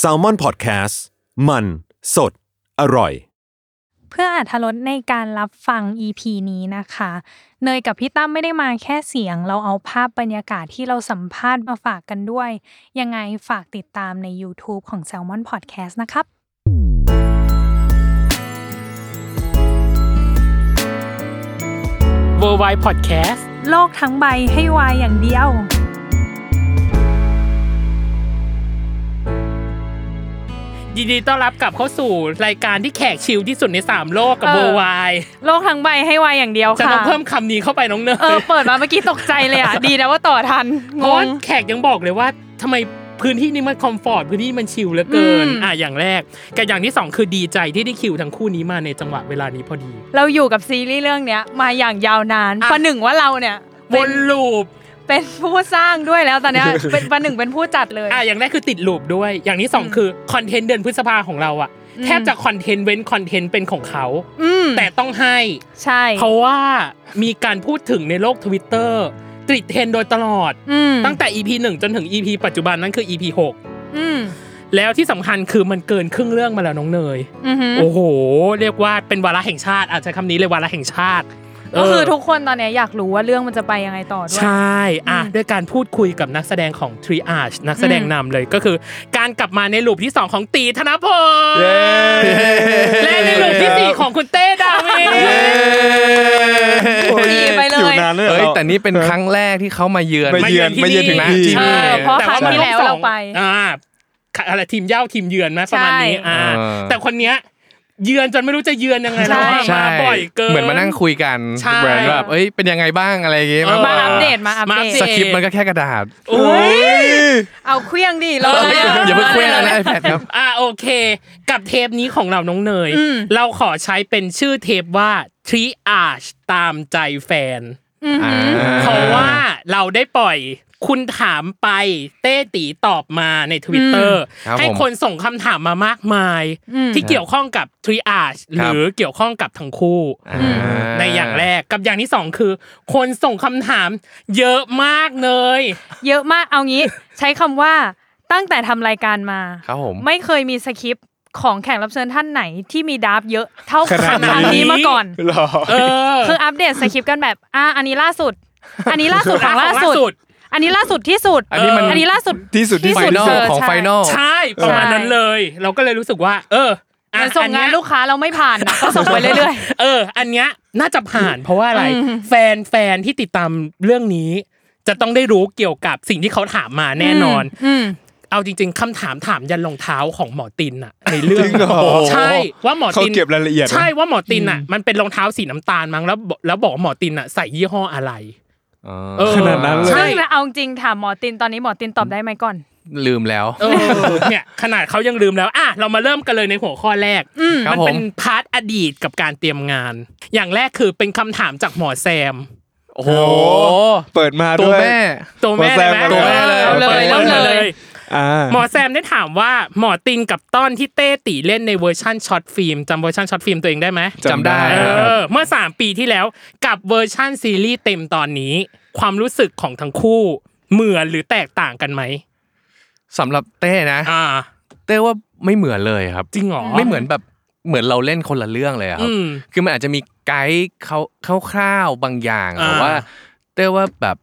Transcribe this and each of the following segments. s a l ม o n PODCAST มันสดอร่อย เพื่ออาธรสในการรับฟัง EP นี้นะคะ เนยกับพี่ตั้มไม่ได้มาแค่เสียง เราเอาภาพบรรยากาศที่เราสัมภาษณ์มาฝากกันด้วย ยังไงฝากติดตามใน YouTube ของ Salmon Podcast นะครับ w o r l d w i d e Podcast โลกทั้งใบให้วายอย่างเดียว ยินดีต้อนรับกลับเข้าสู่รายการที่แขกชิลที่สุดใน 3 โลกกับ เอ w อ o r l d w i d e โลกทั้งใบให้วายอย่างเดียว จะ ค่ะ ต้องเพิ่มคำนี้เข้าไปน้องเนย เออเปิดมาเมื่อกี้ตกใจเลยอ่ะ ดีนะว่าต่อทันงเพราะว่าง แขกยังบอกเลยว่าทำไมพื้นที่นี้มันคอมฟอร์ตพื้นที่มันชิลเหลือเกิน อืม อ่ะอย่างแรกกับอย่างที่สองคือดีใจที่ได้คิวทั้งคู่นี้มาในจังหวะเวลานี้พอดี เราอยู่กับซีรีส์เรื่องเนี้ยมาอย่างยาวนาน อ่ะ ประหนึ่งว่าเราเนี่ย บ เป็น นลูป เป็นผู้สร้างด้วยแล้วต อนเนี้ยเป็นประหนึ่งเป็นผู้จัดเลย อ่ะอย่างแรกคือติดลูปด้วย อย่างที่สอง อืม คือคอนเทนต์เดือนพฤษภาของเราอ่ะ อืม แทบจะคอนเทนต์เว้นคอนเทนต์เป็นของเขา อืม แต่ต้องให้ ใช่ เพราะว่ามีการพูดถึงในโลกทวิตเตอร์ติดเทรนด์โดยตลอด อืม ตั้งแต่ EP 1 จนถึง EP ปัจจุบันนั่นคือ EP อืม 6 แล้วที่สำคัญคือมันเกินครึ่งเรื่องมาแล้วน้องเนย อือหือ โอ้โห เรียกว่าเป็นวาระแห่งชาติ อาจจะใช้คำนี้เลยวาระแห่งชาติ ก็คือ เ ทุกคนตอนเนี้ยอยากรู้ว่าเรื่องมันจะไปยังไงต่อด้วย ใช่ อ่ะ อืม ด้วยการพูดคุยกับนักแสดงของ Triage นักแสดง อืม นำเลยก็คือ การกลับมาในลูปที่ 2 ของตีธนพลและในลูปที่สี่ของคุณเต้ดาวิน โอ้ยไปเลย อยู่นานเลยหรอ เอ้ยแต่นี่เป็นครั้งแรกที่เขามาเยือน มาเยือน ถึงนะ มาเยือนถึงที่ ใช่ ใช่ เพราะ แต่ ครั้ ว่าง มัน ที่ ร แล้ อบ ว สอ เรา ง ไป อ่าอะไรทีมเหย้าทีมเยือนนะประมาณนี้ ใช่ อ่า เออ แต่คนเนี้ยเยือนจนไม่รู้จะเยือนยังไง ใช่ แล้วอะ ใช่ มาบ่อยเกิน เหมือนมานั่งคุยกัน ใช่ เหมือนแบบเอ้ยเป็นยังไงบ้างอะไรอย่างเงี้ย เออ มาอัปเดตมาอัป มาอั เด ป ต เด สคริปต์มันก็แค่กระดาษ โอ้ย เอาเครื่องดิเรา เอ้ยอย่าเพิ่งเคว้งนะไอแพดครับ อ่าโอเค กับเทปนี้ของเราน้องเนย เราขอใช้เป็นชื่อเทปว่า triage ตามใจแฟน อือหือ อ่า เพราะว่าเราได้ปล่อยคุณถามไปเต้ตีตอบมาใน Twitter ครับ ให้ ผม คนส่งคำถามมามากมาย อืม ที่เกี่ยวข้องกับทริอาชห ครับ รือเกี่ยวข้องกับทั้งคู่ ในอย่างแรกกับอย่างที่สองคือ คนส่งคำถามเยอะมากเลย เยอะมากเอางี้ ใช้คำว่าตั้งแต่ทำรายการมา ครับผม ไม่เคยมีสคริปต์ของแขกรับเชิญท่านไหนที่มีดราฟต์เยอะเท่าขนาด ขนาดนี้ นี้มาก่อน หรอ เออ คืออัปเดตสคริปต์กันแบบ อ่ะอันนี้ล่าสุด อันนี้ล่าสุดข อ่ะ อง ของ ล่า ล่า สุ สุ ด ด อันนี้ล่าสุดที่สุด อันนี้มัน อันนี้ล่าสุด ที่สุดที่ ไฟนอล เ ของ ใช่ ไฟนอล ใช่ประมาณ ใช่ นั้นเลย เราก็เลยรู้สึกว่า เอออ่ะ งั้นส่ง อัเย งานลูกค้าเราไม่ผ่านนะก็ส่งไปเรื่อย เออ อันเนี้ยน่าจะผ่านเพราะว่าอะไร อืม แฟนแฟนที่ติดตามเรื่องนี้ จะต้องได้รู้เกี่ยวกับสิ่งที่เขาถามมาแน่นอน อืม เอาจริง ๆคำถามถามยันรองเท้าของหมอตินอะในเรื่อง จริงเหรอ ใช่ว่าหมอ เขา ติน เก็บรายละเอียดนะ ใช่ว่าหมอตินอะมันเป็นรองเท้าสีน้ำตาลมั้งแล้วบอกแล้วบอกว่าหมอตินอะใส่ยี่ห้ออะไร เออ ขนาดนั้นเล ซึ่ง ย เอาจริงถามหมอตินตอนนี้หมอตินตอบได้ไหมก่อน ลืมแล้ว เออเนี่ยขนาดเขายังลืมแล้วอ่ะเรามาเริ่มกันเลยในหัวข้อแรก ครับ มัน ผ เป็ ม นพาร์ทอดีตกับการเตรียมงาน อย่างแรกคือเป็นคำถามจากหมอแซม โอ้โห เปิดมา ตัว ด้วย แม่ ตัวแม่เลยไหม หมอแซมตัวแม่เลย ออ เอาเลย ปิด เริ่มเลย อ่า หมอแซมได้ถามว่าหมอตินกับต้อนที่เต้ตีเล่นในเวอร์ชั่นช็อตฟิล์มจำเวอร์ชันช็อตฟิล์มตัวเองได้ไหม จำได้ เอ ครับ อเมื่อ 3 ปีที่แล้วกับเวอร์ชั่นซีรีส์เต็มตอนนี้ ความรู้สึกของทั้งคู่เหมือนหรือแตกต่างกันไหม สำหรับเต้นะ อ่า เต้ว่าไม่เหมือนเลยครับ จริงเหรอ ไม่เหมือนแบบเหมือนเราเล่นคนละเรื่องเลยอะครับ อืม คือมันอาจจะมีไกด์เขาคร่าวๆบางอย่าง อ่า แต่ว่าเต้ว่าแบบ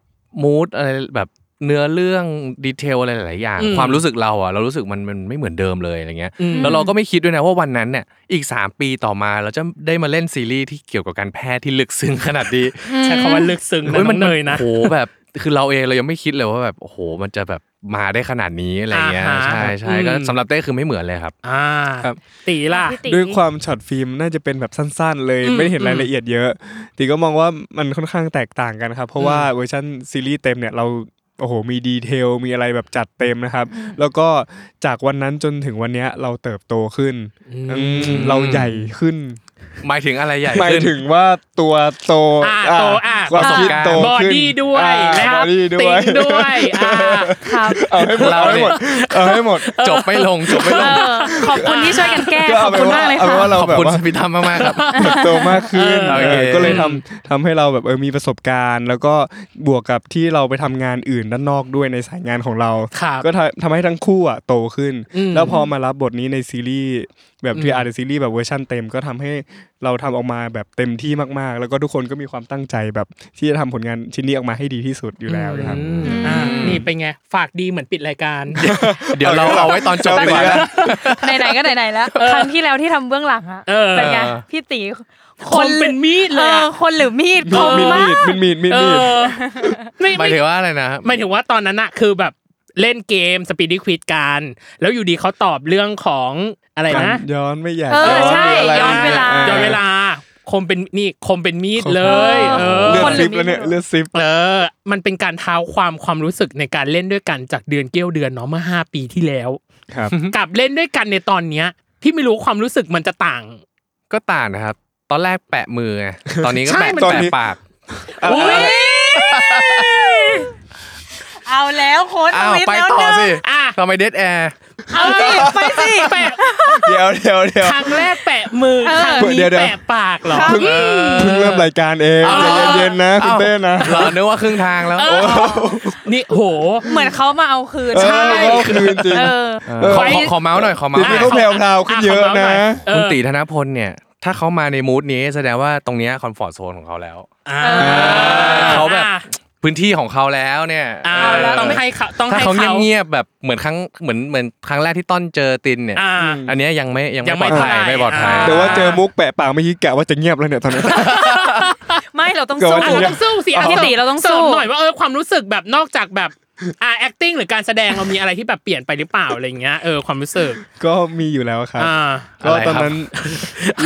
มูดอะไรแบบเนื้อเรื่องดีเทลอะไรหลายๆอย่าง ความรู้สึกเราอะเรารู้สึกมันมันไม่เหมือนเดิมเลยอะไรเงี้ย อืม แล้วเราก็ไม่คิดด้วยนะว่าวันนั้นเนี่ยอีก 3 ปีต่อมาเราจะได้มาเล่นซีรีส์ที่เกี่ยวกับการแพทย์ที่ลึกซึ้งขนาดนี้ ใช้คำว่าลึกซึ้งนะ ฮ้ น้องเนยนะ โอ้โหแบบคือเราเองเรายังไม่คิดเลยว่าแบบโอ้โห มันจะแบบมาได้ขนาดนี้อะไรเงี้ย อ่าฮะ ใช่ใช่ก็ อืม สำหรับเต้คือไม่เหมือนเลยครับ อ่าตีล่ะ พี่ติ ด้วยความช็อตฟิล์มน่าจะเป็นแบบสั้นๆ เลย อืม ไม่เห็นรายละเอียดเยอะตีก็มองว่ามันค่อนข้างแตกต่างกันครับ เพราะว่าเวอร์ชันซีรีส์เต็มเนี่ยเราโอ้โหมีดีเทลมีอะไรแบบจัดเต็มนะครับ แล้วก็จากวันนั้นจนถึงวันเนี้ยเราเติบโตขึ้น อืม อืมเราใหญ่ขึ้น หมายถึงอะไรใหญ่ หมาย ขึ้น ถึงว่าตัวโต อ่าโตอ่ะ ความคิดโต บอ ขึ้น ดี้ด้วย อ่า นะครับ บอดี้ด้ ติ วย งด้วยอ่า ครับ เอาให้หมด เรา เอาให้ เนี่ย หมดเอาให้หมด จบไม่ลงจบไม่ลง เออขอบคุณที่ช่วยกันแก้ ก็ ขอเอาบ ไปน คุว่ามณากเลย เอาเป็น ค่ะ ว่าเรา ขอบ แบบ คุณ ว่า พี่ตั้มมากๆครับ เติบโตมากขึ้น เออโอเค เออก็เลยทำทำให้เราแบบเออมีประสบการณ์ แล้วก็บวกกับที่เราไปทำงานอื่นด้านนอกด้วยในสายงานของเรา ครับ ก็ทำทำให้ทั้งคู่อ่ะโตขึ้น อืม แล้วพอมารับบทนี้ในซีรีส์แบบ อืม ที่อาร์ตซีรีส์แบบเวอร์ชันเต็มก็ทำให้เราทำออกมาแบบเต็มที่มากๆ แล้วก็ทุกคนก็มีความตั้งใจแบบที่จะทำผลงานชิ้นนี้ออกมาให้ดีที่สุดอยู่แล้วครับ อืม อ่านี่เป็นไงฝากดีเหมือนปิดรายการ เดี๋ยวเราเอาไว้ตอนจบดีกว่านะ ไหนๆก็ไหนๆแล้ว ครั้งที่แล้วที่ทำเบื้องหลังอะ เออ เป็นไงพี่ตี คมเป็นมีด เอ เลย อ อะ คนหรือมีดค มี ม ด มาก มีดมีดมีดมีด เอ มีด อไม่ หมา ไม่ ยถึงว่าอะไรนะ หมายถึงว่าตอนนั้นอะคือแบบเล่นเกมสปีด d ควิดกันแล้วอยู่ดีเขาตอบเรื่องของอะไรนะ ย้อนไม่อยาก เออ ย้อน ใช่ หรืะไร ย้นเวลา ย้อนเวลา คมเป็นนี่คมเป็นมีดเลยเออ เลือ ค ด นหรื ซิ อมีดปแล้วเนี่ยเลือดซิป เออ มันเป็นการเท้าความความรู้สึกในการเล่นด้วยกันจากเดือนเกี้ยวเดือนเนาะเมื่อห้าปีที่แล้ว ครับ กลับเล่นด้วยกันในตอนเนี้ยพี่ไม่รู้ความรู้สึกมันจะต่าง ก็ต่างนะครับ ตอนแรกแปะมือไงตอนนี้ก็ ใช่ แปะ มัน แปะปาก อุ๊ย เอาแล้วโค้ด อ้าว วิทย์ ไป แล้ว ต่อ นะ สิ อ่ะ ทำไมเดดแอร์ เอาไปสิแปะ เดี๋ยวเดี๋ยวเดี๋ยว ครั้งแรกแปะมือครั้งนี้ เดี๋ยวเดี๋ยว แปะปากเหรอ เพิ่งเพิ่งเริ่มรายการเอง เอา ใจเย็นๆนะคุณเต้นะ เรานึกว่าครึ่งทางแล้ว เออ นี่โห เหมือนเขามาเอาคืน เออเขาเอาคืนจริง เออ เออขอ ไป ขอขอเมาส์หน่อยขอเมา ติด ส์หน่อยไม่เข้าแพลวพราวขึ้นเยอะนะ เอ คุณ อ ตีธนพลเนี่ย ถ้าเขามาในมูดนี้แสดงว่าตรงเนี้ยคอนฟอร์ z โซนของเขาแล้ว อ่า เขาแบบ พื้นที่ของเขาแล้วเนี่ย อ่า เออ ต้องให้เขาต้อง ถ้า ให้ เขา เขา เงียบๆแบบเหมือนครั้งเหมือนเหมือนครั้งแรกที่ต้อนเจอตินเนี่ย อ่า อันเนี้ยยังไม่ยัง ยั ไม่ ง ป ไม่ ลอดภัย เท่าไหร่ ไม่ปลอดภัย อ่า แต่ว่าเจอมุกแปะปากไม่คิดกะว่าจะเงียบแล้วเนี่ยตอนนี้ ไม่เราต้อง เกิด สู้ ว่า อ่ะเราต้องสู้สิอ่ะ ปกติ สม เราต้องสู้ สมหน่อยว่าเออความรู้สึกแบบนอกจากแบบอ่า acting หรือการแสดงเรามีอะไรที่แบบเปลี่ยนไปหรือเปล่าอะไรอย่างเงี้ยเออความรู้สึก ก็มีอยู่แล้วครับ อ่า ก็ตอนนั้น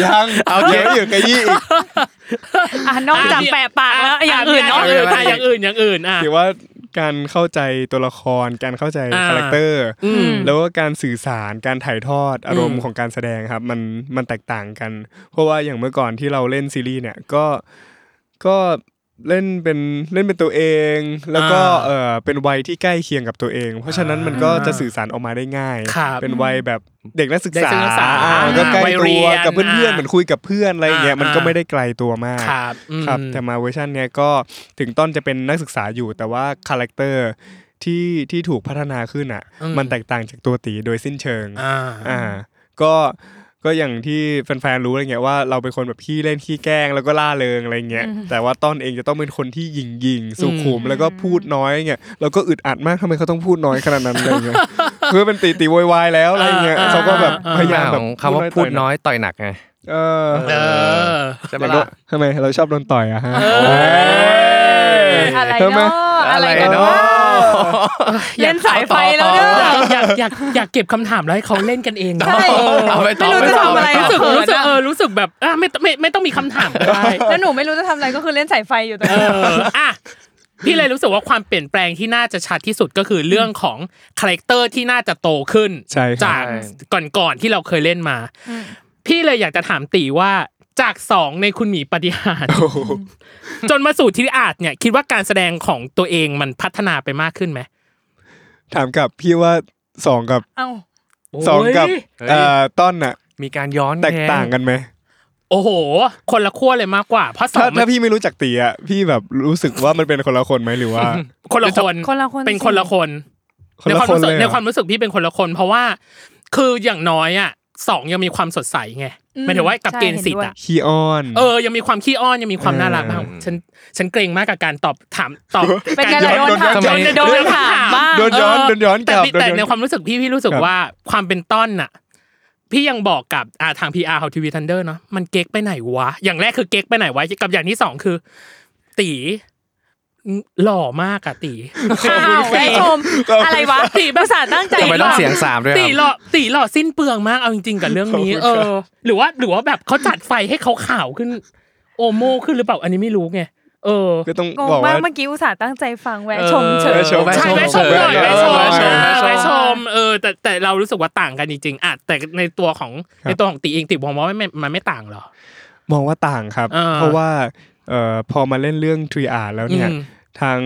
ยัง เอาเดี๋ เดี๋ ย ยว วอยู่กะยี่อีก อ่ะนอกจากแปะปากแล้วอย่างอื่นเนาะ ย่างอื่นอ่ะอย่างอื่นอย่างอื่นอ่ะ ถือว่าการเข้าใจตัวละคร การเข้าใจ อ่า คาแรคเตอร์ อืม แล้วก็การสื่อสารการถ่ายทอดอารม อื ณ์ ม ของการแสดงครับมันมันแตกต่างกัน เพราะว่าอย่างเมื่อก่อนที่เราเล่นซีรีส์เนี่ยก็ก็เล่นเป็นเล่นเป็นตัวเอง แล้วก็ อ่า เออเป็นวัยที่ใกล้เคียงกับตัวเอง เพราะฉะนั้นมันก็จะสื่อสารออกมาได้ง่าย ครับ เป็นวัยแบบเด็กนักศึก เด็ก ษา นักศึกษา อ่าก็ใกล้ วัยเรี ตัวย น กับเพื่อนๆ อ่า เหมือนคุยกับเพื่อนอะไรอย่างเงี้ย อ่ามั มันก็ อ่า ไม่ได้ไกลตัวมาก ครับอืม ครับแต่มาเวอร์ชันเนี้ยก็ถึงต้นจะเป็นนักศึกษาอยู่แต่ว่าคาแรคเตอร์ที่ที่ถูกพัฒนาขึ้นอ่ะ อืม มันแตกต่างจากตัวตีโดยสิ้นเชิง อ่า อ่าก็ก็อย่างที่แฟนๆรู้อะไรเงี้ยว่าเราเป็นคนแบบขี้เล่นขี้แกล้งแล้วก็ล่าเริงอะไรเงี้ยแต่ว่าต้นเองจะต้องเป็นคนที่หยิงยิงๆสุขุมแล้วก็พูดน้อยเงี้ยแล้วก็อึดอัดมากทำไมเขาต้องพูดน้อยขนาดนั้นอะไรเงี้ย เพื่อเป็นตีตีโวยวายแล้วอะไรเงี้ย อ่า เขาก็แบบพ ที่ ยายาม ามขแบบ องคำว่าพูดน้อยต่อยหนักไง เออ เออ ใช่ไหม แต่ก็ ล่ะ ทำไมเราชอบโดนต่อยอะฮะ อะไร ทำไม เนาะอะไรกันเนาะ เล่นสายไฟแล้วเนอะ อยากอยากอยากอยากเก็บคำถามแล้วให้เขาเล่นกันเองนะ ใช่ เอาไปต่อ ไม่รู้จะทำอะไร ไป รู้ ต่ สึก เขินอะรู้สึกเออรู้สึกแบบอ่ะไม่ไม่ไม่ต้องมีคำถามก็ได้ แล้วหนูไม่รู้จะทำอะไรก็คือเล่นสายไฟอยู่ตรง เอ นั้น ออ่ะพี่เลยรู้สึกว่าความเปลี่ยนแปลงที่น่าจะชัดที่สุดก็คือเรื่องของคาแรคเตอร์ที่น่าจะโตขึ้น ใช่ครับ จากก่อนๆที่เราเคยเล่นมา อืม พี่เลยอยากจะถามตีว่าจากสองในคุณหมีปฏิหารย์ จนมาสู่ทีอาจเนี่ยคิดว่าการแสดงของตัวเองมันพัฒนาไปมากขึ้นไหม ถามกับพี่ว่าสองกับ เอ้า สองกับ เฮ้ย เอ่อต้นน่ะ มีการย้อน แตกต่างกันไหม โอ้โห คนละขั้วเลยมากกว่า เพราะสอ ถ้าง มั ถ้าน พี่ไม่รู้จักตีอ่ะพี่แบบรู้สึกว่ามันเป็นคนละคนไหมหรือว่า คนละคน คนละคน เป็นคนละคน คน ใน ละ ความ คน รู้สึ เล ก ย ใน อะ ความรู้สึกพี่เป็นคนละคน เพราะว่า คืออย่างน้อยอ่ะสองยังมีความสดใสไง อืม หมายถึงว่ากับ ใช่ เกณฑ์สิทธิ์อ่ะ ขี้อ้อน เออยังมีความขี้อ้อนยังมีความน่ารักบ้างฉันฉันเกรงมากกับการตอบถามตอบ เป็นไงล่ะโดนถาม ทำไม โดนถามบ้าง โดนย้อน เออ โดนย้อนก แต่ ลับ พี่ โดน แต่ ย้อน ในความรู้สึกพี่พี่รู้สึก ครับ ว่าความเป็นต้นน่ะ พี่ยังบอกกับอ่าทาง PR ของทีวีทันเดอร์เนาะมันเก๊กไปไหนวะ อย่างแรกคือเก๊กไปไหนวะกับอย่างที่สองคือ ตี หล่อมากอะตี ข้าวได้ชมอะไรวะ ตีแบ ภา บ ษาตั้งใจ ทำไมต้องเสียงสามด้วยค ตีห รับ ล่อตีหล่อสิ้นเปลืองมากเอาจริงๆกับเรื่องนี้ ขอบคุณ เอ ครัอบหรือว่าหรือว่าแบบเขาจัดไฟให้เขาขาวขึ้น โอโมขึ้นหรือเปล่าอันนี้ไม่รู้ไงเออ ก็ต้อง งง บอก มา ว่า กเมื่อกี้อุตส่าห์ตั้งใจฟังแวะชมเฉยออแวะชม ใช่แวะชมหน่อยแวะชม แวะชม อ่า แวะแวะชมชมเออแต่แต่เรารู้สึกว่าต่างกันจริงๆอ่ะแต่ในตัวของในตัวของตีเองติบอกว่าไม่ไม่มันไม่ต่างหรอ มองว่าต่างครับ อ่า เพราะว่าเอ่อพอมาเล่นเรื่องทรีอาร์แล้วเนี่ย อืม ทาง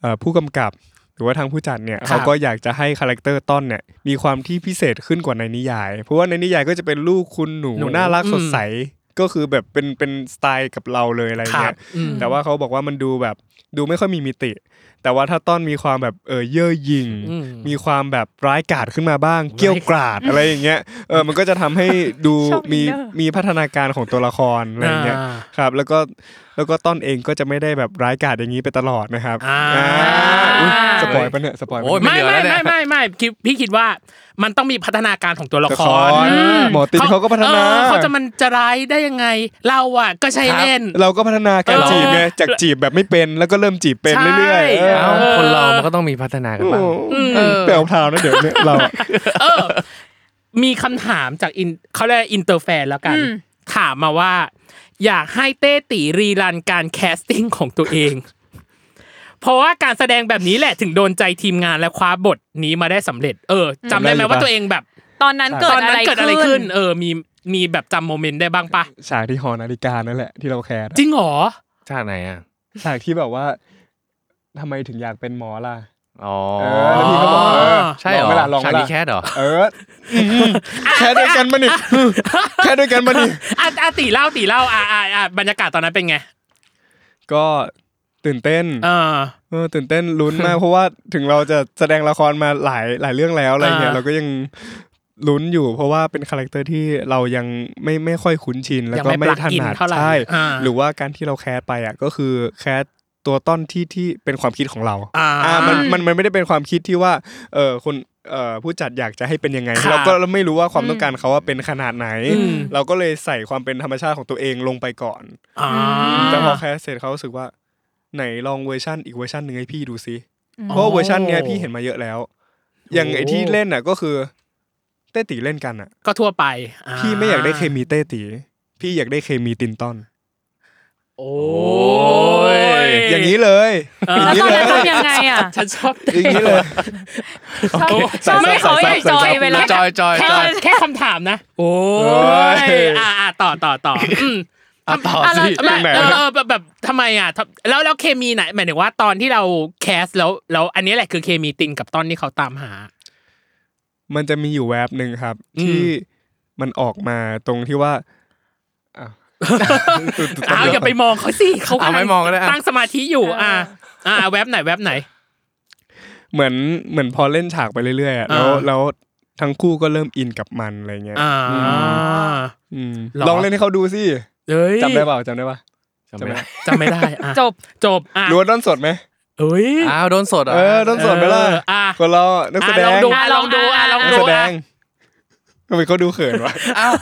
เอ่อผู้กำกับ หรือว่าทางผู้จัดเนี่ย ครับ เขาก็อยากจะให้คาแรคเตอร์ต้นเนี่ยมีความที่พิเศษขึ้นกว่าในนิยาย เพราะว่าในนิยายก็จะเป็นลูกคุณหนู หนู น่ารัก อืม สดใสก็คือแบบเป็นเป็นสไตล์กับเราเลยอะไร ครับ เงี้ย อืม แต่ว่าเขาบอกว่ามันดูแบบดูไม่ค่อยมีมิติ แต่ว่าถ้าต้นมีความแบบเออเย่อหยิ่ง อืม มีความแบบร้ายกาจขึ้นมาบ้าง ร้ายกาจ เกรี้ยวกราดอะไรอย่างเงี้ยเออมันก็จะทำให้ดู ชอบ มี อินเนอร์ มีพัฒนาการของตัวละครอะไรอย่างเงี้ย อ่า ครับแล้วก็แล้วก็ต้นเองก็จะไม่ได้แบบร้ายกาจอย่างนี้ไปตลอดนะครับ อ่า อุ๊ยสปอยปะเนี่ยสปอยปะ โอ้ย เนี่ยไม่ไม่เหลือ ไม่ แล้วเนี่ย ไม่ไม่ไม่คิดพี่คิดว่ามันต้องมีพัฒนาการของตัวละคร ละคร อื หมอติ๊กเขาก็พัฒเอนาอเขาจะมันจะร้ายได้ยังไง เราอ่ะก็ใช้เล่น เราก็พัฒนาการ เออ จีบไงจากจีบแบบไม่เป็นแล้วก็เริ่มจีบเป็นเรื่อยๆ ใช่ เออ เอ้าคนเรามันก็ต้องมีพัฒนากัน โอ้ บ้าง โหแปลวพราวนะเดี๋ยวเนี่ยเรา เออ มีคำถามจากอินเขาเรียกอินเตอร์แฟนแล้วกัน อืม ถามมาว่า อยากให้เต้ตีรีรันการแคสติ้งของตัวเอง เพราะว่าการแสดงแบบนี้แหละถึงโดนใจทีมงานและคว้าบทนี้มาได้สำเร็จ เออจำได้ไหมว่าตัวเองแบบ ตอนนั้นเกิ ต ด อน อะ นั้น ไร เกิดอะไรขึ้น เออ มีมีแบบจำโมเมนต์ได้บ้างปะ ฉากที่หอนาฬิกานั่นแหละที่เราแคร์ จริงเหรอ ชาติไหนอ่ะ ฉากที่แบบว่าทำไมถึงอยากเป็นหมอล่ะ อ๋อ เออแล้วพี่ก็บอกเออ ใช่เหร ลองอไหมล่ะลองไหม ชา ล่ะ ลีแคทเหรอ เอออืมแค่ด้วยกันมานี่แค่ด้วยกันมานี่ อ่ะอ่ะตีเล่าตีเล่าอ่ะอ่ะอ่ะบรรยากาศตอนนั้นเป็นไง ก็ตื่นเต้น เออ เออตื่นเต้นลุ้นมาก เพราะว่าถึงเราจะแสดงละครมาหลายหลายเรื่องแล้วอะไรเงี้ย อ่า เราก็ยังลุ้นอยู่ เพราะว่าเป็นคาแรคเตอร์ที่เรายังไม่ไม่ค่อยคุ้นชิน แล้ว ยัง ก็ ไม่ ไม่ ปลัก ถ อิน นัด เท่าไหร่ ใช่ อ่า หรือว่าการที่เราแคสไปอ่ะก็คือแคสตัวต้นที่ที่เป็นความคิดของเรา อ่า อ่ามันมันมันไม่ได้เป็นความคิดที่ว่าเออคนเอ่อผู้จัดอยากจะให้เป็นยังไง ครับ เราก็ไม่รู้ว่าความต้องการเขาว่าเป็นขนาดไหน อืม เราก็เลยใส่ความเป็นธรรมชาติของตัวเองลงไปก่อน อ่า แต่พอแคสเสร็จเขารู้สึกว่าไหนลองเวอร์ชันอีกเวอร์ชันหนึ่งให้พี่ดูซิ อืม เพราะเวอร์ชันเนี้ยพี่เห็นมาเยอะแล้ว อย่างไอที่เล่นน่ะก็คือเต้ตีเล่นกันอ่ะ ก็ทั่วไปา พี่ไม่อยากได้เคมีเต้ตี พี่อยากได้เคมีตินตัน โอ้ย อย่างนี้เลย เออ แล้วตอนนั้นทำยังไงอ่ะ ฉันชอบ อย่างนี้เลย ชอบชอบไม่เขาใหญ่จอยเวลา จอยจอย แค่ จอย แค่คำถามนะ โอ้ย โอ้ย อ่าอ่าต่อต่อต่ออืม อ่ะต่อ อะไร สิ แบบ เป็นแบบ เออเออแบบแบบทำไมอ่ะทำแล้วแล้วเคมีไหนหมายถึงว่าตอนที่เราแคสแล้วแล้วอันนี้แหละคือเคมีตินกับต้นที่เขาตามหา มันจะมีอยู่แวบหนึ่งครับ อืม ที่มันออกมาตรงที่ว่าอ้าว อ้าวอย่าไปมองเขาสิเขา เอา กำลั ไม่ ง มองก็ได้อ่ะ ตั้งสมาธิอยู่ อ่าอ่าเว็บไหนเว็บไหน เหมือนเหมือนพอเล่นฉากไปเรื่อยๆอะแล้ว อ่า แล้วทั้งคู่ก็เริ่มอินกับมันอะไรเงี้ย อ่า อืม หรอ ลองเล่นให้เขาดูสิ เอ้ย จำได้เปล่าจำได้ปะ จำไม่ได้ จำไม่ได้อ่ะ จบ จบอ่ะ รู้ว่าด้นสดไหม เอ้ย อ้าวโดนสดหร เออด้นสดไหมล่ะ เอออ่ะ คนเรานักแส อ่ะ ด ลอง ง ดูอ่ะลองดูอ่ะลอง นัก ดู แสด อ่ะ งทำไมเขาดูเขินวะ อ้าว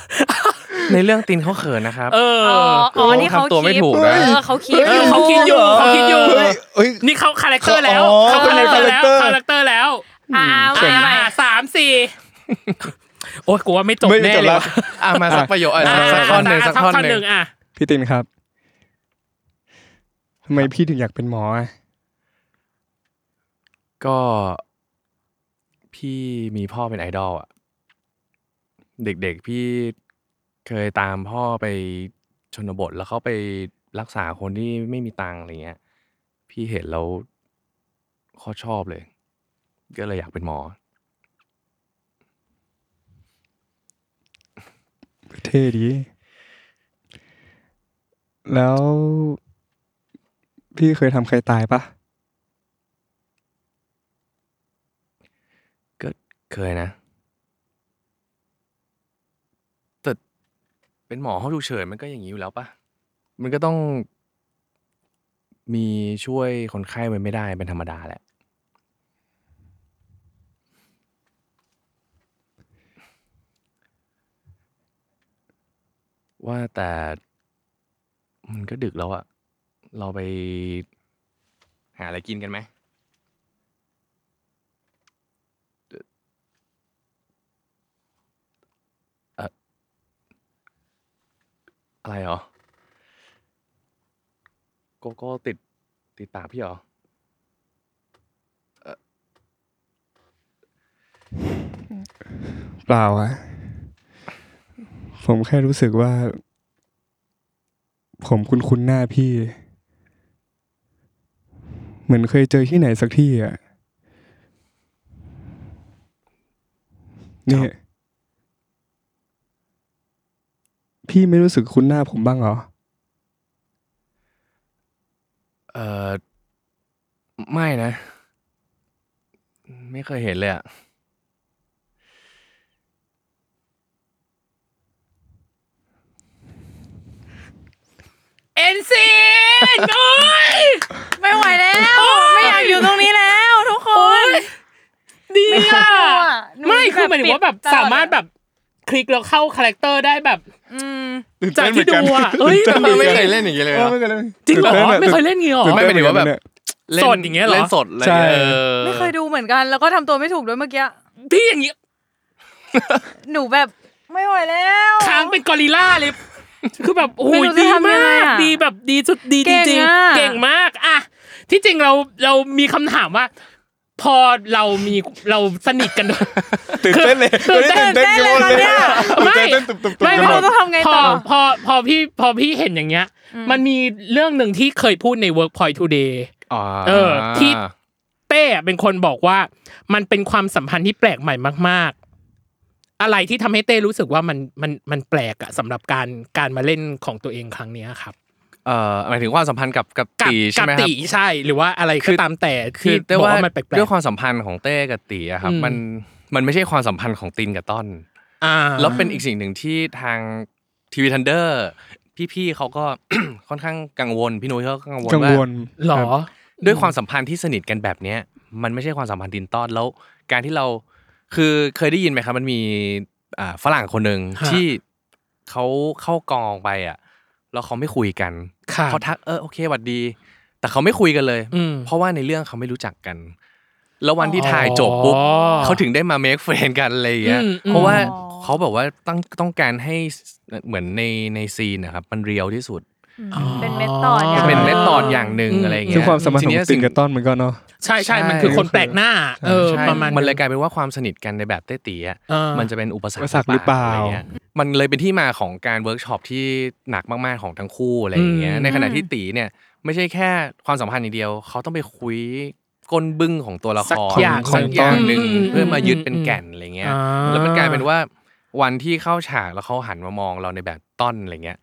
ในเรื่องตินเขาเขินนะครับ เออ อ๋ออ๋อนี่เขา ทำตัวไม่ถูก เอ นะ อเขาคิด เออ เขาคิดอยู่เขาคิดอยู่ เฮ้ยเฮ้ย นี่เขาคาแรคเตอร์แล้ว อ๋อ เขาคาแรคเตอร์แล้ว เขา คา คา แร แร ค ค เต เต อ อร์ ร์แล้ว อ้าว อ่า ไม่ สามสี่โอ้ยกูว่าไม่จบ ไม่ แน่ จบ เล แล้ ยว ว่ะ อ่ะมาสักประโยคอ่ะ อ่ะ สักท่อนหนึ่งสักท่อนหนึ่ง อ่ะ พี่ตินครับทำไมพี่ถึงอยากเป็นหมออะ ก็ พี่มีพ่อเป็นไอดอลอ่ะ เด็กๆพี่เคยตามพ่อไปชนบทแล้วเขาไปรักษาคนที่ไม่มีตังค์อะไรเงี้ย พี่เห็นแล้วข้อชอบเลย ก็เลยอยากเป็นหมอ เท่ดี แล้ว พี่เคยทำใครตายปะ ก็เคยนะ แต่เป็นหมอห้องฉุกเฉินมันก็อย่างนี้อยู่แล้วปะมันก็ต้อง มีช่วยคนไข้มันไม่ได้เป็นธรรมดาแหละ ว่าแต่ มันก็ดึกแล้วอะเราไปหาอะไรกินกันไหม อะไรเหรอ โกโก้ติดติดปากพี่เหรอ เปล่าอะผมแค่รู้สึกว่า ผมคุ้นคุ้นๆหน้าพี่ เหมือนเคยเจอที่ไหนสักที่อ่ะเนี่ยพี่ไม่รู้สึกคุ้นหน้าผมบ้างเหรอ เออไม่นะ ไม่เคยเห็นเลยอะ เอ็นซีนโอ้ย ไม่ไหวแล้ว โอ๊ย ไม่อยากอยู่ตรงนี้แล้วทุกคน ดีอ่ะ หนู ไม่คือหมายถึงว่าแบบ ปิดตลอด สามารถแบบคลิกแล้วเข้าคาแรคเตอร์ได้แบบ อืม จากที่ดูอ่ะเอ้ยทำไม ไม่ ไม่ เค เค ย ย เล่นอย่างนี้เลย ไม่เคยเล่น จริงเหรอ ตื่นต้นอะ ไม่เคยเล่นงี้หรอ ตื่น ไม่ เต้น หมายถึงว่าแบบ เหมือนกันเนี่ย สดอย่างเงี้ยเหรอ เล่นสดอะไร ใช่ เงี้ยเออ ไม่เคยดูเหมือนกัน แล้วก็ทำตัวไม่ถูกด้วยเมื่อกี้ พี่อย่างงี้ หนูแบบไม่ไหวแล้ว ค้างเป็นกอริลลาเลย คือแบบโอ้ ไม่ ย รู้จะ ดี ทำยั มาง ไง ก อะ ดีแบบดีสุดดีจ เก่ ริ ง ง อะ ๆเก่งมากอะที่จริงเราเรามีคำถามว่า พอเรามีเราสนิทกัน ตื่นเต้นเลย ตื่นเต้น ตื่นเต้นกันหมดเลยอะ ไม่ ตื่นเต้นตุบตุบตุบ ไม่ กัน ไม่ หมด เราต้องทำไง พ ต่ อ อ พอพอพี่พอพี่เห็นอย่างเงี้ย มันมีเรื่องหนึ่งที่เคยพูดใน Workpoint Today อ๋อ เออที่ เต้เป็นคนบอกว่ามันเป็นความสัมพันธ์ที่แปลกใหม่มาก ๆ อะไรที่ทำให้เต้รู้สึกว่ามันมันมันแปลกอะสำหรับการการมาเล่นของตัวเองครั้งเนี้ยครับ เออหมายถึงความสัมพันธ์กับกับ กั ตีใช่ กั ไหมครับ ตีใช่หรือว่าอะไร คื ก็ อ ตามแต่ คื ที่ อเต้ บอก ว่า ว่ามันแปลก ด้วยความสัมพันธ์ของเต้กับตีอะครับ อืม มันมันไม่ใช่ความสัมพันธ์ของตินกับต้อน ๆอ่า แล้วเป็นอีกสิ่งหนึ่งที่ทางทีวีทันเดอร์พี่ๆเขาก็ ค่อนข้างกังวล พี่นุ้ยเขาก็กังวล กัง ว่าว ล หรอ ด้วยความสัมพันธ์ที่สนิทกันแบบเนี้ย มันไม่ใช่ความสัมพันธ์ดินต้อนแล้ว การที่เราคือเคยได้ยินไหมครับ มันมีอ่าฝรั่งคนหนึ่ง ฮะ ที่เขาเข้ากองไปอ่ะแล้วเขาไม่คุยกัน ครับ เขาทักเออโอเคหวัดดี แต่เขาไม่คุยกันเลย อืม เพราะว่าในเรื่องเขาไม่รู้จักกัน แล้ววันที่ถ่ายจบปุ๊บ อ๋อ เขาถึงได้มา make friend กันอะไรอย่างเงี้ย อืมอืม เพราะว่าเขาแบบว่าตั้งต้องการให้เหมือนในในซีนนะครับ มันเรียวที่สุด เป็นเม็ดต่อ อ๋อ มัน ยา เป็น ว เมธอดอย่างหนึ่ง อืม อะไรอย่าง คื เงี้ อย ความสัมพันธ์ข ที อง เย ติ่น ง กับต้อนมันก็เนาะ ใช่ใช่ ใช่ มันคือคนแปลกหน้า เออ ใช่ ประมาณ มันเลย ง กลายเป็นว่าความสนิทกันในแบบเต้เตี๋ย เออ มันจะเป็นอุปสรร อุปสรรคหรือเปล่า ะไงี้ยมันเลยเป็นที่มาของการเวิร์กช็อปที่หนักมากๆของทั้งคู่อะไรอย่างเงี้ย อืม ในขณะที่ตีเนี่ยไม่ใช่แค่ความสัมพันธ์อย่างเดียว เขาต้องไปคุยก้นบึ้งของตัวละค สัก ร อย่าง สักอย่างหนึ่ง อืม เพื่อมายึดเป็นแก่นอะไรเงี้ย อ่า แล้วมันกลายเป็นว่าวันที่เข้าฉากแล้วเขาหันมามองเราในแบบต้อนอะไรเงี้ย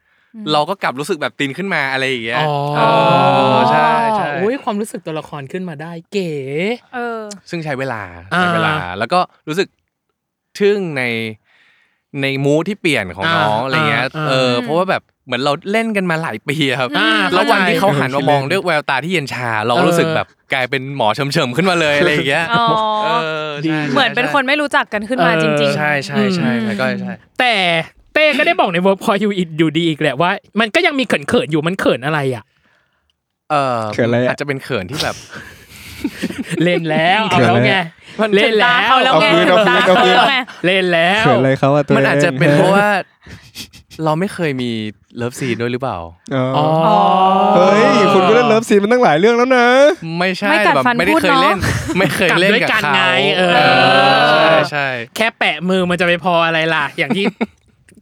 เราก็กลับรู้สึกแบบตีนขึ้นมาอะไรอย่างเงี้ย อ๋อ เออใช่ใช่ อุ้ยความรู้สึกตัวละครขึ้นมาได้เก๋ เออ ซึ่งใช้เวลา อ่า ใช้เวลา แล้วก็รู้สึกทึ่งในในมูทที่เปลี่ยนของ อ่า น้องอะไรเงี้ย อ่า เอออ ม เพราะว่าแบบเหมือนเราเล่นกันมาหลายปีอะครับ อ่า แล้ววัน เข้าใจ ที่เขาหันมามองด้วยแววตาที่เย็นชา เราก็รู้สึก เออ แบบกลายเป็นหมอเฉิมๆขึ้นมาเลยอะไรอย่างเงี้ย อ๋อ เออใช่ เหมือนเป็นคนไม่รู้จักกันขึ้นมาจริง ใช่ใช่ใช่ใช่ก็ใช่ แต่เต้ก็ได้บอกในเวิร์กพออยู่อีกอยู่ดีอีกแหละว่า มันก็ยังมีเขินเขินๆอยู่มันเขินอะไรอ่ะ เออ เขินอะไรอะ จจะเป็นเขินที่แบบ เล่นแล้วเอาแล้วไง มัน เล่นแล้ ตาว เขาแล้วไง เอาคืน ตา เอาคืน เขาแล้วเอาคืนไง เล่นแล้ว เขินอะไรเขาว่าตัว มันอาจจะเป็น ง เพราะว่า เราไม่เคยมีเลิฟซีนด้วยหรือเปล่า อ๋อ อ๋อ เฮ้ยคุณก็เล่นเลิฟซีนมันตั้งหลายเรื่องแล้วนะ ไม่ใช่ ไม่กัด แบบ ฟัน ไม่ได้ พูด เคยเล่น เนอะ ไม่เคย กลับ เล่น ด้วย กับ กัน เขา ไงเออ เออใช่ใช่ แค่แปะมือมันจะไปพออะไรล่ะ อย่างที่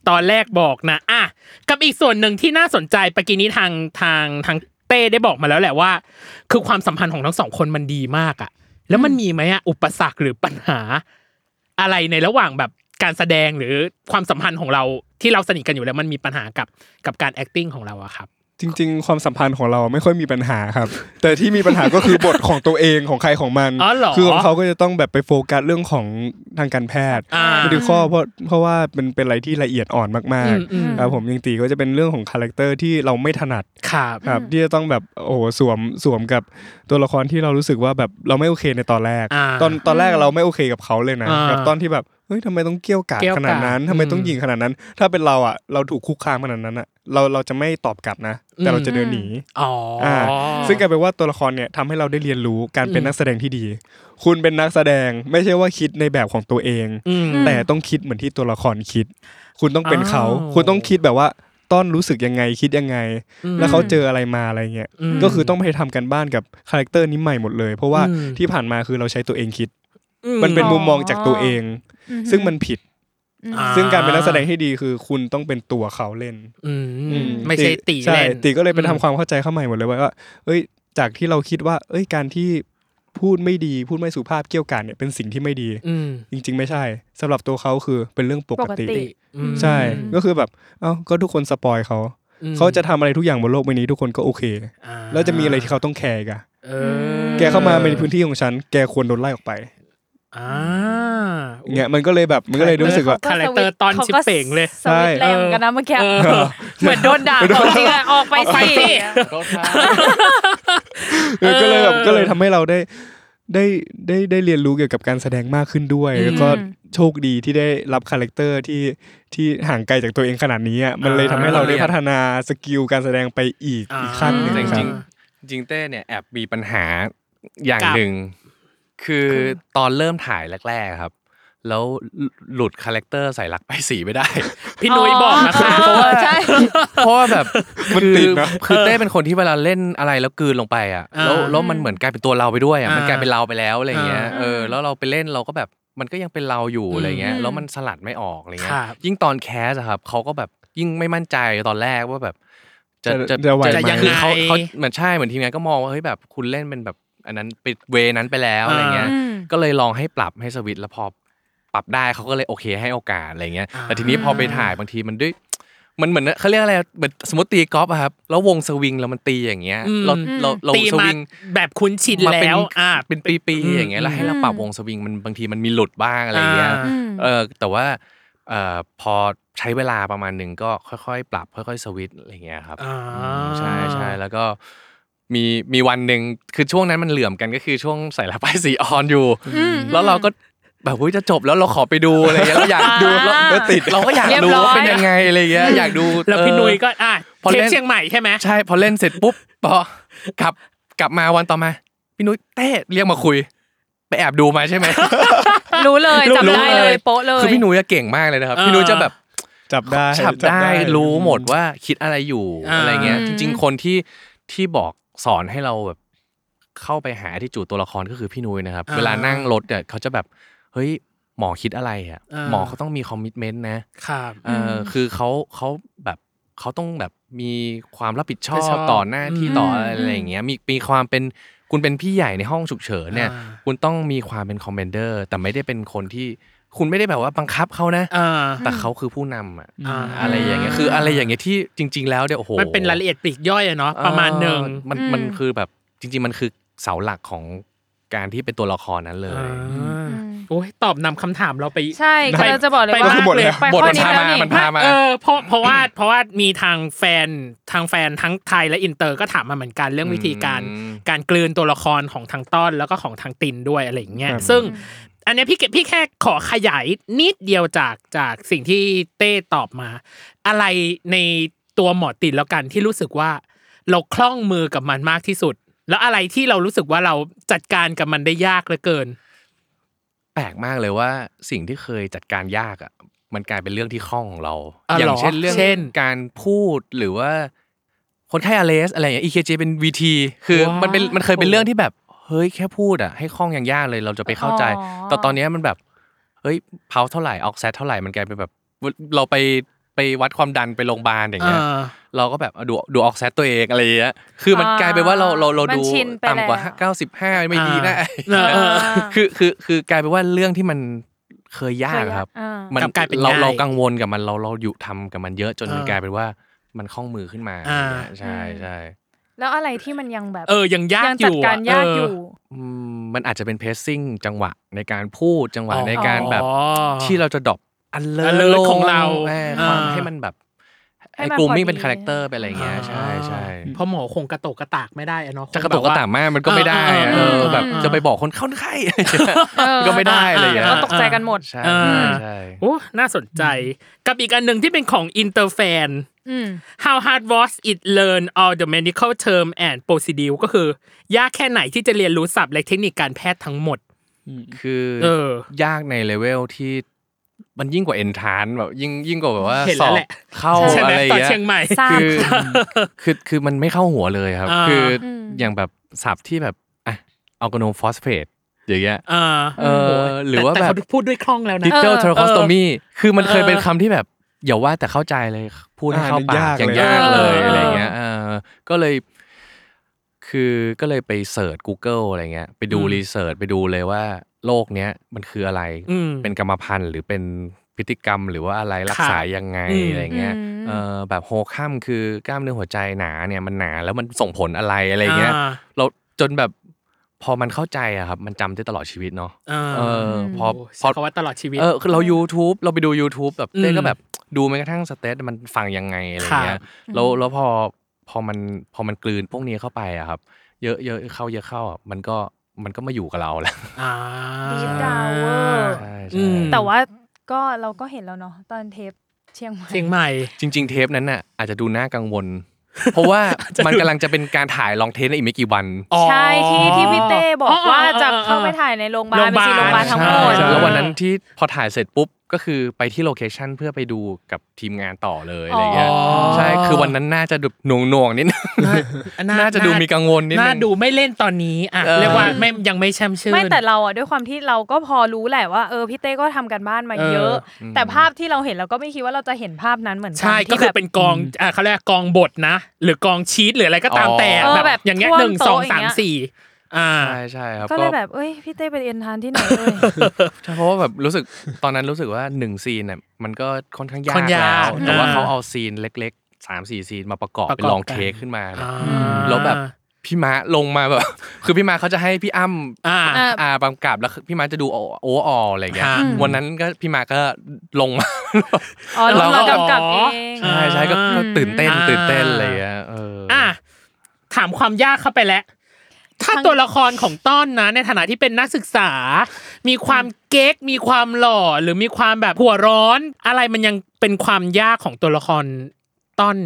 ตอนแรกบอกนะอ่ะกับอีกส่วนหนึ่งที่น่าสนใจปกี้นี้ทางทางทางเต้ได้บอกมาแล้วแหละว่า คือความสัมพันธ์ของทั้งสองคนมันดีมากอะแล้วมันมีไหมอะอุปสรรคหรือปัญหา อะไรในระหว่างแบบการแสดงหรือความสัมพันธ์ของเราที่เราสนิทกันอยู่แล้วมันมีปัญหากับกับการ acting ของเราอะครับ จริง ๆ ความสัมพันธ์ของเราไม่ค่อยมีปัญหาครับ แต่ที่มีปัญหาก็คือบทของตัวเองของใครของมัน อ๋อเหรอ คือของเขาก็จะต้องแบบไปโฟกัสเรื่องของทางการแพทย์ อ่า ไม่ถึงข้อเพราะเพราะว่ามันเป็นอะไรที่ละเอียดอ่อนมาก อืม ๆครับผมยังตีก็จะเป็นเรื่องของคาแรคเตอร์ที่เราไม่ถนัด ครับ ครับที่จะต้องแบบโอ้โหสวมสวมกับตัวละครที่เรารู้สึกว่าแบบเราไม่โอเคในตอนแรก อ่า ตอนตอนแรกเราไม่โอเคกับเขาเลยนะ อ่า กับตอนที่แบบเฮ้ยทำไมต้องเกี้ยวกาด เกี้ยว ข กาด นาดนั้นทำไมต้อง อืม ยิงขนาดนั้น ถ้าเป็นเราอ่ะเราถูกคุกคามขนาดนั้นอ่ะเราเราจะไม่ตอบกลับนะ แต่เราจะเดินหนี อ๋ออ อ่า ซึ่งกลายเป็นว่าตัวละครเนี่ยทำให้เราได้เรียนรู้การเป็น อืม นักแสดงที่ดี คุณเป็นนักแสดงไม่ใช่ว่าคิดในแบบของตัวเอง อืม แต่ต้องคิดเหมือนที่ตัวละครคิด คุณต้องเป็นเขา อ้าว คุณต้องคิดแบบว่าต้อนรู้สึกยังไงคิดยังไง แล้วเขาเจออะไรมาอะไรเงี้ย ม ก็คือต้องไปทำกันบ้านกับคาแรคเตอร์นี้ใหม่หมดเลย เพราะว่า อืม ที่ผ่านมาคือเราใช้ตัวเองคิด อื มันเป็น อ๋อ มุมมองจากตัวเอง ซึ่งมันผิด อืม อ่า ซึ่งการเป็นนักแสดงที่ดีคือคุณต้องเป็นตัวเขาเล่น อืม อื ไม่ใช่ตี ใช่ เล่น ตีก็เลยไปทำความเข้าใจเข้าใหม่หมดเลยว่า เอ้ย จากที่เราคิดว่า เอ้ย การที่พูดไม่ดี พูดไม่สุภาพเกี่ยวกันเนี่ยเป็นสิ่งที่ไม่ดี อืม จริง ๆ ไม่ใช่สำหรับตัวเขาคือเป็นเรื่องปกติ ปกติ อืม ใช่ ก็คือแบบ เอ้า ก็ทุกคนสปอยเขา อืม เขาจะทำอะไรทุกอย่างบนโลกใบนี้ทุกคนก็โอเค อ่า แล้วจะมีอะไรที่เขาต้องแคร์อีกัน เออ แกเข้ามาในพื้นที่ของฉัน แกควรโดนไล่ออกไป อ่า เงี้ยมันก็เลยแบบ มันก็เลยรู้สึกว่า คาแรคเตอร์ตอนชิปเป่งเลย สวิตช์แรงเหมือนกันนะเมื่อกี้ เออ เหมือนโดนด่าของจริงอะออกไปสิ เออก็เลยแบบก็เลยทำให้เราได้ได้ได้ได้เรียนรู้เกี่ยวกับการแสดงมากขึ้นด้วย อืม แล้วก็โชคดีที่ได้รับคาแรคเตอร์ที่ที่ห่างไกลจากตัวเองขนาดนี้อะมันเลยทำให้เราได้พัฒนาสกิลการแสดงไปอีก อ่า อีกขั้นหนึ่ง แต่จ ครั ริ บ งๆจริงๆเต้เนี่ยแอบมีปัญหาอย่าง กับ หนึ่ง คือตอนเริ่มถ่ายแรกๆครับ แล้วหลุดคาแรคเตอร์ใส่รักไปายสีไม่ได้ พี่นุ้ยบอกนะคะ เอ เพราะ อ ว่า ใช่ เพราะว่าแบบ มัน คือ ติดนะ คือเต้เป็นคนที่เวลาเล่นอะไรแล้วกลืนลงไปอ่ะ อ่า แล้วแล้วมันเหมือนกลายเป็นตัวเราไปด้วยอ่ะ อ่ามั มันกลายเป็นเราไปแล้วอะไรเงี้ย อ่า เออแล้วเราไปเล่นเราก็แบบมันก็ยังเป็นเราอยู่อะไรเงี้ย อืม แล้วมันสลัดไม่ออกอะไรเงี้ ครั ย บ ยิ่งตอนแคสอะครับเขาก็แบบยิ่งไม่มั่นใจตอนแรกว่าแบบ จะจะ จะไหว จะ ไหม ยัง คื ไง อเขาเขาเหมือนใช่เหมือนทีมงานก็มองว่าเฮ้ยแบบคุณเล่นเป็นแบบอันนั้นปิดเวนั้นไปแล้วอะไรเงี้ย อืม ก็เลยลองให้ปรับให้สวิตช์แล้วพอปรับได้เขาก็เลยโอเคให้โอกาสอะไรเงี้ย อ่า แต่ทีนี้พอไปถ่ายบางทีมันด้วย มันเหมือนเขาเรียกอะไรเหมือนสมมติตีกอล์ฟอะครับแล้ววงสวิงแล้วมันตีอย่างเงี้ยเราเราเรา ตี ส มา วิง แบบคุ้นชิน มาเป็ แล้ว อ่า เป็นปี อืม ๆอย่างเงี้ยแล้วให้เราปรับวงสวิงมันบางทีมันมีหลุดบ้างอะไรเงี้ย อ่า อืม เออแต่ว่าเอ่อพอใช้เวลาประมาณหนึ่งก็ค่อยๆ ปรับค่อยๆสวิตช์อะไรเงี้ยครับ อ่า อืมใช่ใช่แล้วก็มีมีวันหนึ่งคือช่วงนั้นมันเหลื่อมกันก็คือช่วงใส่ละป้ายสีออนอยู่ อืม แล้วเราก็แบบว่าจะจบแล้วเราขอไปดูอะไรเงี้ยเราอยากดู อ่า เรา แล้วติด เราก็อยาก เรียบ ดู ร้อย ว่าเป็นยังไงอะไรเงี้ยอยากดู แล้วพี่ เออ นุ้ยก็อ่ะ พอ เท เล่ ป น เชียงใหม่ใช่ไหม ใช่พอเล่นเสร็จปุ๊บพอกลับกลับมาวันต่อมา พี่นุ้ยเต้เรียกมาคุย ไปแอบดูมาใช่ไหม รู้เลยจำ รู้ ได้เลยโป๊ะเลย คือพี่นุ้ยอะเก่งมากเลยนะครับ เออ พี่นุ้ยจะแบบ จับได้ ฉับได้รู้หมดว่าคิดอะไรอยู่ อ่า อะไรเงี้ย อืมจริง ๆ คนที่ที่บอกสอนให้เราแบบเข้าไปหาที่จูดตัวละครก็คือพี่นุ้ยนะครับ อ่า เวลานั่งรถเนี่ยเขาจะแบบเฮ้ยหมอคิดอะไรอ่ะ อ่า หมอเขาต้องมีคอมมิชเมนต์นะครับ เอออคือเขาเขาแบบเขาต้องแบบมีความรับผิดชอ รับผิดช บ อบ ต่อหน้าที่ อืม ต่ออะไรอะไรอย่างเงี้ยมีมีความเป็นคุณเป็นพี่ใหญ่ในห้องฉุกเฉินเนี่ย อ่า คุณต้องมีความเป็นคอมเมนเดอร์แต่ไม่ได้เป็นคนที่คุณไม่ได้แบบว่าบังคับเขานะ อ่า แต่เขาคือผู้นำอ่ะ อ่า อะไรอย่างเงี้ยคืออะไรอย่างเงี้ยที่จริง ๆ แล้วเดี๋ยวโอ้โห มันเป็นรายละเอียดปลีกย่อยอะเนาะประมาณหนึ่ง เออมัน อืม มันคือแบบจริง ๆ มันคือเสาหลักของการที่เป็นตัวละครนั้นเลย อืม โอ้ยตอบนำคำถามเราไป ใช่ก็เราจะบอกเลย ไป ว่า ลากเลย ไป บท ข้อ มัน นี้แล้วพามา นี่ มันพามา เออเพราะเพราะว่าเพราะว่ามีทางแฟนทางแฟนทั้งไทยและอินเตอร์ก็ถามมาเหมือนกันเรื่องวิธีการ อืม การกลืนตัวละครของทางต้อนแล้วก็ของทางตินด้วยอะไรอย่างเงี้ยซึ่งอันเนี้ยพี่เกพี่แค่ขอขยายนิดเดียวจากจากสิ่งที่เต้ตอบมา อะไรในตัวหมอตินแล้วกันที่รู้สึกว่า เราคล่องมือกับมันมากที่สุด แล้วอะไรที่เรารู้สึกว่าเราจัดการกับมันได้ยากเหลือเกิน แปลกมากเลยว่าสิ่งที่เคยจัดการยากอ่ะมันกลายเป็นเรื่องที่คล่องของเรา อ๋อ อ เหรอย่าง เช่นเรื่อง เช่น การพูดหรือว่า คนไข้อาเลสอะไรอย่างเงี้ย EKG เป็น VT คือ ว้าว มันเป็นมันเคยเป็นเรื่องที่แบบ เฮ้ยแค่พูดอ่ะให้คล่องอย่างยากเลยเราจะไปเข้าใจ อ๋อ แต่ตอนเนี้ยมันแบบเฮ้ยเพาเท่าไหร่ออกแซดเท่าไหร่มันกลายเป็นแบบ เราไปไปวัดความดันไปโรงพยาบาลอย่างเงี้ย เออ เราก็แบบดูดูออกแซตตัวเองอะไรอย่างเงี้ย คือมัน อ่าก ลายเป็นว่าเราเราเรา มัน ดู ชินไป ต่ำกว่า แล้ว เก้าสิบห้าไม่ดีนะ อ่าเออ คือคือคือกลายเป็นว่าเรื่องที่มันเคยยากครับ อ่า มัน กลับกลายเป็น เรา ง่าย เรากังวลกับมันเราเราอยู่ทำกับมันเยอะจนมัน อ่าก ลายเป็นว่ามันคล่องมือขึ้นมา อ่า อะไรเงี้ยใช่ใช่ แล้วอะไรที่มันยังแบบ เออยังยาก ยัง อ จัด ยู่อะ การยากอยู่ อืมมันอาจจะเป็นเพสซิ่งจังหวะในการพูดจังห เอ วะ อ ในการแบบ อ๋อ ที่เราจะดรอปอันเลิ alert ของเรา ความ อ่า ให้มันแบบ ให้ ไอ้ มัน กลุ่ม พอ มิ่งเป็น ดี คาแรคเตอร์ไปนอะไรเงี้ยใช่ใช่ เพราะหมอคงกระโตกกระตากไม่ได้อเนาะคง จะกระตุกก แบบ ระ ว่ ตากมากมันก็ไม่ได้อะ เอ เอ อ อแบบ เออ จะไปบอกคนเข้าไข้ เออ ก็ไม่ได้อะไรอย่างเงี้ย เราตกใจ กันหมด ใช่ เออ ใช่ โอ้น่าสนใจ กับอีกอันหนึ่งที่เป็นของอินเตอร์แฟน อืม How hard was it learn all the medical term and procedure ก็คือ ยากแค่ไหนที่จะเรียนรู้ศัพท์และเทคนิคการแพทย์ทั้งหมด คือ เออ ยากในเลเวลที่มันยิ่งกว่าเอนทานแบบยิ่งยิ่งกว่าแบบว่า เห็น ส แล้ อ ว บ แหละ เข้า ใช่ไหมอะไรอ ตอย่าง น เงี้ย เชียงใหม่ ทราบ คือคือคือมันไม่เข้าหัวเลยครับ อ่า คืออ ม อย่างแบบศัพท์ที่แบบอ่ะอัลกโนฟอสเฟต อย่างเงี้ย เออ เออหรือว่า ต่ แบบ เขพูดด้วยคล่องแล้วนะ ดิจิ t ัล เออ ทรคอสโตมีคือมันเคย เออ เป็นคำที่แบบ อย่าว่าแต่เข้าใจเลย พูดให้ อ่า เข้าปาก มั ยั นยายงาก ก เล เลย ย เอออ อะไรเงี้ยเออก็เลย คือก็เลยไปเสิร์ช Google อะไรเงี้ย ไปดูรีเสิร์ชไปดูเลยว่าโรคเนี้ยมันคืออะไร อืม เป็นกรรมพันธุ์หรือเป็นพฤติกรรมหรือว่าอะไรรักษายังไง อืม อะไรเงี้ย อืม เออแบบโฮคัมคือกล้ามเนื้อหัวใจหนาเนี่ยมันหนาแล้วมันส่งผลอะไรอะไรเงี้ย อ่า เราจนแบบพอมันเข้าใจอะครับ มันจำได้ตลอดชีวิตเนาะ อ่า เออพอ โอ้ พอ ใช้คำว่าตลอดชีวิต เออคือเรา YouTube เราไปดู YouTube แบบ อืม เต้ก็แบบดูแม้กระทั่งสเตตมันฟังยังไงอะไรเงี้ ครั ย บ แล้วแล้วพอพอมันพอมันกลืนพวกนี้เข้าไปอะครับ เยอะเยอะเข้าเยอะเข้าอะมันก็มันก็มาอยู่กับเราแล้ว อ่า Deep down เวอร์ ใช่ อื ใช่ ม แต่ว่าก็เราก็เห็นแล้วเนาะตอนเทปเชียงใหม่ เชียงใหม่ จริง ๆ เทปนั้นน่ะอาจจะดูน่ากังวล เพราะว่ามันกำลังจะเป็นการถ่ายลองเทสในอีกไม่กี่วัน ใช่ที่ที่พี่เต้บอกว่าจะเข้าไปถ่ายในโรงพยาบาล โรงพยาบาเป็นโรงพยาบาลลทั้งหมด ใช่ แล้ววันนั้นที่พอถ่ายเสร็จปุ๊บก็คือไปที่โลเคชั่นเพื่อไปดูกับทีมงานต่อเลยอะไรเงี้ย อ๋อ ใช่คือวันนั้นน่าจะดูหน่วงๆนิดนึง น่าจะดูมีกังวลนิดนึง น่าดูไม่เล่นตอนนี้อ่ะ เออ เรียกว่าไม่ยังไม่แช่มชื่น ไม่แต่เราอ่ะด้วยความที่เราก็พอรู้แหละว่าเออพี่เต้ก็ทำกันบ้านมาเยอะ เอ แต่ภาพที่เราเห็นเราก็ไม่คิดว่าเราจะเห็นภาพนั้นเหมือนกั ใช่ก็ ที่ คื แบ อบ เป็นกองอ่าเขาเรียกกองบทนะ หรือกองชีตหรืออะไรก็ตามแต่ อ๋อ แบบ แบบ อย่างเงี้ย ท่วม หนึ่งสอง โต๊ะอ สา ย่าง ม เงี้ย สี่อ่า ใช่ใช่ครับ ก็เลยแบบเอ้ยพี่เต้เป็นเอ็นทานที่ไหนเอ้ย ใช่เพราะว่าแบบรู้สึกตอนนั้นรู้สึกว่าหนึ่งซีนเนี่ยมันก็ค่อนข้างยา ค่ ก อน แล้ ยาก วแต่ว่า อ่า เขาเอาซีนเล็กๆสามสี่ซีนมาประกอบ ประกอบ เป็นลอง กัน เทคขึ้นมาเนี่ย อ่า แล้วแบบพี่ม้าลงมาแบบ คือพี่ม้าเขาจะให้พี่อ้ำ อ่า อ่า อาบังกับแล้วพี่ม้าจะดูโอโอเวอร์ออลอะไรอย่างเงี้ย ค่ะ วันนั้นก็พี่ม้าก็ลงมา อ๋อ เรา เรากำกับ ก็ เอง ใช่ใช่ก็ก็ตื่นเต้นตื่นเต้นอะไรอย่างเงี้ยเอออ อ่ะถามความยากเข้าไปแล้ว ถ้าตัวละครของต้อนนะในฐานะที่เป็นนักศึกษา มีความเก๊กมีความหล่อหรือมีความแบบหัวร้อน อะไรมันยังเป็นความยากของตัวละครต้อน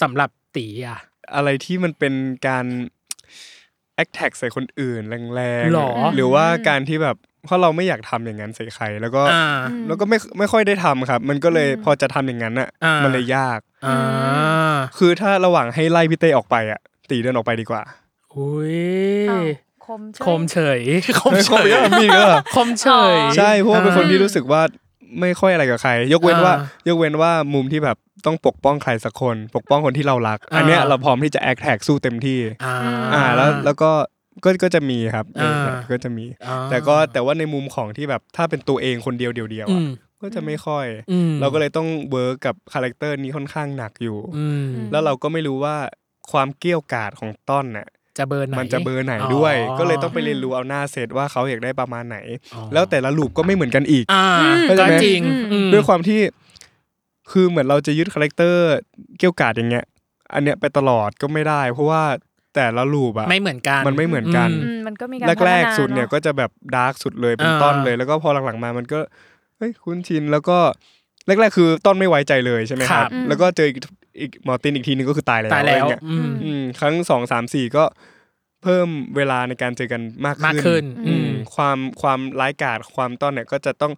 สำหรับตีอ่ะ อะไรที่มันเป็นการแอคแท็กใส่คนอื่นแรง หรอ หรือว่าการที่แบบเพราะเราไม่อยากทำอย่างนั้นใส่ใครแล้วก็ อ่า แล้วก็ไม่ไม่ค่อยได้ทำครับ มันก็เลยพอจะทำอย่างนั้นอ่ะ อ่ามั มันเลยยาก อ่า คือถ้าระหว่างให้ไล่พี่เต้ออกไปอ่ะ ตีเดินออกไปดี กว่า อุ้ อ้าวย คมช่วย คมเฉยคม ไม่ เฉ ค่อย ย มีก็ เหรอ คมเฉย ใช่เพราะว่าเป็นคนที่รู้สึกว่าไม่ค่อยอะไรกับใคร ยกเว้นว่ายกเว้นว่ามุมที่แบบต้องปกป้องใครสักคน ปกป้องคนที่เรารัก อ่า อันเนี้ยเราพร้อมที่จะแอคแท็กสู้เต็มที่ อ่า อ่าแล้วแล้วก็ก็ก็จะมีครับ อ่า เออก็จะมี อ่า แต่ก็แต่ว่าในมุมของที่แบบถ้าเป็นตัวเองคนเดียวเดียวๆ อื อะ ม ก็จะไม่ค่อย อืม เราก็เลยต้องเวิร์กกับคาแรคเตอร์นี้ค่อนข้างหนักอยู่ อืม อืม แล้วเราก็ไม่รู้ว่าความเกรี้ยวกราดของต้นน่ะ จะเบอร์ไหน มันจะเบอร์ไหนด้วย อ๋อ ก็เลยต้องไปเรียนรู้เอาหน้าเซตว่าเขาอยากได้ประมาณไหน แล้วแต่ละลูปก็ไม่เหมือนกันอีก อ่า เข้าใจ ก็ ไหม จริง อืม อืม ด้วยความที่คือเหมือนเราจะยึดคาแรคเตอร์เกรี้ยวกราดอย่างเงี้ย อันเนี้ยไปตลอดก็ไม่ได้ เพราะว่าแต่ละลูปอะ ไม่เหมือนกัน มันไม่เหมือนกัน อืมมันก็มีการ แรกๆสุดเนี่ย พัฒาาอะ ก็จะแบบดาร์กสุดเลยเป็นต้นเลยแล้วก็พอหลังๆมามันก็เฮ้ยคุ้นชินแล้วก็แรกๆคือต้นไม่ไว้ใจเลยใช่ไหมครับ ครับ แล้วก็เจออีกอีกหมอตินอีกทีนึงก็คือตายแล้ว ตาย อะไร แล้ว เงี้ย อืม อื อืมครั้งสองสามสี่ก็เพิ่มเวลาในการเจอกันมาก มากขึ้น อื อื ม ม ความความร้ายกาจความต้นเนี่ยก็จะต้อง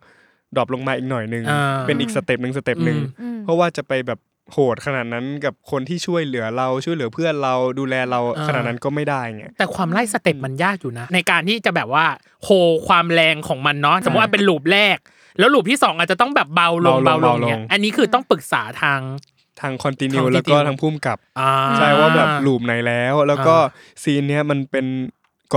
ดรอปลงมาอีกหน่อยนึง อ่า เป็นอีกสเต็ปหนึ่งสเต็ปหนึ่ง อืม อืม เพราะว่าจะไปแบบโหดขนาดนั้นกับคนที่ช่วยเหลือเราช่วยเหลือเพื่อนเราดูแลเราขนาดนั้นก็ไม่ได้ไง แต่ความไล่สเต็ปมันยากอยู่นะ ในการที่จะแบบว่าโคความแรงของมันเนาะสมมติว่าเป็นลูปแรก แล้วลูปที่สองอาจจะต้องแบบเบาลง เบา เบา ล ล ง งเนี่ย เบาลง อันนี้คือต้องปรึกษาทาง ทางคอนติเนีย ทาง แล้วก็ continue ทางพุ่มกับ อ่า ใช่ว่าแบบหลูมไหนแล้ว แล้วก็ซีนเนี้ยมันเป็น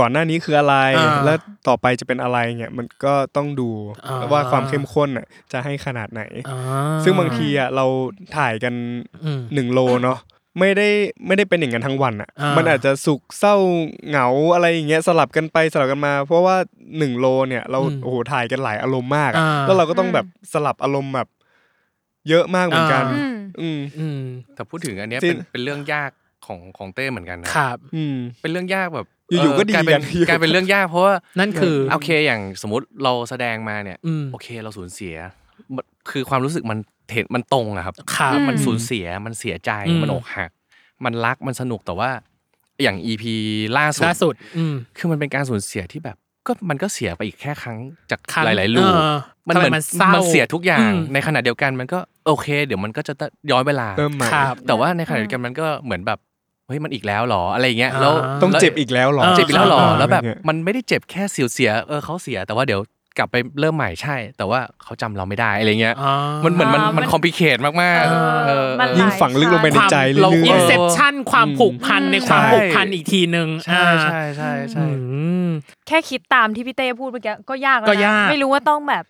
ก่อนหน้านี้คืออะไร อ่า แล้วต่อไปจะเป็นอะไรเงี้ยมันก็ต้องดู อ่า ว่าความเข้มข้นอ่ะจะให้ขนาดไหน อ่า ซึ่งบางทีอ่ะเราถ่ายกัน อืม หนึ่งโลเนาะไม่ได้ไม่ได้เป็นอย่างนั้นทั้งวันอ่ะ อ่ามั มันอาจจะสุขเศร้าเหงาอะไรอย่างเงี้ยสลับกันไปสลับกันมา เพราะว่าหนึ่งโลเนี่ยเรา อืม โอ้โหถ่ายกันหลายอารมณ์มากอะ อ่า แล้วเราก็ต้องแบบสลับอารมณ์แบบ เยอะมากเหมือนกัน อืม อืม อืม แต่พูดถึงอันเนี้ย จริ เป็ ง นเป็นเรื่องยากของของเต้เหมือนกันนะครับ อืม เป็นเรื่องยากแบบ อยู่ๆก็ดี กลายเป็ กัน น กลายเป็นเรื่องยากเพราะว่า นั่นคือ โอเคอย่างสมมติเราแสดงมาเนี่ย อืม โอเคเราสูญเสียมันคือความรู้สึกมันเห็นมันตรงอะครับ ครับ อืม มันสูญเสียมันเสียใจ อืม มันอกหัก มันรักมันสนุกแต่ว่า อย่าง EP ล่าสุด ล่าสุด อืม คือมันเป็นการสูญเสียที่แบบ ก็มันก็เสียไปอีกแค่ครั้งจาก ครั้ง หลาย ๆ ลูก เออ มัน ทำ เห ไม มือน มันเศร้า มันเสียทุกอย่าง อืม ในขณะเดียวกันมันก็โอเค เดี๋ยวมันก็จะย้อนเวลา เริ่มใหม่ ครับ แต่ว่าในขณะ อืม เดียวกันมันก็เหมือนแบบ เฮ้ยมันอีกแล้วเหรออะไรเงี้ยแล้ว อ่า ต้องเจ็บอีกแล้วหรอ เ เจ็บอีกแล้วเหรอแล้วแบบ อะไรเงี้ย มันไม่ได้เจ็บแค่เสียวเสียเออเขาเสียแต่ว่าเดี๋ยวกลับไปเริ่มใหม่ใช่ แต่ว่าเขาจำเราไม่ได้อะไรเงี้ย อ่า มันเหมือนมัน อ่ามั มัน นคอมพิเคทมาก เออ ๆเออ มันหลา ยิ่งฝังลึกลงไปในใจเรื่ เรา อย อิน ๆ เซปชันความผูกพันในความ ใช่ ผูกพันอีกทีหนึ่ง ใช่ อ่า ใช่ใช่ใช่ อืม แค่คิดตามที่พี่เต้พูดเมื่อกี้ก็ยากแล้ว ก็ นะ ยาก ไม่รู้ว่าต้องแบบ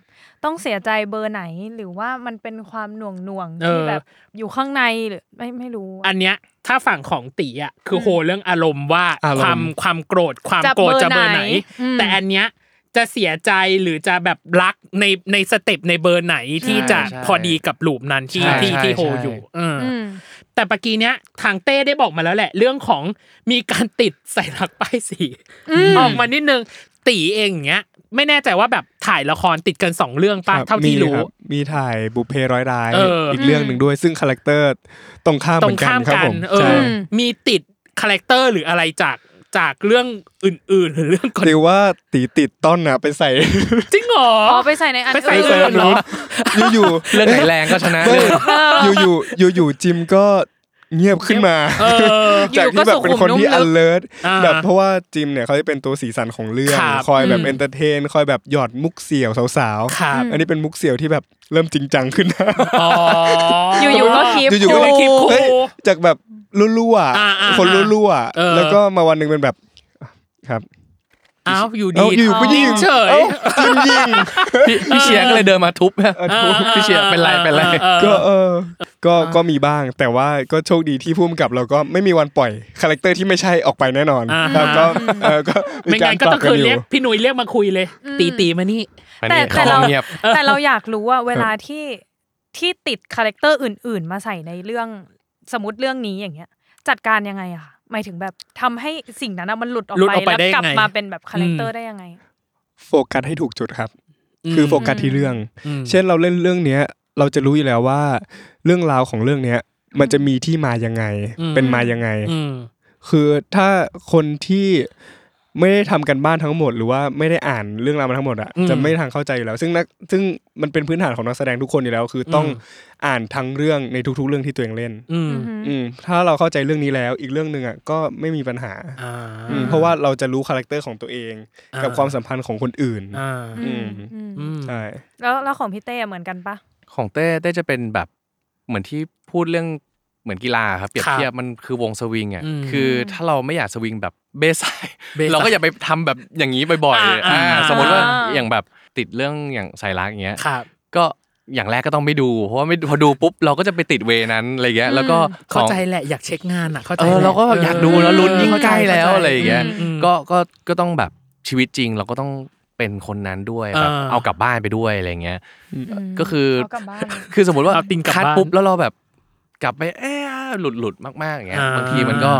ต้องเสียใจเบอร์ไหน หรือว่ามันเป็นความหน่วงหน่วงๆที่แบบอยู่ข้างในหรือไม่ไม่รู้อะ อันเนี้ยถ้าฝั่งของตีอ่ะคือโหเรื่องอารมณ์ว่า อารมณ์ ความความโกรธความ จะ โกรธ เบอร์ จะเบอร์ไหน ไหนอืม แต่อันเนี้ยจะเสียใจหรือจะแบบรักในในสเต็ปในเบอร์ไหนที่จะ ใช่ พอดีกับลูปนั้นที่ ใช่ ที่ที่ ใช่ โฮ ใช่ อยู่เอออ อืม แต่ปกี้เนี้ยทางเต้ได้บอกมาแล้วแหละ เรื่องของมีการติดใส่รักป้ายสีออกมานิดนึงตีเองอย่างเงี้ย ไม่แน่ใจว่าแบบถ่ายละครติดกันสองเรื่อง ค ป่ะ บ เท่าที่ มี รู้ คบมีถ่ายบุพเพร้อยร้าย เอออี อีกเรื่องหนึ่งด้วยซึ่งคาแรคเตอร์ตรงข้าม ต เห ร มื ง อนกัน ข้าม ครักับผ น ม เอ ใช่ อ มีติดคาแรคเตอร์หรืออะไรจากจากเรื่องอื่น ๆ หรือเรื่องก่อน ตีว่าตีติดต้นอ่ะไปใส่ จริงเหรอ อ๋อไปใส่ในอัน ไปใส่ อื่น ใส่ อื่นเหรอ อยู่ เรื่องไหนแรงก็ชนะ ๆเฮ้ยอยู่อยู่อยู่ๆจิมก็เงียบขึ้นมา เออ จากที่แบบเป็นคนที่ alert อ่า แบบเพราะว่าจิมเนี่ยเขาจะเป็นตัวสีสันของเรื่อง ครับ คอยแบบ อืม เอนเตอร์เทน คอยแบบหยอดมุกเสี่ยวสาว ครับ ๆ อันนี้เป็นมุกเสี่ยวที่แบบเริ่มจริงจังขึ้นนะ อ๋อ อ อ ยู่ๆก็คลิป อยู่ๆก็ คลิปครู เฮ้ยจากแบบรั่ว อ่าอ่า ๆคนรั่ว เออ ๆ แล้วก็มาวันหนึ่งเป็นแบบครับ อ้าวอยู่ดี เอ้าอยู่ๆก็ยิง เฉย เอ้าจิมยิง พี่พี่เชียร์ก็เลยเดินมาทุบนะ เออ พี่เชียร์เป็นไรเป็นไร ก็เออ ก็ก็มีบ้าง แต่ว่าก็โชคดีที่พุ่มกับเราก็ไม่มีวันปล่อยคาแรคเตอร์ที่ไม่ใช่ออกไปแน่นอน อ่า ครับก็เออก็ มีไม่ กา งั้ ร นก็ ปต้รัอบ ง กั คืนนอ เรีย ยู่ กพี่หนุ่ยเรียกมาคุยเลย อืม ตีตีๆมานี่ อัน แต่ นี้ แต่เรา เขาเงียบ แต่เราอยากรู้ว่าเวลาที่ที่ติดคาแรคเตอร์อื่น ๆ มาใส่ในเรื่องสมมติเรื่องนี้อย่างเงี้ย จัดการยังไงอะคะหมายถึงแบบทำให้สิ่งนั้นอะมันหลุดออก หลุด ไป ออกไป แล้ว ได้ยัง กลับ ไง มาเป็นแบบคาแรคเตอร์ได้ยังไง โฟกัสให้ถูกจุดครับ คือโฟกัสที่เรื่อง เช่นเราเล่นเรื่องเนี้ย เราจะรู้อยู่แล้วว่า เรื่องราวของเรื่องเนี้ย มันจะมีที่มายังไง อืม เป็นมายังไง อืม คือถ้าคนที่ไม่ได้ทำกันบ้านทั้งหมด หรือว่าไม่ได้อ่านเรื่องราวมาทั้งหมดอะ อืม จะไม่ทางเข้าใจอยู่แล้ว ซึ่งนักซึ่งมันเป็นพื้นฐานของนักแสดงทุกคนอยู่แล้ว คือต้อง อืม อ่านทั้งเรื่องในทุก ๆ เรื่องที่ตัวเองเล่น อืม อืมถ้าเราเข้าใจเรื่องนี้แล้ว อีกเรื่องหนึ่งอะก็ไม่มีปัญหา อ่า อืมเพราะว่าเราจะรู้คาแรคเตอร์ของตัวเอง กับความสัมพันธ์ของคนอื่น อ่า อืม อืม อืม ใช่ แล้วแล้วของพี่เต้อะเหมือนกันปะ ของเต้เต้จะเป็นแบบเหมือนที่พูดเรื่องเหมือนกีฬาครับเปรียบ ครับ เทียบมันคือวงสวิงอ่ะ อืม คือถ้าเราไม่อยากสวิงแบบเบสไซด์ เบสไซด์ เราก็อย่าไปทำแบบอย่างนี้บ่อย อ่า ๆอ่า อ่า สมมติว่า อ่า อย่างแบบติดเรื่องอย่างสายรักอย่างเงี้ย ครับ ก็อย่างแรกก็ต้องไม่ดู เพราะว่าไม่พอดูปุ๊บเราก็จะไปติดเวนั้นอะไรเงี้ยแล้วก็ เข้า ของ ใจแหละอยากเช็คงานอ่ะเข้าใจ เออ แหละ เราก็แบบอยากดูแล้วลุ้นยิ่ง เข้า ใก จ ล้แล้ว เข้าใจ อะไรอย่างเงี้ย อืม ก็ก็ก็ต้องแบบชีวิตจริงเราก็ต้องเป็นคนนั้นด้วยแบบ อ่า เอากลับบ้านไปด้วยอะไรอย่างเงี้ย ม ก็คือ เอากลับบ้าน คือสมมติว่า เอาติงกลับ คัด บ้าน ปุ๊บแล้วเราแบบกลับไปเอ๊ะหลุดหลุดมากๆอย่างเงี้ย อ่า บางทีมันก็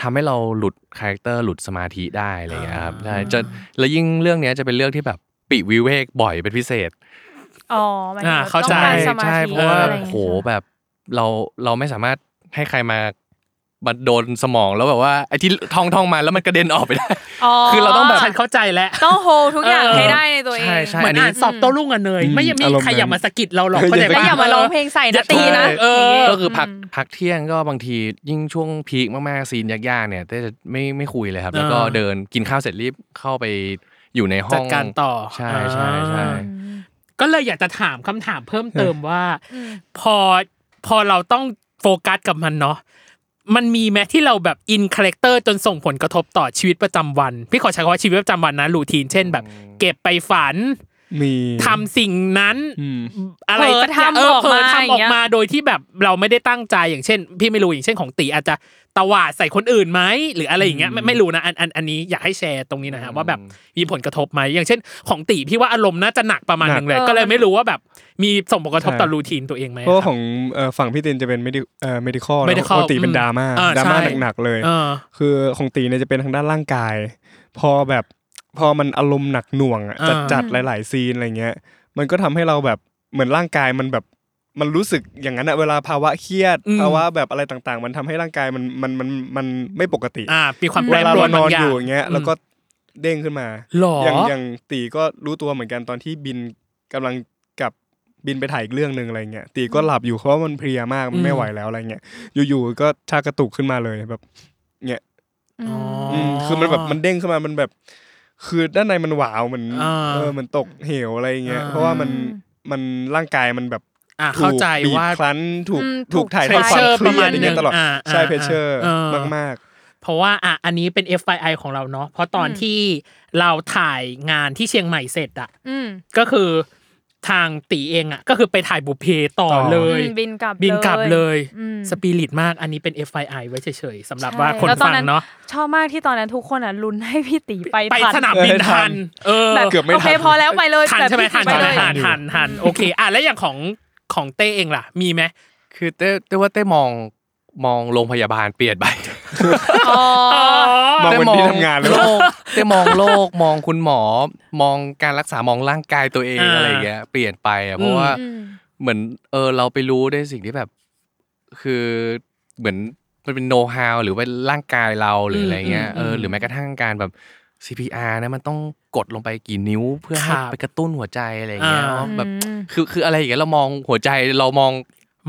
ทำให้เราหลุดคาแรคเตอร์หลุดสมาธิได้อะไรอย่างเงี้ยครับ อ่า ใช่จะแล้วยิ่งเรื่องเนี้ยจะเป็นเรื่องที่แบบปิวิเวกบ่อยเป็นพิเศษ อ๋อหมยถึง อ่า ว่ เข้าใจ ต้องกาใช่รสมา ใช่ ธิ เพราะว่า อไอย่ง โห เงี้ยใช่ปะ แบบเราเราไม่สามารถให้ใครมามาโดนสมองแล้วแบบว่าไอ้ที่ท่องท่องมาแล้วมันกระเด็นออกไปได้ คือเราต้องแบบ ฉันเข้าใจแล้ว ต้องโฮทุกอย่าง เออ ให้ได้ในตัวเอง ใช่ใช่ เหมือ อั น นนี้ อ่านสอบโต้รุ่งกันเลย อืม ไม่ยังมี อารมณ์ ใคร นั้น อย่ามาสะกิดเราหรอก เออ เข้าใจ อย่าไป แล้วอย่าปะมาร้องเพลงใส่ อ นะ ย่า ตีนะ เออ ย่างงี้ ก็คือพัก ม พักเที่ยงก็บางทียิ่งช่วงพีคมากๆซีนยากๆเนี่ยเต้จะไม่ไม่คุยเลยครับ แล้วก็ อ่า เดินกินข้าวเสร็จรีบเข้าไปอยู่ในห้อง จัดการต่อ ใช่ใช่ใช่ อ่าก็เลยอยากจะถามคำถามเพิ่มเติมว่า อืม พอพอเราต้องโฟกัสกับมันเนาะมันมีแม้ที่เราแบบอินคาแรคเตอร์จนส่งผลกระทบต่อชีวิตประจำวัน พี่ขอใช้คำว่าชีวิตประจำวันนะรูทีนเช่นแบบ เก็บไปฝัน มี ทำสิ่งนั้น อืม อะไรสักอย่าง เผลอทำ เออเผลอ ออกมาอ ทำ ย่าง อ เงี้ อก ย มาโดยที่แบบเราไม่ได้ตั้งใจอย่างเช่น พี่ไม่รู้อย่างเช่นของตีอาจจะตวาดใส่คนอื่นไหมหรืออะไรอย่างเงี้ยไม่ไม่รู้นะอันอันอันนี้อยากให้แชร์ตรงนี้นะฮะ อืม ว่าแบบมีผลกระทบไหมอย่างเช่น ของตีพี่ว่าอารมณ์น่าจะหนักประมาณหนึงเลย หนัก ก็เลยไม่รู้ว่าแบบมีส่งผลกระทบ ใช่ ต่อรูทีนตัวเองไหม เพราะว่า ค ข รับ องเอ่อฝั่งพี่ตินจะเป็น medic เอ่อ medical นะ medical ปกติเป็น อืม ดราม่า อ่า ดราม่า ใช่ หนักๆเลย เออ คือของตีเนี่ยจะเป็นทางด้านร่างกาย พอแบบพอมันอารมณ์หนักหน่วงอ่ะ อ่า จัดจัดหลาย ๆ ซีนอะไรเงี้ย มันก็ทำให้เราแบบเหมือนร่างกายมันแบบมันรู้สึกอย่างนั้นอะเวลาภาวะเครียดภาวะแบบอะไรต่างๆ มันทำให้ร่างกายมันมันมันมันไม่ปกติ อ่ามีความแป เว ร ลา ปรวนเราน บา องนอย่า อง ยู่อย่างเงี้ยแล้วก็เด้งขึ้นมา หรอ อ อ ย่างอย่างตีก็รู้ตัวเหมือนกันตอนที่บินกำลังกลับบินไปถ่ายอีกเรื่องหนึ่งอะไรเงี้ยตีก็หลับอยู่เพราะว่ามันเพลียมากมันไม่ไหวแล้วอะไรเงี้ยอยู่ๆก็ชากระตุกขึ้นมาเลยแบบ เนี่ย อื อ๋อ ม อืมคือมันแบบมันเด้งขึ้นมามันแบบ คือด้านในมันหวาวเหมือน อ่า เออเหมือนตกเหวอะไรอย่างเงี้ย อ่า เพราะว่ามัน อืม มันร่างกายมันแบบ อ่าเข้าใจ ถูกบีบ ว่า คลั้นถูก อืม ถูกถ่ายทอด ถูก ความ pressure เครียดอย่างเงี้ย ประมาณหนึ่ง ตลอด อ่า ใช่ อ่า เพเชอร์ เออ มาก เพราะว่าอ่ะอันนี้เป็น FYI ของเราเนาะเพราะตอน อืม ที่เราถ่ายงานที่เชียงใหม่เสร็จอะ อืม ก็คือทางตีเองอะก็คือไปถ่ายบุพเพต่อเลย อืมบินกลับ บินกลับเลย อืม สปิริตมากอันนี้เป็น FYI ไว้เฉยๆสำหรับ ใช่ ว่าคน แล้วตอ ฟั น ง นั้น เนาะ ชอบมากที่ตอนนั้นทุกคนอ่ะลุ้นให้พี่ตีไป ไป ทั สนามบินทัน เออ แบบ ๆ เกือบไม่ โอเค ทัน พอแล้วไปเลย ทัน แบบ ใช่ไหมทัน ไป ใช่ไหม เลย ทันทันทันโอเคอ่ะแล้วอย่างของของเต้เองล่ะ มีไหม คือเต้เต้ว่าเต้มองมองโรงพยาบาลเปลี่ยนไป อ๋อ มอง เต้ วันที่ทำงานเลย โลกเต้มองโลกมองคุณหมอ มองการรักษามองร่างกายตัวเองอะไรอย่างเงี้ยเปลี่ยนไปอ่ะเพราะว่า อืม เหมือนเออเราไปรู้ได้สิ่งที่แบบ คือเหมือนมันเป็นโน้ตฮาวหรือว่าร่างกายเราหรืออะไรเงี้ย อืมอืม เออหรือแม้กระทั่งการแบบ CPR นะมันต้องกดลงไปกี่นิ้วเพื่อคให้รับ ไปกระตุ้นหัวใจอะไรเงี้ย อ่า เนาะแบบ อืม คือคืออะไรอย่างเงี้ยเรามองหัวใจเรามอง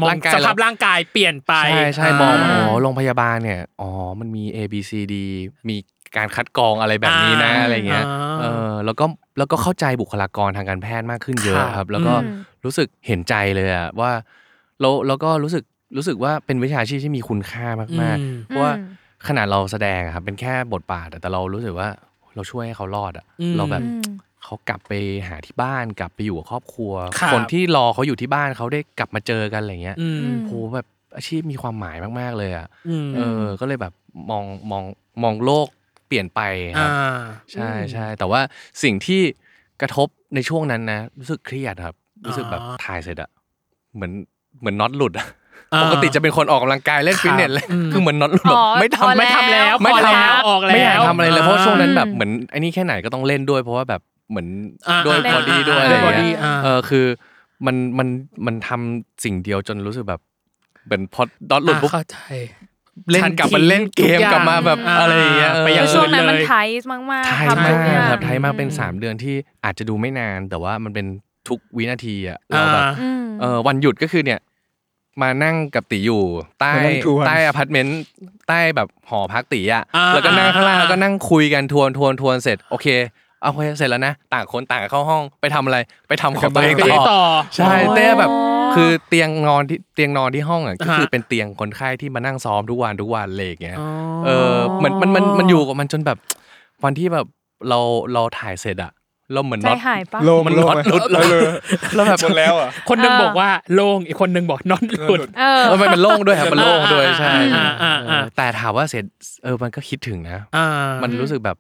มอง ร่างกาย ส เ ภาพร่างกายเปลี่ยนไป ใช่ใช่มองว่า า อ๋อโรงพยาบาลเนี่ยอ๋อมันมี A B C D มีการคัดกรองอะไรแบบนี้นะ อ่า อะไรเงี้ย อ่า เออแล้วก็แล้วก็เข้าใจบุคลากรทางการแพทย์มากขึ้นคเยรับ อะครับ แล้วก็ อืม รู้สึกเห็นใจเลยอะว่าแล้วแล้วก็รู้สึกรู้สึกว่าเป็นวิชาชีพที่มีคุณค่ามาก อืม ๆ เพราะว่าขนาดเราแสดงอะครับเป็นแค่บทบาทอะแต่เรารู้สึกว่าเราช่วยให้เขารอดอะเราแบบ อืม เขากลับไปหาที่บ้านกลับไปอยู่กับครอบครัว ครับ คนที่รอเขาอยู่ที่บ้านเขาได้กลับมาเจอกันอะไรเงี้ย อืม อืม โหแบบอาชีพมีความหมายมาก ๆ เลยอ่ะ อืม เออ ก็เลยแบบมองมองมองโลกเปลี่ยนไปครับ อ่า ใช่ใช่แต่ว่าสิ่งที่กระทบในช่วงนั้นนะ รู้สึกเครียดครับ รู้สึกแบบ อ๋อ ถ่ายเสร็จอะเหมือนเหมือนน็อตหลุดอะ อ่า ปกติจะเป็นคนออกกำลังกายเล่คนรับ ฟิตเนสเลย อืม คือเหมือนน็อตหลุด อ๋อ ไม่ พอ ทำไม่ แล้ว ทำแล้ว ไม่ ไม่ ทำ ทำ แล้วออกแล้ว ไม่อยากทำอะไรเลยเพราะช่วงนั้นแบบ อืม เหมือนไอ้นี่แค่ไหนก็ต้องเล่นด้วย เพราะว่าแบบเหมือน อ่า ด้วย อ่า พอดีด้วายอะไรอย่าง ด้วย เงี้ body ยพดีา เออคือมันมันมันทำสิ่งเดียวจนรู้สึกแบบเหมือนพอดอทหลุด อ่ะ ปุ๊บ เข้าใจ เล่นกลับมาเล่นเกม ฉันทิ้งทุกอย่าง กลับมาแบบ อ่า อะไรอย่างเงี้ยเออ ไป อ ย่า คื ง อช่วงนั้นมัน อื่นเลย ไทส์มาก ไท ๆ ย ทำ มา ทุ ก กอย่าง ครับไทยมากเป็น อื 3 เดือนที่อาจจะดูไม่นาน แต่ว่ามันเป็นทุกวินาทีอ่ะ อ่า เราแบบ อืม เออวันหยุดก็คือเนี่ย มานั่งกับตีอยู่ ใต้ มานั่งทวน ใต้อพาร์ตเมนต์ใต้แบบหอพักตีอ่ะ อ่า แล้วก็นั่งข้างล่าง อ่า แล้วก็นั่งคุยกันทวนทวนทวนเสร็จโอเคเอาโอเคเสร็จแล้วนะ ต่างคนต่างเข้าห้องไปทำอะไรไปทำของตัวเอง ไป ต่อ ต่อ ใช่ อ๋อ เต้แบบคือเตียงนอนที่เตียงนอนที่ห้องอ่ะก็คือ ฮะ เป็นเตียงคนไข้ที่มานั่งซ้อมทุกวันทุกวันเลยอย่างเงี้ยเออเหมือนมันมันมันอยู่กับมันจนแบบวันที่แบบเราเราถ่ายเสร็จอ่ะเราเหมือน ใจ น็อต หายปะ โลง มัน โลง น็อตหลุด เออเลย แล้วแบบ หมดแล้วอ่ะ คนหนึง เออ บอกว่าโล่งอีกคนหนึงบอกน อนหลุด เออ เออมันมันโล่งด้วยครับมันโล่งด้วยใช่ อ่าอ่าอ่า เออแต่ถามว่าเสร็จเออมันก็คิดถึงนะ อ่า มันรู้สึกแบบ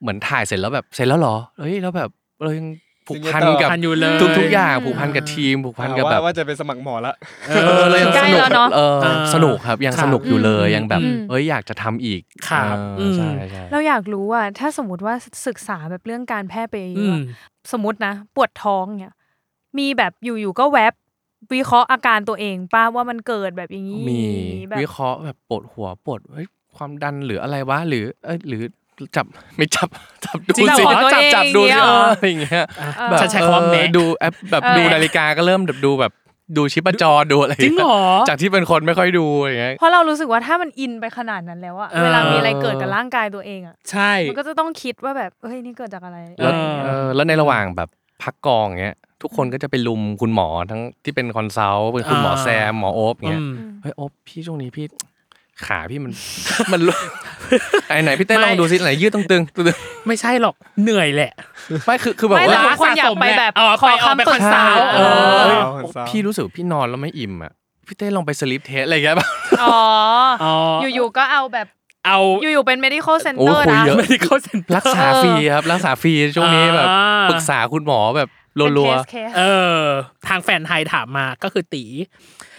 เหมือนถ่ายเสร็จแล้วแบบเสร็จแล้วเหรอเอ้ยแล้วแบบเรายังผูกพันกับ ทันอยู่เลย ทุกทุกๆอย่าง อืม ผูกพันกับทีมผูกพันกับ ว่า แบบ ว่าจะไปสมัครหมอละ เอ เออ อ เรายัง ใก ส ล้ นุก แล้วเนอะ เออ เออ สนุกครับยัง ครับ สนุกอยู่เลย อืม ยังแบบ อืม เอ้ยอยากจะทำอีก ครับ เอออ ม ใช่ใช่ เราอยากรู้อ่ะถ้าสมมติว่าศึกษาแบบเรื่องการแพทย์ไป อื เย ม อะๆสมมตินะ ปวดท้องเนี่ยมีแบบอยู่ๆก็แวบวิเคราะห์อาการตัวเองป้าว่ามันเกิดแบบอย่างนี้ มี แบบ วิเคราะห์แบบปวดหัวปวดเฮ้ยความดันหรืออะไรวะหรือเอ้ยหรือจับไม่จับ จับดู จริงเหรอ สิจับจับดู ตัวเอง สิ อย่างเงี้ยเหรอเอออะไรอย่างเงี้ย อ่ะ แบบ ฉันใช้คำว่า เออ แมะ ดูแอปแบบ เออ ดูนาฬิกาก็เริ่มแบบดูแบบดูชิปจรดูอะไร จริงเหรอ จากที่เป็นคนไม่ค่อยดูอย่างเงี้ย เพราะเรารู้สึกว่าถ้ามันอินไปขนาดนั้นแล้วอะ เออ เวลามีอะไรเกิดกับร่างกายตัวเองอะ ใช่ มันก็จะต้องคิดว่าแบบเฮ้ยนี่เกิดจากอะไร แล้ว เออ เออแล้วในระหว่างแบบพักกองเงี้ย ทุกคนก็จะไปลุมคุณหมอทั้งที่เป็นคอนซัลท์เป็นคุณหมอแซมหมอโอ๊บเงี้ย อืม เฮ้ยโอ๊บพี่ช่วงนี้พี่ขาพี่มัน มันลุไหนไหนพี่เต้ลอง ไม่ ดูสิไหนยืดตรงตึงตึง ไม่ใช่หรอกเหนื่อยแหละ ไม่คือคือแบบ ไม่ ว่า แต่บางคนอยากไปแบบ อ๋อ ข ไป อ เอาไป คำปรึกษา คอนซัลท์ เออ เออ พี่รู้สึกว่าพี่นอนแล้วไม่อิ่มอ่ะพี่เต้ลองไปสลิปเทสอะไรเงี้ยแบบ อ๋อ อ๋อ ออยู่ๆก็เอาแบบ เอา อยู่ๆเป็น medical โอ้ center คุย นะ เยอะ ไม่ได้เข้าเซ็น รักษาฟรีครับ รักษาฟรีช่วงนี้แบบ อ่า ปรึกษาคุณหมอแบบ เป็น รัว เคส ๆ เคส เออ ทางแฟนไทยถามมาก็คือตี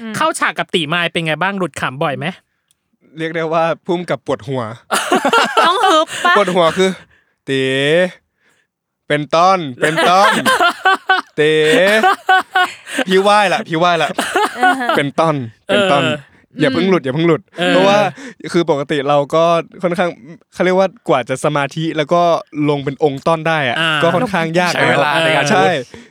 อืม เข้าฉากกับตีมายเป็นไงบ้างหลุดขำบ่อยไหม เรียกได้ว่าพุ่มกับปวดหัว ต้องฮึบปะ ปวดหัวคือเต๋เป็นต้อนเป็นต้อนเต๋พี่ไหว้ละพี่ไหว้ละเป็นต้อนเป็นต้อน เออ อย่าเพิ่งหลุดอย่าเพิ่งหลุด เออ เพราะว่าคือปกติเราก็ค่อนข้างเขาเรียกว่ากว่าจะสมาธิแล้วก็ลงเป็นองค์ต้อนได้อะ อ่า ก็ค่อนข้างยาก ใช้เวลาในการ ใช่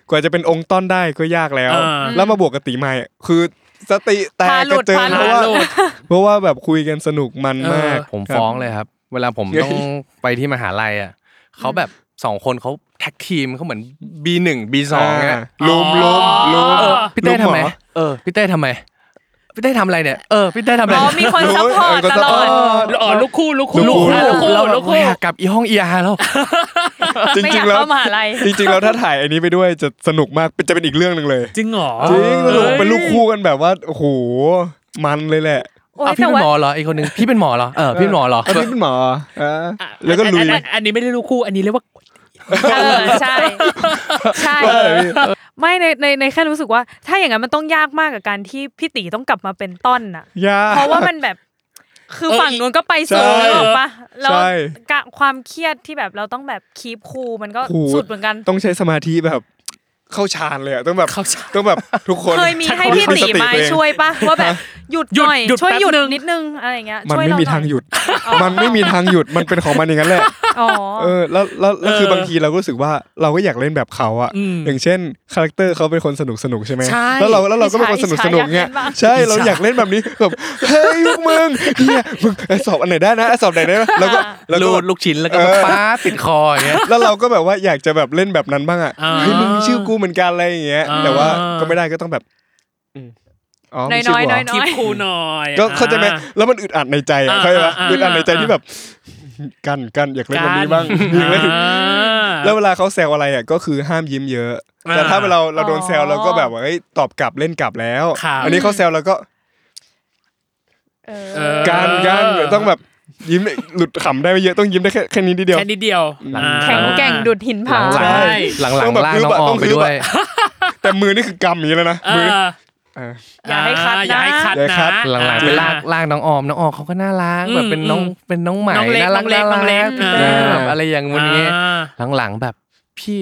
กว่าจะเป็นองค์ต้อนได้ก็ยากแล้ว อ่า แล้วมาบวกกับตีไม้อะคือ สติแตก พาหลุ กระ ด เจิง พาห เพ ลุด ราะว่า พาหลุด เพราะว่าแบบคุยกันสนุกมันมาก เออ ผม ครับ ฟ้องเลยครับ เวลาผม เฮ้ย ต้องไปที่มหาลัยอ่ะเขาแบบสองคนเขาแท็กทีมเขาเหมือน B1 B2 เนี่ย ลุมลุมลุม เออพี่เต้ ลุ ทำไม หอ เออพี่เต้ทำไมพี่เต้ทำอะไรเนี่ยเออพี่เต้ทำอะไร อ๋อมีคนซัพพอร์ตตลอด เออ อ๋อลูกคู่ลูกคู่ ลูกคู่ อ่ะลูกคู่ แล้ว ลูก ไม่ คู่ อยากกลับอีห้องเอียแล้ว จ ไม่อ ริ ยางก ๆแล้ว เข้ามหาลัย จริงๆแล้วถ้าถ่ายอันนี้ไปด้วยจะสนุกมากเป็นจะเป็นอีกเรื่องหนึ่งเลย จริงเหรอ จริงสนุกเป็นลูกคู่กันแบบว่าโอ้โหมันเลยแหละ โอ้ย อ่ะพี่ แต่ เป็น ว่า หมอเหรอไอีกคนนึงพี่เป็นหมอเหรอเออพี่เป็นหมอเหรอ อันนี้เป็นหมออ่ะแล้วก็ลุย อันอันอันนี้ไม่ได้ลูกคู่ อันนี้เรียกว่า เออใช่ ใช่ ไม่ในในในแค่รู้สึกว่า ถ้าอย่างนั้นมันต้องยากมากกับการที่พี่ตีต้องกลับมาเป็นต้นน่ะ ยาก เพราะว่ามันแบบ คือ เออ ฝั่งนู้นก็ไปสูง ใช่ แล้วหรอกปะแล้ว ใช่ กะความเครียดที่แบบเราต้องแบบคีบคูลมันก็ โอ้โห สุดเหมือนกัน ต้องใช้สมาธิแบบเข้าฌานเลยอะต้องแบบ เข้าฌาน ต้องแบบทุกคน เคยมีให้พี่ ต้อง ตี ส มา ตัวเอง ช่วยปะว่าแบบหยุด หยุ ห ด น่อย หยุด ช่วย แป๊บ หยุด นึง นิดนึงอะไรอย่างเงี้ย มัน ช่วย ไม่ เร มี น่อ ทางหยุด มันไม่มีทางหยุดมันเป็นของมันอย่างนั้นแหละ อ๋อ เออแล้วแล้วแล้วคืเออบอางทีเราก็รู้สึกว่าเราก็อยากเล่นแบบเขาอะ อืม อย่างเช่นคาแรคเตอร์เขาเป็นคนสนุกสนุกใช่ไหม ใช่ แล้วเราแล้วเราก็เป็นคน อิจฉาสนุกสนุกเงี้ย อิจฉาอยากเล่นบ้าง ใช่เราอยากเล่นแบบนี้แบบเฮ้ยพวกมึงเนี่ยมึงเอ้ยสอบอันไหนได้นะเอ้ยสอบไหนได้นะแล้วก็แล้ว ลู ก็ ดลูกชิ้นแล้วก็ เออ ป้าติดคออย่างเงี้ย แล้วเราก็แบบว่าอยากจะแบบเล่นแบบนั้นบ้างอะ อ่า เฮ้ยมึงมีชื่อกูเหมือนกันอะไรอย่างเงี้ย อ่า แต่ว่าก็ไม่ได้ก็ต้องแบบอืมอ๋อมีชื่อกูเหร น้ อ อยๆน้อย คลิปคู่หน่อย ก็เข้าใจไหมแล้วมันอึดอัดในใจอะ อ่า เข้าใจอ่าปะอ่า อึดอัดในใจที่แบบกันกันอยากเล่นแบบนี้บ้างอยากเล่น อ่า แล้วเวลาเขาแซวอะไรอ่ะก็คือห้ามยิ้มเยอะ อ่า แต่ถ้าเราเราโดนแซว อ๋อ เราก็แบบว่าเฮ้ยตอบกลับเล่นกลับแล้ว ครับ อันนี้เขาแซวเราก็ เอ เอ อ อ การกัน เออ ต้องแบบยิ้มหลุดขำได้ไม่เยอะต้องยิ้มได้แค่แค่นี้นิดเดียว แค่นิดเดียว หลัง อ่า แข็งแกร่งดุดหินผา หลัง ใช่ ๆหลังหลั ต้องงแบบ ล่าง คืบ น้องออะอ ต้ ม อง ไป คืบ ด้วย อะ แต่มือนี่คือกำอย่างนี้แล้วนะ เอ มือ อ เออ อย่าให้คัดนะ อย่าให้คัด อนะย่าให้คัด หลังๆ อ่า ไปลากลากน้องออมน้องออมเขาก็น่ารัก อืม แบบเป็นน้อง อืม เป็นน้องใหม่ น้องเล็ก น่ารัก น้องเล็น้อน่ากรักงเล็ก เป็น อ่า แบบอะไรอย่างวันนี้ อ่า หลังๆแบบพี่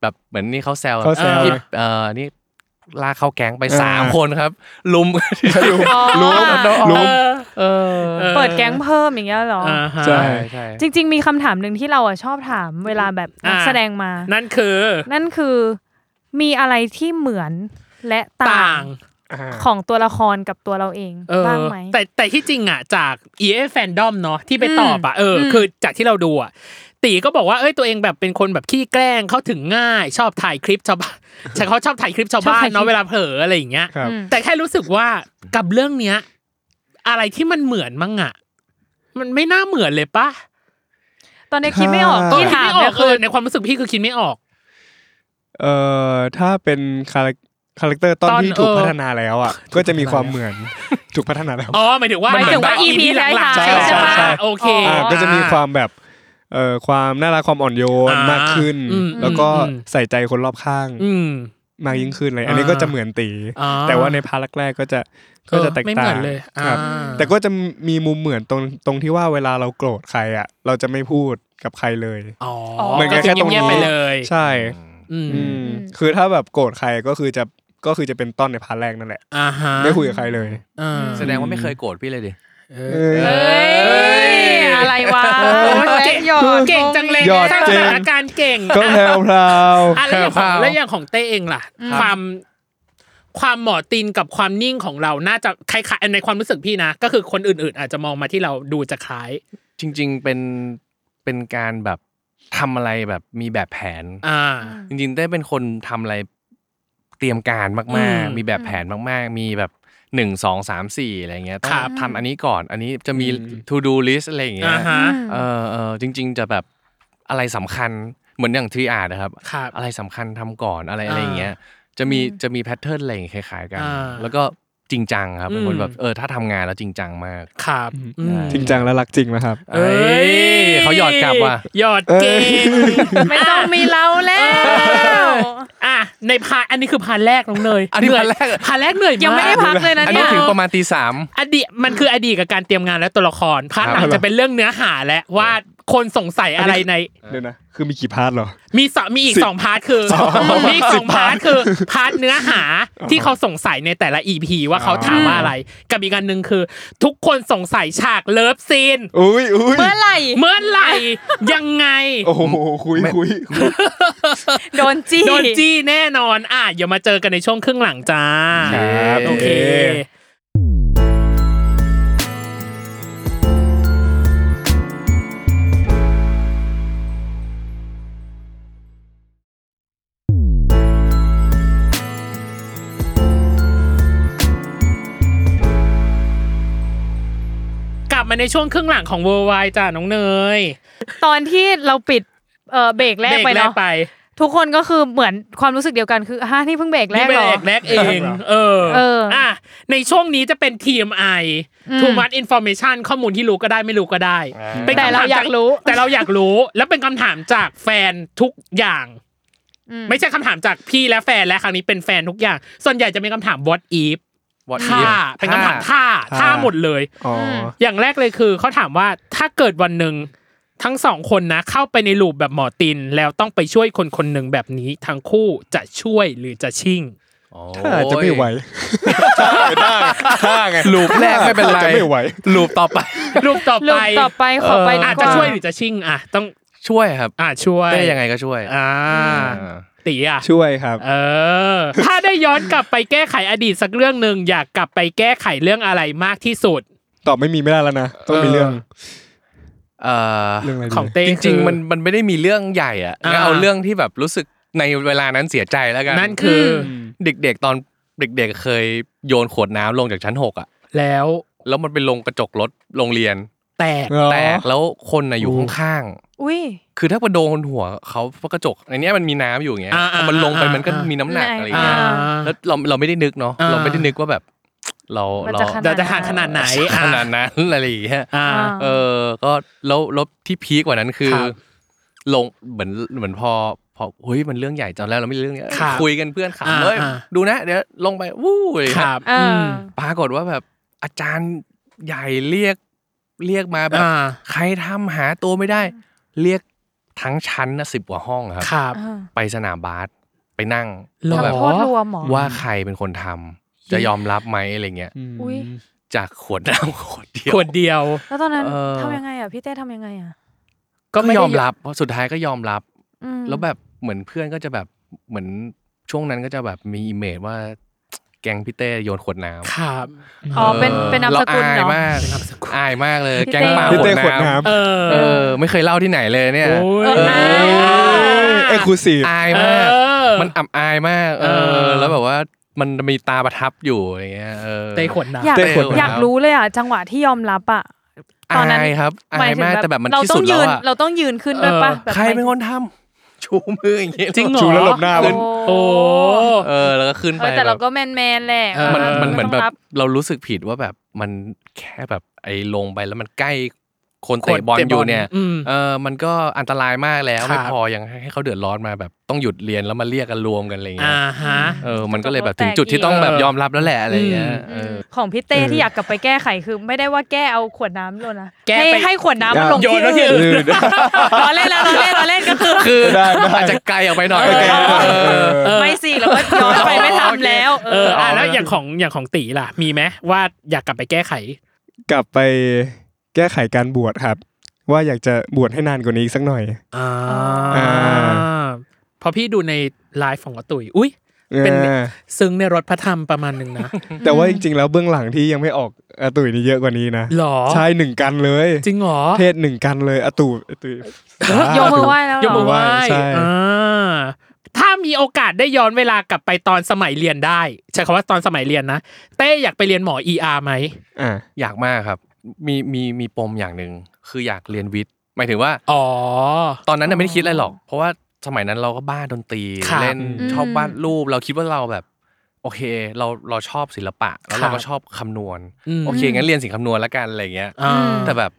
แบบเหมือนนี่เขาแซว เขาแซว พี่เอ่อนี่ลากเข้าแก๊งไป อ่า สามคนครับ ลุม รู้ อ๋อ รู้รู้ เออ เออ เปิดแก๊งเพิ่มอย่างเงี้ยเหรอ อ่าฮะ ใช่ ใช่ใช่ จริง ๆ มีคำถามหนึ่งที่เราอ่ะชอบถามเวลาแบบนัก อ่า แสดงมา นั่นคือ นั่นคือมีอะไรที่เหมือนและต่า ต่าง ง ของตัวละครกับตัวเราเอง เออ บ้างไหม แต่แต่ที่จริงอ่ะจาก EA Fandom เนาะที่ไปตอบอ่ะเอออ ม คือจากที่เราดูอ่ะตีก็บอกว่าเอ้ยตัวเองแบบเป็นคนแบบขี้แกล้งเข้าถึงง่าย ชอบถ่ายคลิปชาวบ้าน ใช่เขาชอบถ่ายคลิปชาวบ้านเนาะเวลาเผลออะไรอย่างเงี้ย ครับ อืม แต่แค่รู้สึกว่ากับเรื่องเนี้ย อะไรที่มันเหมือนมั้งอ่ะ มันไม่น่าเหมือนเลยปะ ตอนนี้คิดไม่ออก ค่ะ ที่ คิด ถาม ไม่ออ เนี่ย ก คื เอ อ อในความรู้สึกพี่คือคิดไม่ออก เอ่อถ้าเป็นคาแรคคาแรคเตอร์ตอน ตอน ที่ถูก เออ พัฒนาแล้วอ่ะก็จะมีความเหมือนถูกพัฒนาแล้ว อ๋อหมายถึงว่า หมายถึงว่า แบบ EP หลังๆ ใช่ใช่ ใช่ปะ ใช่ โอเค อ่า อ่ะก็จะมีความแบบเอ่อความน่ารักความอ่อนโยน อ่าม มากขึ้น อืม แล้วก็ อืม ใส่ใจคนรอบข้าง อืม มากยิ่งขึ้นเลย อันนี้ อ่า ก็จะเหมือนตี อ่ แต่ว่าในพาร์ทแรกๆก็จะก็จะแตก ไม่เหมืต่าอง นเลยอ่า ครับ แต่ก็จะมีมุมเหมือนตรงตรงที่ว่าเวลาเราโกรธใครอ่ะ เราจะไม่พูดกับใครเลย อ๋อ เหมือนกันแค่ตรงนี้ เงียบๆไปเลย ใช่ อืม อืมคือถ้าแบบโกรธใครก็คือจะก็คือจะเป็นต้นในพาร์ทแรกนั่นแหละ อ่าฮะ ไม่คุยกับใครเลย อ่า แสดงว่าไม่เคยโกรธพี่เลยดิ เอ เอ้ เอ้ยอะไรวะ โอ้ยเก่ง หยอด เก่งจังเลย หยอด สร้าง เก่ ส ง ถานการณ์เก่ง ก็แพรวพราว อ่ะแล้วอย่างข ครั อง บ แล้วอย่างของเต้เองล่ะ ความความหมอตีนกับความนิ่งของเราน่าจะคล้ายๆในความรู้สึกพี่นะ ก็คือคนอื่นๆ อาจจะมองมาที่เราดูจะคล้าย จริง ๆเป็นเป็นการแบบทำอะไรแบบมีแบบแผน อ่า จริงๆได้เป็นคนทำอะไรเตรียมการอืมาก ม ๆ มีแบบแผนมากๆ มีแบบหนึ่งสองสามสี่อะไรเงี้ยต้อ ค ง รับ ทำอันนี้ก่อน อันนี้จะมี to do list อะไรอย่างเงี้ย อ่าฮะ อืม เออเออจริง ๆ จะแบบอะไรสำคัญเหมือนอย่างทรีอาร์นะครับ ครับ อะไรสำคัญทำก่อนอะไรอะไรอย่างเงี้ย จะมีจะมีแพทเทิร์นอะไรอย่างเงี้ยคล้าย ๆ กัน อ่า แล้วก็จริงจังครับ เป็นคน อืม แบบเออถ้าทำงานแล้วจริงจังมาก ครับอืม จริงจังและรักจริงนะครับ เอ้ยเขาหยอดกลับว่ะ หยอดเก่ง ไม่ต้องมีเราแล้ว อ่ะในพาร์ทอันนี้คือพาร์ทแรกน้องเนย อันนี้ เหย พาร์ทแรก พาร์ทแรกเหนื่อย ยังไม่ได้พักเลยนะ อัน เนี่ นี้ ย ถึงประมาณตีสาม อดีตมันคืออดีตกับการเตรียมงานและตัวละครพาร์ทหลั ครั ง บ จะเป็นเรื่องเนื้อหาและว่า คนสงสัยอะไรใน เดี๋ยวนะ คือมีกี่พาร์ทเหรอ มีสองมีอีก สิบ สองพาร์ทคือ สอง มีอีกสองพาร์ทคือพาร์ทเนื้อหาที่เขาสงสัยในแต่ละอีพีว่าเขาถามว่าอะไร กับอีกอันหนึ่งคือ ทุกคนสงสัยฉากเลิฟซีน อุ้ยอุ้ย เมื่อไหร่ เมื่อไหร่ ยังไง โอ้โหคุย ไม่ คุยคุย โดนจี้ โดนจี้แน่นอน อ่ะอย่ามาเจอกันในช่วงครึ่งหลังจ้า ครับ โอเค กลับมาในช่วงครึ่งหลังของเวอร์ไวจ้าน้องเนย ตอนที่เราปิดเอ่อเบรกแรกไป เบรแรก เนาะ ไป ทุกคนก็คือเหมือนความรู้สึกเดียวกันคือฮะนี่เพิ่งเบรกแร นี่ ก เบ เหร ร อ กแรกเอง เออ เอออ่ อ่ะในช่วงนี้จะเป็น TMI อืม Too much information ข้อมูลที่รู้ก็ได้ไม่รู้ก็ได้ป็น แต่ คำถม เราอยาก จ รู้ แต่เราอยากรู้ แล้วเป็นคำถามจากแฟนทุกอย่าง อืม ไม่ใช่คำถามจากพี่และแฟนและครั้งนี้เป็นแฟนทุกอย่าง ส่วนใหญ่จะเป็นคำถาม what if วัด ถ้าเป็นคำถามถ้าถ้าหมดเลย อ๋อ อย่างแรกเลยคือเขาถามว่าถ้าเกิดวันหนึ่งทั้งสองคนนะ เข้าไปในลูปแบบหมอติน แล้วต้องไปช่วยคนคนหนึ่งแบบนี้ทั้งคู่จะช่วยหรือจะชิ่ง ถ้าอาจจะไม่ไหวได้ถ้าไง ลูปแรกไม่เป็นไร อาจจะไม่ไหว ลูปต่อไป ลูปต่อ ลู ไป กต่อไปขอไปดีกว่า อาจจะช่วยหรือจะชิ่งอ่ะต้อง ช่วยครับ อ่ะช่วย ได้ยังไงก็ช่วย อ่า อ่า ตีอ่ะ ช่วยครับ เออ ถ้าได้ย้อนกลับไปแก้ไขอดีตสักเรื่องหนึ่งอยากกลับไปแก้ไขเรื่องอะไรมากที่สุด ตอบไม่มีไม่ได้แล้วนะ ต้องมีเรื่อง เอ่อ เรื่องอะไรดี ของเต้ จ คื ริง อ ๆมันมันไม่ได้มีเรื่องใหญ่อะ อ่า งั้นเอาเรื่องที่แบบรู้สึกในเวลานั้นเสียใจแล้วกัน นั่นคืออ อืม เด็กๆตอนเด็กๆเคยโยนขวดน้ำลงจากชั้นหกอะ แล้ว แล้วมันไปลงกระจกรถโรงเรียน แตก อ๋อ แตกแล้วคนน่ะอยู่ โอ้ ข้าง อุ้ย ๆคือถ้าไปโดนหัวเขาเพราะกระจกในเนี้ยมันมีน้ำอยู่อย่างเงี้ย อ่าๆ พอมันลงไป อ่าๆ มันก็มีน้ำหนักอะไรอย่า อ่า งเงี้ยแล้วเราเราไม่ได้นึกเนาะ อ่า เราไม่ได้นึกว่าแบบ เราม น เรา จะข เดี๋ยวจะหาขนาดไหนอ่ะ ขนาดนั้นอะไรอย่างเงี้ย อ่า เออ ก็แล้วแล้วที่พีกกว่านั้นคือ ครับ ลงเหมือนเหมือนพอพอเฮ้ยมันเรื่องใหญ่จอนแรกเราไม่รู้เรื่องเนี้ย ครับ คุยกันเพื่อนขำ อ่า เลย อ่า ดูนะ เดี๋ยวลงไปวู้อะไรอย่าง ค เงี้ย รับ เออ ปรากฏว่าแบบอาจารย์ใหญ่เรียกเรียกมาแบบ อ่า ใครทำหาตัวไม่ได้ เรียกทั้งชั้นนะสิบกว่าห้องครับ ครับ ไปสนามบาสไปนั่ง หรอ ว่าแบบ ทำโทษรวมเหรอ ว่าใครเป็นคนทำจะยอมรับไหมอะไรเงี้ย อุ๊ย จากขวดน้ำขวดเดียว ขวดเดียว แล้วตอนนั้น เออ ทำยังไงอ่ะ พี่เต้ทำยังไงอ่ะ ก็ ไม่ ไม่ ได้ ยอมรับเพราะสุดท้ายก็ยอมรับ อืม แล้วแบบเหมือนเพื่อนก็จะแบบเหมือนช่วงนั้นก็จะแบบมีอิมเมจว่า แกงพี่เต้โยนขวดน้ำ ครับ อ๋อเป็นเป็นนามสกุล เรา เนอะ อายมากอายมากเลย พี่ แก เต้ งป่า พี่เต้ข ข ว ว ด ด น้ น้ เออ ำเออ ไม่เคยเล่าที่ไหนเลยเนี่ย โอ้ย เออ ำเอ็กซ์คลูซีฟ อายมาก เออ มันอับอายมาก เอ เอ อ อ แล้วแบบว่ามันมีตาประทับอยู่อะไรเงี้ยเออ เต้ขวดน้ำ อยาก เต้ขวดน้ำ อยากรู้เลยอ่ะ จังหวะที่ยอมรับอ่ะ ตอนนั้น อายครับอายมากแต่แบบมัน เรา ที่ ต้อ สุ ง ด ยื แล้ว น อะ เราต้องยืนขึ้นด้วยปะแบบ ใครเป็นคนทำชูมืออย่างเงี้ย จริงเหรอ ชูแล้วหลบหน้า โอ้ มัน โอ้ เออแล้วก็ขึ้นไป เออแต่เรา แบบ ก็แมนแมนๆแหละ เออ มันมันเหมือนแบ ต้ง บเรารู้สึกผิดว่าแบบมันแค่แบบไอ้ลงไปแล้วมันใกล้คนเตะบอลอยู่เนี่ย อืม เออมันก็อันตรายมากแล้ว ครับ ไม่พอยังให้ให้เขาเดือดร้อนมาแบบต้องหยุดเรียนแล้วมาเรียกกันรวมกันอะไรเงี้ อ่าย ฮะ เออมันก็เลยแบบถึงจุดที่ต้องแบบยอมรับแล้วแหละอะไรเงี้ย อืม เออ ของพี่เต้ที่อยากกลับไปแก้ไขคือ ไม่ได้ว่าแก้เอาขวดน้ำลงนะ แก้ ให้ ไป ให้ขวดน้ำมันลง โย ที่ นแล้วที่ อื่น อื่น ล้อเล่นแล้วล้อเล่นล้อเล่นก็คือ คือ ได้ได้ อาจจะไกลออกไปหน่อย เออ เออ เออ ไม่สิเราก็ย้อนไปไม่ทำแล้วเอ เอ อ ออ่ะแล้ว เอา อย่างของอย่างของตีล่ะ มีไหมว่าอยากกลับไปแก้ไข กลับไปแก้ไขการบวชครับ ว่าอยากจะบวชให้นานกว่านี้อีกสักหน่อย อ่า อ่า พอพี่ดูในไลฟ์ของอาตุ๋ยอุ้ย เป็น อ่า ซึ้งในรถพระธรรมประมาณหนึ่ง นะ แต่ว่าจริงๆแล้วเบื้องหลังที่ยังไม่ออกอาตุ๋ยนี่เยอะกว่านี้นะ หรอ ใช่หนึ่งกันเลย จริงเหรอ เทศหนึ่งกันเลยอาตุ๋ยอาตุ๋ย ยกมือไหว้แล้วเห ย ร ก อ มือไหว้ ใช่ อ่าถ้ามีโอกาสได้ย้อนเวลากลับไปตอนสมัยเรียนได้ ใช้คำว่าตอนสมัยเรียนนะ เต้อยากไปเรียนหมอ ER ไหม อ่า อยากมากครับ มีมีมีปมอย่างหนึ่งคืออยากเรียนวิทย์หมายถึงว่า อ๋อ ตอนนั้นน่ะไม่ได้คิดอะไรหรอก เพราะว่าสมัยนั้นเราก็บ้าดนตรี ครับ เล่น อืม ชอบวาดรูปเราคิดว่าเราแบบ โอเค เราเราชอบศิลปะ แล้ว ครั เรา บ ก็ชอบคำนวณ อืม โอเคงั้นเรียนสิ่งคำนวณละกันอะไรเงี้ย อ่า ม แต่แบบ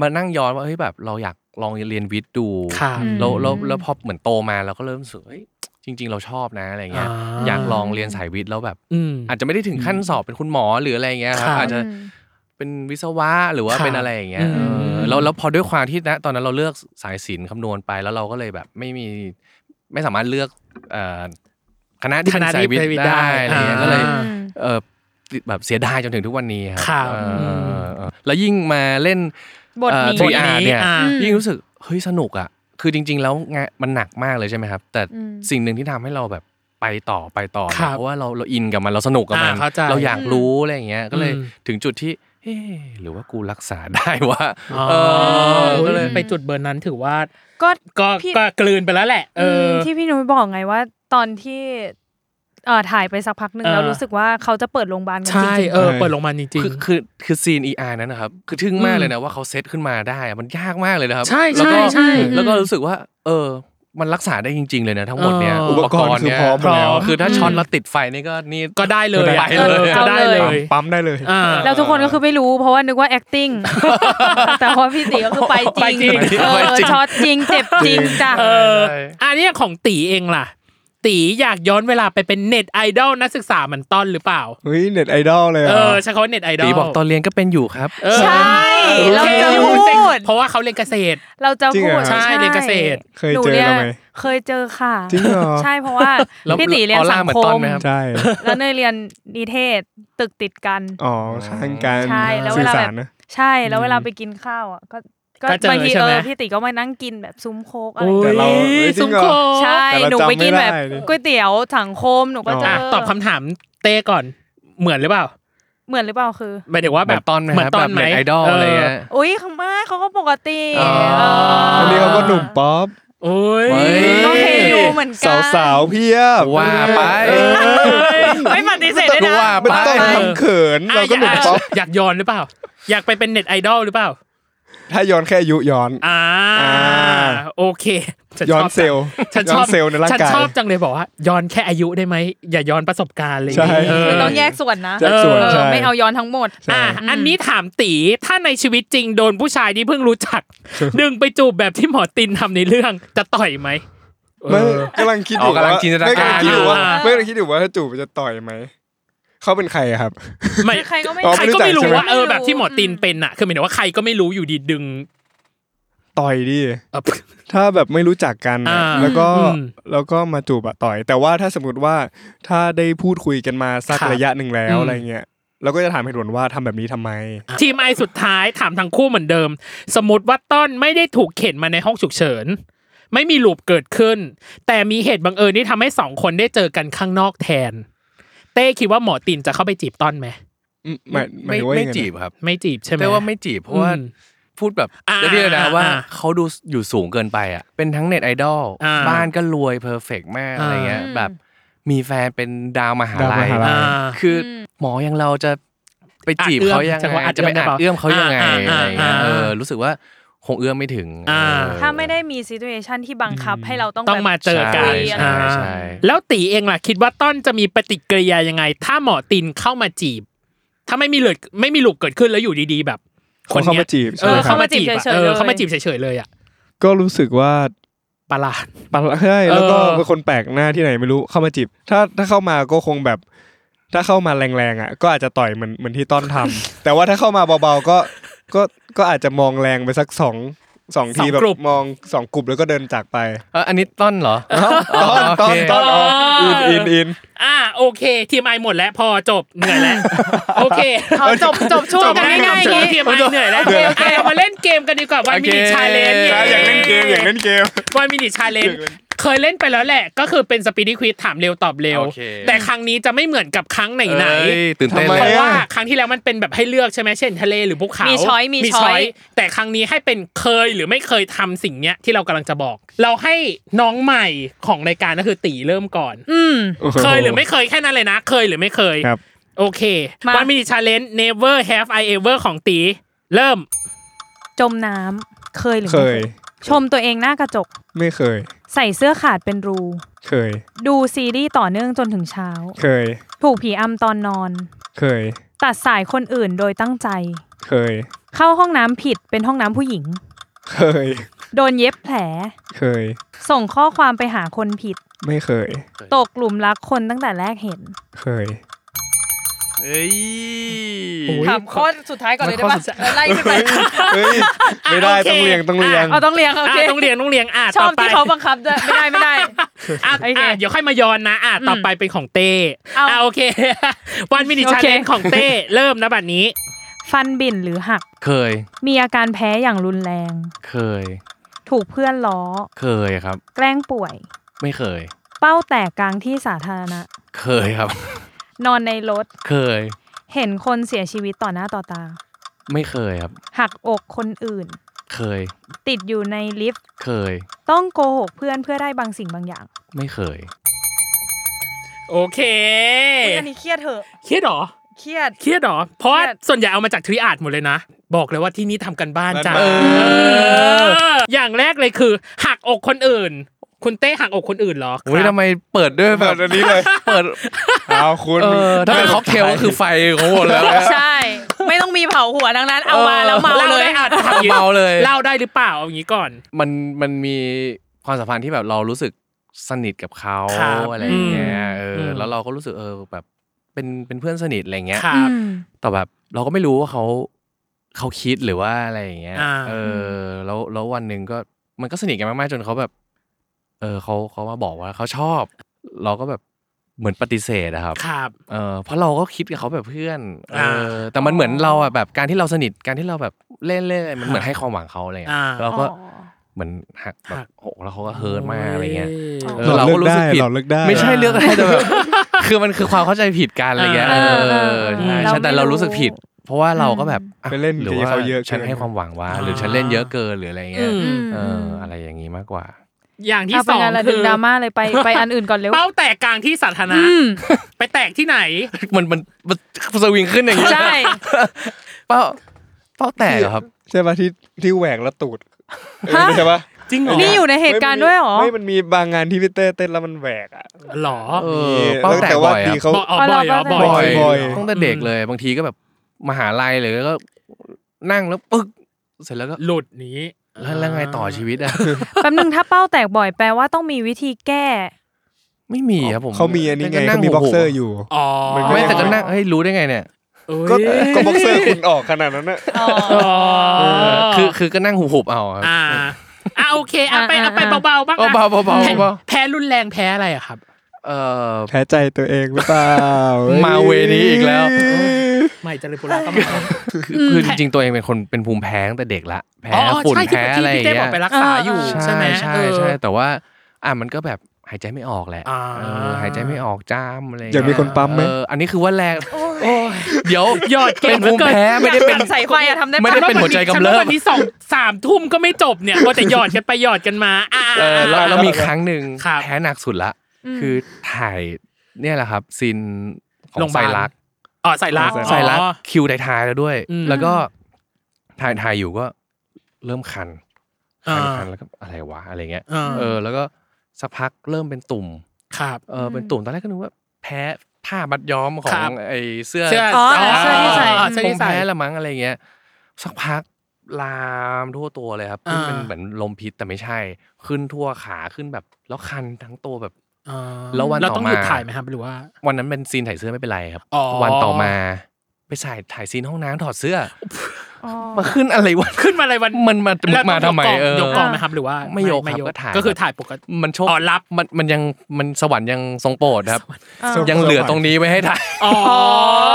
มานั่งย้อนว่าเฮ้ยแบบเราอยากลองเรียนวิทย์ดู ครับ แล้วแล้วแล้วพอเหมือนโตมาเราก็เริ่มรู้สึกเฮ้ยจริง ๆ เราชอบนะอะไรเงี้ย อยากลองเรียนสายวิทย์แล้วแบบ อืม อาจจะไม่ได้ถึงขั้นสอบเป็นคุณหมอหรืออะไรเงี้ยคครัรับ บ อาจจะ อืม เป็นวิศวะหรือคว่ารับ เป็นอะไรอย่างเงี้ย อืม เออ อแล้วแล้วพอด้วยความที่นะตอนนั้นเราเลือกสายศิลป์คำนวณไปแล้วเราก็เลยแบบไม่มีไม่สามารถเลือกเอ่อคณะที่ ค เป็น ณะ สา ที่ ยวิท เป็นวิทย์ ย์ได้อะไรเงี้ย ได้ ก็เลย อ่า เออแบบเสียดายจนถึงทุกวันนี้ค ครั รับ เออเออเออแล้วยิ่งมาเล่น บทนี้ เอ่อ VR เนี่ย อ่า อืม ยิ่งรู้สึกเฮ้ยสนุกอ่ะ คือจริง ๆ แล้วงานมันหนักมากเลยใช่ไหมครับ แต่ อืม สิ่งหนึ่งที่ทำให้เราแบบไปต่อไปต่อ ครั เนี่ย บ เพราะว่าเราเราอินกับมันเราสนุกกับมัน อ่าเข้าใจ เราอยากรู้อะไรอย่างเงี้ย ก็เลย อืม ถึงจุดที่เอ๊ะหรือว่ากูรักษาได้วะ อ๋อ เออ ก็ ก็ เล เลย ย ไปจุดเบอร์นั้นถือว่า ก็ ก็ พี่ ก็กลืนไปแล้วแหละ เออ มที่พี่นุ้ยบอกไงว่าตอนที่เอ่อถ่ายไปสักพักหนึ่ง เออ แล้วรู้สึกว่าเขาจะเปิดโรงพยาบาลกันจ ใช่ ริง เออเปิดลงมาจริง คือคือคือซีน ER นั้นนะครับ คือทึ่งมา อื ก ม เลยนะว่าเขาเซตขึ้นมาได้อะมันยากมากเลยนะครับ ใช่ แล้วก็ ใช่ใช่ แล้วก็รู้สึกว่า เออ มันรักษาได้จริง ๆ เลยนะทั้งหมดเนี่ย เอออุ อุปกรณ์เนี่ย อุปกรณ์คือพร้อมแล้ว คือถ้าช็อตแล้วติดไฟนี่ก็นี่ ๆ ก็ได้เลยอะ ก็ได้เลอยอก็ได้เล ปั๊ม ย ปั๊มได้เลย อ่า แล้วทุกคนก็คือไม่รู้เพราะว่านึกว่า acting แต่พอพี่ตีก็คือไปจ ไปจริ ริ ง งเอ ไป อ จริง ช็อตจริงเจ็บจริงจ้ะ เออ ได้ได้ อันนี้ของตีเองล่ะ ตีอยากย้อนเวลาไปเป็นเน็ตไอดอลนักศึกษาเหมันต้นหรือเปล่า เฮ้ยเน็ตไอดอลเลยเหร เอออใช้คำว่าเน็ตไอดอล ตีบอกตอนเรียนก็เป็นอยู่ครับ เออ ใช่เราจะพูด เพราะว่าเขาเรียนเกษตร เราจะพูด จริงเหรอ ใช่เรียนเกษตร เคย นู เจอ นี่ เราไหม เคยเจอค่ะ จริงเหรอ ใช่เพราะว่า แล้ว พี่ตีเรียน ออร่า สัง เหมือน ค ต้น ม ไหมครับ ใช่ แล้วเนยเรียนนิเทศตึกติดกัน อ๋อข้างกัน ใช่แล้วเว สื่อ ลา สา แบบ รนะ ใช่แล้วเวลาไปกินข้าวอ่ะก็ก็ ก็เจอบ างที ใช่ เอ ไหม อพี่ติก็มานั่งกินแบบซุ้มโคกอะไรอ โอ้ ย่างเงี้ยยแต่เราเอ้ยจริ สุ ง ม เหรอ โค ใช่ แต่เรา หนูไปกินแบบ จำไม่ได้ ก๋วยเตี๋ยวถังโคมหนูก็เจ อ่ะ อ ตอบคำถามเต้ก่อนเหมือนหรือเปล่า เหมือนหรือเปล่าคือ หมายถึงว่า แบ แบบ บ ตอนไหม เห ค มือ รับ นต้นแบบ ไหม เน็ตไอดอลอะไรเงี้ย อุ้ยเขาไม่เขาก็ปกติ อ๋อ เออ อันนี้เขาก็หนุ่มป๊อป โอ้ย เฮ้ย ก็เทยูเหมือนกั สาน วสาวๆเพียบ ว่าไป ไม่ปฏิเสธเลยนะ ว่า ไม่ ไป ต้องทำเขินเราก็หนุ่มป๊อป อยากย้อนหรือเปล่า อยากไปเป็นเน็ตไอดอลหรือเปล่า ถ้าย้อนแค่อายุย้อน อ่า อ่า โอเคฉั ย้อชนบ เซลล์ ฉัน ย้ ช ออนบ เซลล์ในร่าง ฉัน กาย ชอบจังเลยบอกว่าย้อนแค่อายุได้ไหม อย่าย้อนประสบการณ์เลย ใช่ เออ คือต้องแยกส่วนนะ แยกส่วน เออ ใช่ ไม่เอาย้อนทั้งหมด อ่ะอันนี้ถามตีถ้าในชีวิตจริงโดนผู้ชายที่เพิ่งรู้จั ก ดึงไปจูบแบบที่หมอตินทำในเรื่องจะต่อยไหม ไม่กำลังคิดอ อ๋ ยู่ อกำลัง ว่ จินตนา ไม่กำลัง การ คิดอยู่ว่า อ่า ไม่กำลังคิดอยู่ว่าถ้าจูบมันจะต่อยไหมเขาเป็นใครอะครับ ไม่ ใครก็ไม่ อ๋อ ใครก็ไม่รู้ ไม่รู้จักใช่ไหม ว่าเออแบบที่หมอตินเป็นอ่ะ คือหมายถึงว่าใครก็ไม่รู้อยู่ดีดึง ต่อยดิ เออ ถ้าแบบไม่รู้จักกันนะ อ่า แล้วก็ อืม แล้วก็มาจูบอะต่อย แต่ว่าถ้าสมมติว่าถ้าได้พูดคุยกันมาสัก ครับ ระยะหนึ่งแล้ว อืม อะไรเงี้ยเราก็จะถามเหตุผลว่าทำแบบนี้ทำไม ทีมไอสุดท้ายถามทั้งคู่เหมือนเดิม สมมติว่าต้นไม่ได้ถูกเข็นมาในห้องฉุกเฉิน ไม่มีลูปเกิดขึ้น แต่มีเหตุบังเอิญที่ทำให้สองคนได้เจอกันข้างนอกแทน เต้คิดว่าหมอตินจะเข้าไปจีบต้นไหม หมายหมาย ไม่ไม่ถึงว่ายังไงนะ จีบครับ ไม่จีบใช่ไหม แต่ว่าไม่จีบเพราะว่า อืม พูดแบบ อ่า เดี๋ยวนี้เลยนะว่า อ่า เขาดูอยู่สูงเกินไปอ่ะเป็นทั้งเน็ตไอดอล อ่า บ้านก็รวยเพอร์เฟกมาก อ่า อะไรเงี้ยแบบมีแฟนเป็นดาวมหา ดาวม ลัย หาลัย อ่า คือหมออย่างเราจะไปจีบเขายัง อาจเอื้อมใช่ ไง ว่าอาจ จะไปอาจเอื้อมเขายังไง อ่าอ่า อะไรเงี้ย อ่า เออรู้สึกว่าคงเอื้อมไม่ถึง อ่า เออ ถ้าไม่ได้มีซีตูเอชันที่บังคับให้เราต้อง ต้องมา แบบ เจอกัน คุยอะไร อ่า ใช่ใช่ แล้วตีเองล่ะคิดว่าต้นจะมีปฏิกิริยายังไง ถ้าหมอตินเข้ามาจีบ ถ้าไม่มีเลยไม่มีลูปเกิดขึ้นแล้วอยู่ดีๆแบบ คน เขา เนี้ มายจีบ เอ ใช่ไห อ มครั เข้า บ มาจีบอะ เขามาจีบเฉยๆเลยเออเข้ามาจีบเฉยๆเลยอ่ะ ก็รู้สึกว่า ประหลาด ปันใช่แล้วก็ เออ เป็นคนแปลกหน้าที่ไหนไม่รู้เข้ามาจีบ ถ้าถ้าเข้ามาก็คงแบบ ถ้าเข้ามาแรงๆอ่ะ ก็อาจจะต่อยเหมือนเหมือนที่ต้นทำ แต่ว่าถ้าเข้ามาเบาๆก็ก็ก็อาจจะมองแรงไปสักสองสองสทีอง แบบ กลุ่ม มองสองกลุ่มแล้วก็เดินจากไป เอออันนี้ต้น เหรอ ต้น โอ ต้ เคน ต้นอ๋ออินอินอิน อ่าโอเค ทีมไอหมดแล้วพอจบเหนื่อยแล้ว โอเค เอาจบจบช่วงกัน ง่า ง่าย ยๆๆอย่าง ที งี้ มไอเหนื่อยแล้ว โอเคโอเค อ่ะเรามาเล่นเกมกันดีกว่าวันมินิชาเลนจ์ ใช่อยากเล่นเกมอยากเล่นเกม วันมินิชาเลนจ์เคยเล่นไปแล้วแหละ ก็คือเป็นสปีดควิสถามเร็วตอบเร็ว โอเค แต่ครั้งนี้จะไม่เหมือนกับครั้งไหนไหนๆ เอ้ยตื่นเต้น ทำไม เลย เพราะว่า อ่ะ ครั้งที่แล้วมันเป็นแบบให้เลือกใช่ไหมเช่นทะเลหรือภูเขา มี มี choice มี choice แต่ครั้งนี้ให้เป็นเคยหรือไม่เคยทำสิ่งเนี้ยที่เรากำลังจะบอก เราให้น้องใหม่ของรายการก็คือตีเริ่มก่อน อืม เคยหรือไม่เคยแค่นั้นเลยนะ เคยหรือไม่เคย ครับ โอเค มา วันมินิชาเลนจ์ never have I ever ของตี เริ่ม จมน้ำเคยหรือ เค ไม่ ย ชมตัวเองหน้ากระจก ไม่เคย ใส่เสื้อขาดเป็นรู เคย ดูซีรีส์ต่อเนื่องจนถึงเช้า เคย ถูกผีอำตอนนอน เคย ตัดสายคนอื่นโดยตั้งใจ เคย เข้าห้องน้ำผิดเป็นห้องน้ำผู้หญิง เคย โดนเย็บแผล เคย ส่งข้อความไปหาคนผิด ไม่เคย ตกหลุมรักคนตั้งแต่แรกเห็น เคย เอ้ย โอ้ย ถามข้อสุดท้ายก่อนเลยได้ ข้อ ปะ สุดท้าย แล้วไล่ขึ้นไป เฮ้ยไม่ได้ โอเค ต้องเรียงต้องเรียง เอาต้องเรียงโอเค อ่ะต้องเรียนต้องเรียนอ่ะ ช ต่ อบ ไป ที่เขาบังคับด้วยไม่ได้ไม่ได้ อ่ะ โอเค อ่ะเดี๋ยวค่อยมาย้อนนะอ่ะต่อมอไปเป็นของเต้ เอา อ่ะโอเค วันมินิ โอ ชา เค เลนของเต้เริ่มนะบัดนี้ ฟันบิ่นหรือหัก เคย มีอาการแพ้อย่างรุนแรง เคย ถูกเพื่อนล้อ เคยครับ แกล้งป่วย ไม่เคย เป้าแตกกลางที่สาธารณะ เคยครับ นอนในรถ เคย เห็นคนเสียชีวิตต่อหน้าต่อตา ไม่เคยครับ หักอกคนอื่น เคย ติดอยู่ในลิฟต์ เคย ต้องโกหกเพื่อนเพื่อได้บางสิ่งบางอย่าง ไม่เคย โอเค อุ๊ยอันนี้เครียดเถอะ เครียดเหรอ เครียด เครียดเหรอเพราะว่า เครียด ส่วนใหญ่เอามาจากทริอาดหมดเลยนะ บอกเลยว่าที่นี่ทำกันบ้านจ้ะ เอ เอออย่างแรกเลยคือ หักอกคนอื่น คุณเต้หักอกคนอื่นเหรอค อุ้ย รับ ทำไมเปิดด้วยแบบ แบบอันนี้เลย เปิด เอาคุณ เออถ้าเป็นค็อกเทลก็คือไฟของหมดแล้ว ใช่ ไม่ต้องมีเผาหัวดังนั้น เอามา เออ แล้วเมา เล่า เล ได้ ย อ่ะถามอย่างนี้ เมาเลย เล่าได้หรือเปล่าเอาอย่างนี้ก่อน มันมันมีความสัมพันธ์ที่แบบเรารู้สึกสนิทกับเขา ครับ อะไรอย่างเงี้ย อืม เอ อื อ ม แล้วเราก็รู้สึกเออแบบเป็นเป็นเพื่อนสนิทอะไรเงี้ย ครับ อืม แต่แบบเราก็ไม่รู้ว่าเขาเขาคิดหรือว่าอะไรอย่างเงี้ย อ่า เออแล้วแล้ววันหนึ่งก็มันก็สนิทกันมากๆจนเขาแบบ เออเขาเขามาบอกว่าเขาชอบ เราก็แบบเหมือนปฏิเสธอะครับ ครับ เออเพราะเราก็คิดกับเขาแบบเพื่อนเอ อ่า อแต่มันเหมือนเราอ่ะแบบการที่เราสนิทการที่เราแบบเล่นเล่นมันเหมือนให้ความหวังเขาอะไรอย่างเงี้ย อ่า เราก็ อ๋อ เหมือนหักแบ หั บ ก โอ้โหแล้วเขาก็เฮิร์ตมากอะไรเงี้ย โ เอ หอลอด เรา เลืก็อก รู้ ได้ สึกผิด หลอดเลือกได้ ไม่ใช่เลือกได้แต่แบบ คือมันคือความเข้าใจผิดกันอะไรเงี้ยเอ อ่า อ เออ ใช่ เออ ใช่แต่เรารู้สึกผิด เพราะว่าเราก็แบบ ไปเล่น หรือว่า กับเขาเยอะเกิน ฉันให้ความหวังว่าหรือฉันเล่นเยอะเกินหรืออะไร อื เงี้ย ม ม เอออะไรอย่างงี้มากกว่า อย่างที่ เอา ส เป็น อง งานระ คื ดึง อ ดราม่าเลยไปไปอันอื่นก่อนเร็ว เป้าแตกกลางที่สาธารณะ อืม ไปแตกที่ไหน มันมันมันสวิงขึ้นอย่างงี้ ใช่ เป้าเป้าแตกเหรอครับ ใช่ปะที่ที่แหวกแล้วตูดเออใช่ปะ จริงเหรอ นี่อยู่ในเหตุการณ์ด้วยเหรอ ไม่มันมีบางงานที่พี่เต้เต้นแล้วมันแหวกอ่ะ หรอ เออเป้าแตกบ่ว่าอย ดี อะ เขา บ่อยอ๋อบ่อยเหรอบ่ บ่ อ อยย ตั้งแต่เด็กเลยบางทีก็แบบมหาลัยเลยก็นั่งแล้วปึ๊กเสร็จแล้วก็ หลุดหนี้ แล้วแล้วไงต่อชีวิตอะ แป๊บนึงถ้าเป้าแตกบ่อยแปลว่าต้องมีวิธีแก้ ไม่มีครับผม เขามีอันนี้ไง นั่ เขามี โโห บ็อกเซอร์อยู่ อ๋อ ไม่แต่ก็นั่งเฮ้ยรู้ได้ไงเนี่ย เอ้ย ก็ก็บ็อกเซอร์คุณออกขนาดนั้นน่ะ อ๋อ คือคือก็นั่งหุบๆเอาครับ อ่าอ่ะโอเคเอาไปเอาไปเบาๆบ้าง เบา อะ เบาเบาเบา แพ้ เบา แพ้รุนแรงแพ้อะไรอะครับ เออ แพ้ใจตัวเองหรือเปล่า มาเวนี้อีกแล้ว ไม่เจะเลยปุระก็มา คือคือจริงๆตัวเองเป็นคนเป็นภูมิแพ้ตั้งแต่เด็กละแพ้ อ๋ออ๋อ ฝุ่น ใช่ที่ แพ้ เมื่อกี้อะไรอ พี่เต้ย่างเงี้ บอก ย ไปรักษาอยู่ใช่ไหม ใช่ เออ ใช่แต่ว่าอ่ะมันก็แบบหายใจไม่ออกแหละ อ่า เออหายใจไม่ออกจ้ามอะไร อยากมีคนปั๊มไหม เอออันนี้คือว่าแรง โอ้ย เดี๋ยว หยอดเก่ เป็ ง น เหลื ภู อ มิ เกิน แพ้ไม่ได้เป็น ใส่ไฟอะทำได้ ไม่ ปะ ได้เป็นหัวใจกำเริ ฉันว่า บ วันนี้สองสามทุ่มก็ไม่จบเนี่ยว่าแต่หยอดกันไปหยอดกันมาอ่า เออแล้วแล้วมีครั้งหนึ่ง ครับ แพ้หนักสุดละ คือถ่ายเนี่ยแหละครับซีนของ โรงพยา ไซ บาล รัก อ๋อใส่รัก ไซรักคิวท้ายๆแล้วด้วย อืม แล้วก็ถ่ายถ่ายอยู่ก็เริ่มคัน อ๋อ คันคันแล้วก็อะไรวะอะไรเงี้ย เออ เออแล้วก็สักพักเริ่มเป็นตุ่ม ครับ เออเป็นตุ่มตอนแรกก็นึกว่าแพ้ผ้ามัดย้อมขอ ครั ง บ ไอเสื้อ เสื้อ อ๋อเสื้อที่ใส่ อ๋อเสื้อ ค ที่ ง ใส่ แพ้ละมั้งอะไรเงี้ย สักพักลามทั่วตัวเลยครับ อ่า ขึ้นเป็นเหมือนลมพิษแต่ไม่ใช่ ขึ้นทั่วขาขึ้นแบบ แล้วคันทั้งตัวแบบ อ๋อ แล้ววัน เรา ต่อมา ต้องหยุดถ่ายไหมครับหรือว่า วันนั้นเป็นซีนถ่ายเสื้อไม่เป็นไรครับ อ๋อ วันต่อมาไปถ่ายถ่ายซีนห้องน้ำถอดเสื้ออมาขึ้นอะไรวะ ขึ้นมาอะไรวัน มันมา แล้ว มาทำไม ยกกล่ง เออย กกล่องไหมครับหรือว่า ไม่ยกครับก็ถ่าย ก็คือถ่ายปกติ มันโชค อ๋อรับ มันมันยังมันสวรรค์ยังทรงโปรดครับ สวรรค์ ยังเหลือตรงนี้ไว้ให้ถ่าย อ๋อ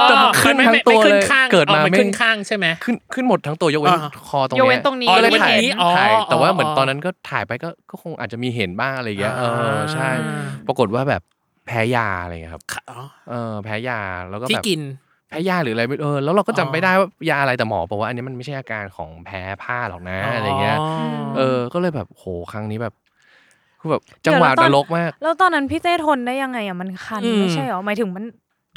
แต่มันขึ้น ไม่ ทั้ง ไม่ ตัว ไม่ขึ้น เลย ข้าง เกิด อ๋อ มาไม่ ขึ้นข้างใช่ไหม ขึ้นขึ้นหมดทั้งตัวยกเว้น อ่า คอตรง ย นี้ กเว้นตรงนี้ อ๋อก็เลยถ่ายยกเว้นตรงนี้อ๋อ ถ่ายแต่ว่า อ๋อ เหมือนตอนนั้นก็ถ่ายไปก็ก็คงอาจจะมีเห็นบ้างอะไรอย่างเงี้ยเออใช่ อ่า ปรากฏว่าแบบแพ้ยาอะไรอย่างเงี้ยครับ อ๋อ เออแพ้ยาแล้วก็ ที่ แบบ กิน แพ้ยาหรืออะไรไม่เออแล้วเราก็จำ อ๋อ ไม่ได้ว่ายาอะไรแต่หมอบอกว่าอันนี้มันไม่ใช่อาการของแพ้ผ้าหรอกนะอะไรเงี้ย เออก็เลยแบบโหครั้งนี้แบบคือแบบจังหวะ เดี๋ยนว ร เรา ก ต้อง มาก แล้วตอนนั้นพี่เต้ทนได้ยังไงอ่ะมันคัน อืม ไม่ใช่เหรอหมายถึงมัน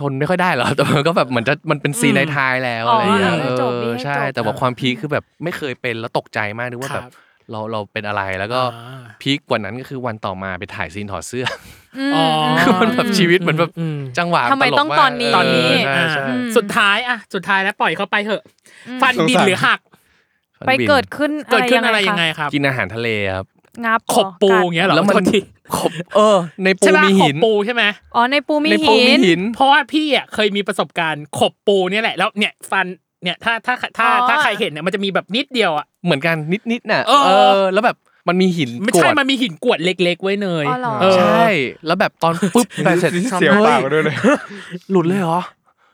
ทนไม่ค่อยได้หรอกแต่ มันก็แบบเหมือนจะมันเป็นซีนในท้ายแล้ว อ๋ออ อะไรอย่างเงี้ย ให้ เอ จบ อ ให้จบ ใช่ แต่ว่าความพีคคือแบบไม่เคยเป็นแล้วตกใจมากนึกว่าแบบ ครับ เราเราเป็นอะไรแล้วก็ อ่า พีคกว่านั้นก็คือวันต่อมาไปถ่ายซีนถอดเสื้อ ม อ๋อ คือมันแบบชีวิตเหมือนแบบ อืม จังหวะ ทำไม ลต้องกาก ตอนนี้ ตอนนี้ เใช่ อ่า ใช่ อืม สุดท้ายอ่ะสุดท้ายแล้วปล่อยเข้าไปเถอะ ฟันบินหรือหัก ฟัน ไป บิ่น เกิดขึ้น เกิดขึ้นอะไร ค ยังไงครับ กินอาหารทะเลครับ งับ ขบปู กัด เงี้ยเหรอ แล้วมัน โทษที ขบเออ ในปู ใช่ปะ มี ข หิ บ น ปูใช่ไหม อ๋อในปูมี ในปู หิ มี น หิน เพราะว่าพี่อ่ะเคยมีประสบการณ์ขบปูเนี่ยแหละแล้วเนี่ยฟันเนี่ยถ้าถ้าถ้า อ๋อ ถ้าใครเห็นเนี่ยมันจะมีแบบนิดเดียวอ่ะ เหมือนกันนิดๆน่ะ เออ เออ แล้วแบบมันมีหิน ไม่ ก ใช่ วด มันมีหินกวดเล็ก ๆ ไว้เนย อ๋อเหรอ เออ ใช่แล้วแบบต อนปุ๊บไปเสร็จ เสียวปากมาด้วยเลย หลุดเลยเหรอ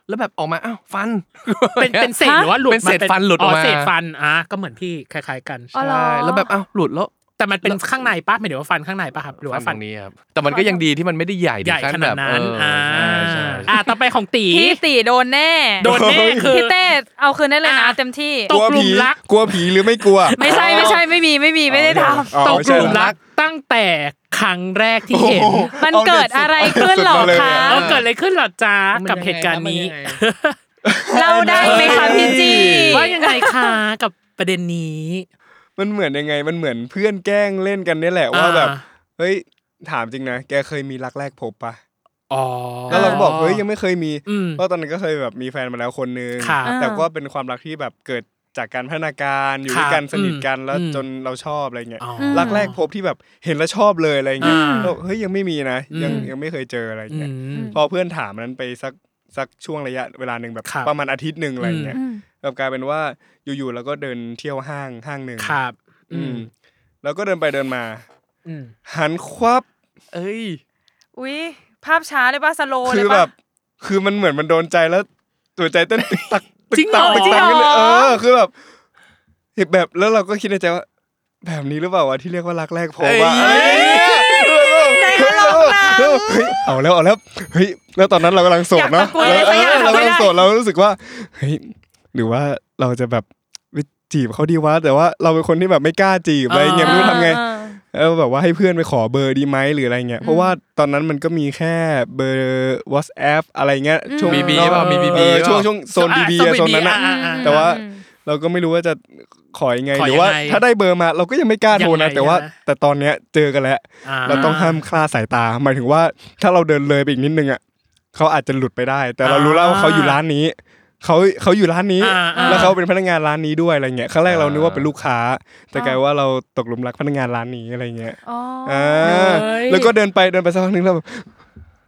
แล้วแบบออกมาอ้าวฟัน เป็นเป็นเศษหรือว่าหลุด เป็นเศษ มา ฟันหลุดออกมา เศษฟันอ่ะก็เหมือนพี่คล้าย ๆ กัน อ๋อเหรอ ใช่แล้วแบบอ้าวหลุดแล้ว แต่มันเป็นข้างในป้าหมายถึงว่าฟันข้างในป้าครับหรือว่า ฟั ฟั น น นี้ครับแต่มันก็ยังดีที่มันไม่ได้ใหญ่ ใหญ่ขนาดนั้น อ่ อ่า ใช่ อ่า ใช่ ต่อไปของตี พี่ตีโดนแน่ โดนแน่คือ พี่เต้ เอาคืนได้เลยนะ อ่ะ เต็มที่ ต ก ก ลัว หลุ ผี มรัก กลัวผีหรือไม่กลัว ไม่ใช่ไม่ใช่ไม่มีไม่มีไม่ได้ท อ๋อ ตก ไม่ ห ใช่ ลุม เหรอ รักตั้งแต่ครั้งแรกที่ โอ้ เห็น โห มัน อา เกิดอะไรขึ้นหรอ สุดมาเลย คะ อะ เออเกิดอะไรขึ้นเหรอจ๊ะกับเหตุการณ์นี้ เล่าได้ไหมคะพี่จี ว่ายังไงคะกับประเด็นนี้ มันเหมือนยังไง มันเหมือนเพื่อนแกล้งเล่นกันเนี่ยแหละว่าแบบ อ่ เฮ้ย ถามจริงนะ แกเคยมีรักแรกพบปะ อ๋อ แล้วเราก็บอก เฮ้ย ยังไม่เคยมี อืม เพราะตอนนั้นก็เคยแบบมีแฟนมาแล้วคนนึง ค่ะ แต่ก็เป็นความรักที่แบบเกิดจากการพัฒนาการอยู่ด้วยกัน ค่ะ สนิทกันแล้ว อืม จนเราชอบอะไรเงี้ย อ๋อ ม รักแรกพบที่แบบเห็นแล้วชอบเลยอะไรเงี้ย อ่า แล้วเฮ้ยยังไม่มีนะ ยัง อืม ยังไม่เคยเจออะไร อื เงี้ย ม พอเพื่อนถามนั้นไปสักสักช่วงระยะเวลาหนึ่งแบบ ครับ ประมาณอาทิตย์หนึ่งอะไรเงี้ย อืม กลับกลายเป็นว่าอยู่ๆเราก็เดินเที่ยวห้างห้างหนึ่ง ครับ อืมแล้วก็เดินไปเดินมา อืม หันควับ เอ้ย ำอุ้ยภาพช้าเลยป่ะสโลว์ คื เล อย แบ ป่ะ บ คือมันเหมือนมันโดนใจแล้วตัวใจเต้นตึกตักตึก จริงเหร ตั อ ตึกจตักริ กั ง น เหร เลย อ เออคือแบบเห็นแบบแล้วเราก็คิดในใจว่า แบบนี้หรือเปล่าวะที่เรียกว่ารักแรกพบว่า เอ้ย ใจอารมณ์หลัง เฮ้ยเอาแล้วเอาแล้วเฮ้ยแล้วตอนนั้นเรากำลังโสดเนาะ อยากตะโกนอะไรสักอย่าง เออเรากำลัง ไม่ได้ โสดเรารู้สึกว่าเฮ้ยหรือว่าเราจะแบบไปจีบเขาดีวะแต่ว่าเราเป็นคนที่แบบไม่กล้าจีบอะไรเงี้ยไม่รู้ทำไง เออ เออแบบว่าให้เพื่อนไปขอเบอร์ดีไหมหรืออะไรเงี้ยเพราะว่าตอนนั้นมันก็มีแค่เบอร์ WhatsApp อะไรเงี้ยช่วง บีบี เนอะ เปล่ามีบี เอ บี อ เปล่า ช่วงช่วงโซนบีบี อ่ะ โซนนั้นอะ อ่ะอ่ะ แต่ว่า เราก็ไม่รู้ว่าจะขอยังไง ขอยังไง หรือว่าถ้าได้เบอร์มาเราก็ยังไม่กล้าโทรนะ ยังไง แต่ว่า ใช่ไหม แต่ตอนเนี้ยเจอกันแล้ว เราต้องห้ามคลาดสายตาหมายถึงว่าถ้าเราเดินเลยไปอีกนิดนึงอ่ะเขาอาจจะหลุดไปได้ แต่เรารู้แล้วว่าเขาอยู่ร้านนี้เขาเขาอยู่ร้านนี้ อ่าอ่า แล้วเขาเป็นพนักงานร้านนี้ด้วยอะไรเงี้ยครั้งแรกเรานึกว่าเป็นลูกค้า แต่ อ่าก กลายว่าเราตกหลุมรักพนักงานร้านนี้อะไรเงี้ย อ๋ออ อ่า เฮ้ย แล้วก็เดินไปเดินไปสักพักหนึงแล้วแบบ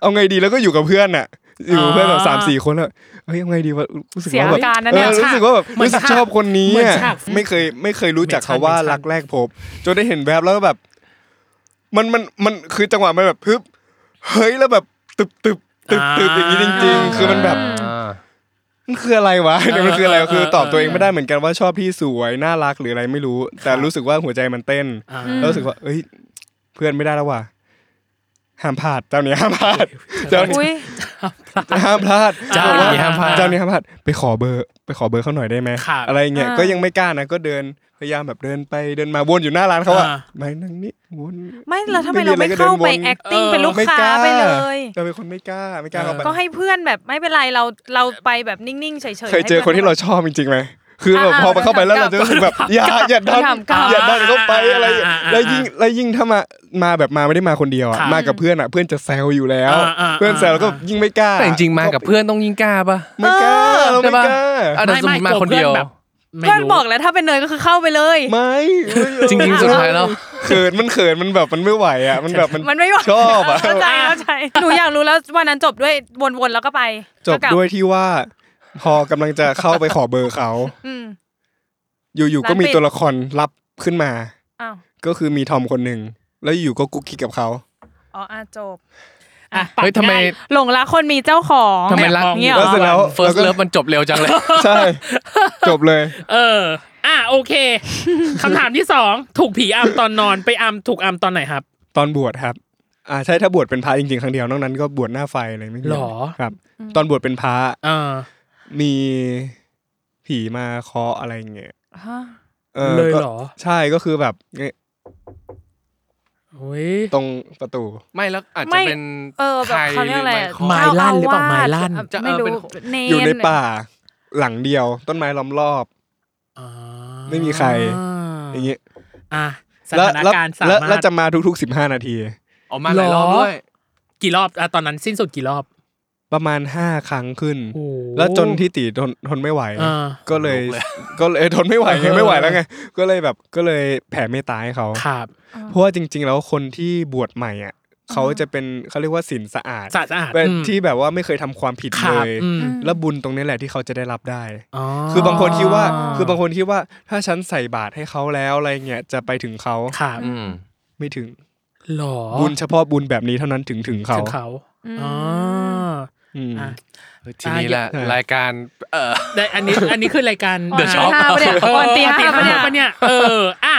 เอาไงดีแล้วก็อยู่กับเพื่อนอ่ะ อยู่กับเพื่อนแบบ อ่า สามสี่คนแล้วเฮ้ยเอาไงดีวะรู้สึก เสีย ว่าแบบ อาการนะ เอ เนี่ย อรู้สึกว่าแบบ เหมือน รู้สึกชอบคนนี้ เหมือน อะ ฉาก ไม่เคยไม่เคยรู้จักเขา เหมือน ว่า ฉาก รักแรกพบจนได้เห็นแวบแล้วก็แบบ มันมันมันคือจังหวะมันแบบฮึบเฮ้ยแล้วแบบตึบตึบตึบตึบอย่างนี้จริง ๆ คือมันแบบ อ่า มันคืออะไรวะเนี่ยมันคืออะไรวะคือตอบ เออ ตัวเองไม่ได้เหมือนกันว่าชอบที่สวยน่ารักหรืออะไรไม่รู้ แต่รู้สึกว่าหัวใจมันเต้น อ่า แล้วรู้สึกว่าเอ้ย เพื่อนไม่ได้แล้วว่ะ ห้ามพลาด เจ้านี้ห้ามพลาด เจ้านี้ อุ้ย ห้ามพลาด เจ้า บอกว่ นี้ห้ามพลาด เจ้านี้ห้ามพลาด ไปขอเบอร์ ไปขอเบอร์เขาหน่อยได้ไหม ครับ อะไรเงี้ย อ่า ก็ยังไม่กล้านะ ก็เดิน พยายามแบบเดินไปเดินมาวนอยู่หน้าร้านเขาอะ อ่า มานั่งนี่วน ไม่แล้วทำไมเราไม่ ไม่มีอะไรก็เดิน เข้าไป วน acting เออ เป็นลูก ไม่ ค้าไปเลย เราเป็นคนไม่กล้า ไม่กล้าเข้าไป ก็ให้เพื่อนแบบไม่เป็นไรเราเราไปแบบนิ่งๆเฉยๆ เคยเจอคนที่เราชอบจริงๆไหม คือแบบ า พอไปเข้าไปแล้วเราจะรู้สึกแบบ อย่าอย่าดัน ถามกลับ อย่าดันเข้าไปอะไร อ่าอ่าอ่า แล้วยิ่งแล้วยิ่งถ้ามามาแบบมาไม่ได้มาคนเดียวอะ ครับ มากับเพื่อนอะเพื่อนจะแซวอยู่แล้ว อ่าอ่า เพื่อนแซวแล้วก็ อ่า ยิ่งไม่กล้า แต่จริงๆมากับเพื่อนต้องยิ่งกล้าป่ะ ไม่กล้าเราไม่กล้า อ่ะแต่สมมติมาคนเดียว กลัพื่อแบบไม่ เพื่อน รู้ บอกแล้วถ้าเป็นเนยก็คือเข้าไปเลย ไม่ จริงๆสุดท้ายแล้ว เขินมันเขินมันแบบมันไม่ไหวอะมันแบบมัน มันไม่ไหว ชอบอะ เข้าใจเข้าใจ หนูอยากรู้แล้ววันนั้นจบด้วยวนๆแล้วก็ไป จบด้วยที่ว่า พอกำลังจะเข้าไปขอเบอร์เขา อืม อยู่ๆก็ ร้านปิ มี ด ตัวละครรับขึ้นมา อ้าว ก็คือมีทอมคนหนึ่งแล้วอยู่ๆก็กุ๊กกิ๊กกับเขา อ๋ออ่ะจบ อ่ะ เฮ้ยทำไม หลงรักคนมีเจ้าของ ทำไมรัก เงี้ยเหร แล้ว อ เสร็จแล้ว เฟิร์สเลิฟมันจบเร็วจังเลย ใช่ จบเลย เออ อ่ะโอเค คำถามที่สองถูกผีอำตอนนอนไปอำถูกอำตอนไหนครับ ตอนบวชครับ อ่าใช่ถ้าบวชเป็นพระจริงๆครั้งเดียวนอกนั้นก็บวชหน้าไฟอะไรไม่มี หรอ ครับ ตอนบวชเป็นพระ เออ มีผีมาเคาะอะไรอย่างเงี้ย ฮะ ออ เลย ก็ เหรอ ใช่ก็คือแบบเนี่ย โอ้ย ตรงประตู ไม่แล้วอาจจะเป็น เออแบบ ไทย เขาเรียกอะไร ห ไม้ ม่ ลั่นหรือเปล่าไม้ลั่น เจ้าอาวาสไม่รู้เนร อยู่ในป่าหลังเดียวต้นไม้ล้อมรอบ อ่า ไม่มีใคร อย่างเงี้ย อ่ะส แล้ว ถาน แล้ว การณ์สา แล้ว มาร แล้ว ถ จะมาทุกๆ 15 นาที ออกมาหลายรอหบรอ ด้วย กี่รอบอ่ะตอนนั้นสิ้นสุดกี่รอบ ประมาณห้าครั้งขึ้น โอ้ แล้วจนที่ตีทนทนไม่ไหว อ่า ก็เลย ลุกเลย ก็เลย ทนไม่ไหวไง เออ ไม่ไหวแล้วไงก็เลยแบบก็เลยแผ่เมตตาให้เขา ครับ เพราะว่าจริง ๆ แล้วคนที่บวชใหม่อ่ะเขาจะเป็นเขาเรียกว่าศีลสะอาด สะอาด เป็น อืม ที่แบบว่าไม่เคยทำความผิด ค เล รับ ย อืม แล้วบุญตรงนี้แหละที่เขาจะได้รับได้ อ๋อ คือบางคนคิดว่า อ๋อ คือบางคนคิดว่า ถ้าฉันใส่บาตรให้เขาแล้วอะไรเงี้ยจะไปถึงเขา ครับ อืม ไม่ถึง หรอ บุญเฉพาะบุญแบบนี้เท่านั้นถึงถึงเขา ถึงเขาอ๋อ อืม อ่ะ ทีนี้ละ อ่ะ รายการ เออ ได้อันนี้อันนี้คือรายการ The า Shop ห้าปะเนี่ย เออ วันตีห้าปะ ตี เนี่ย ปะเนี่ยเอออ่ะ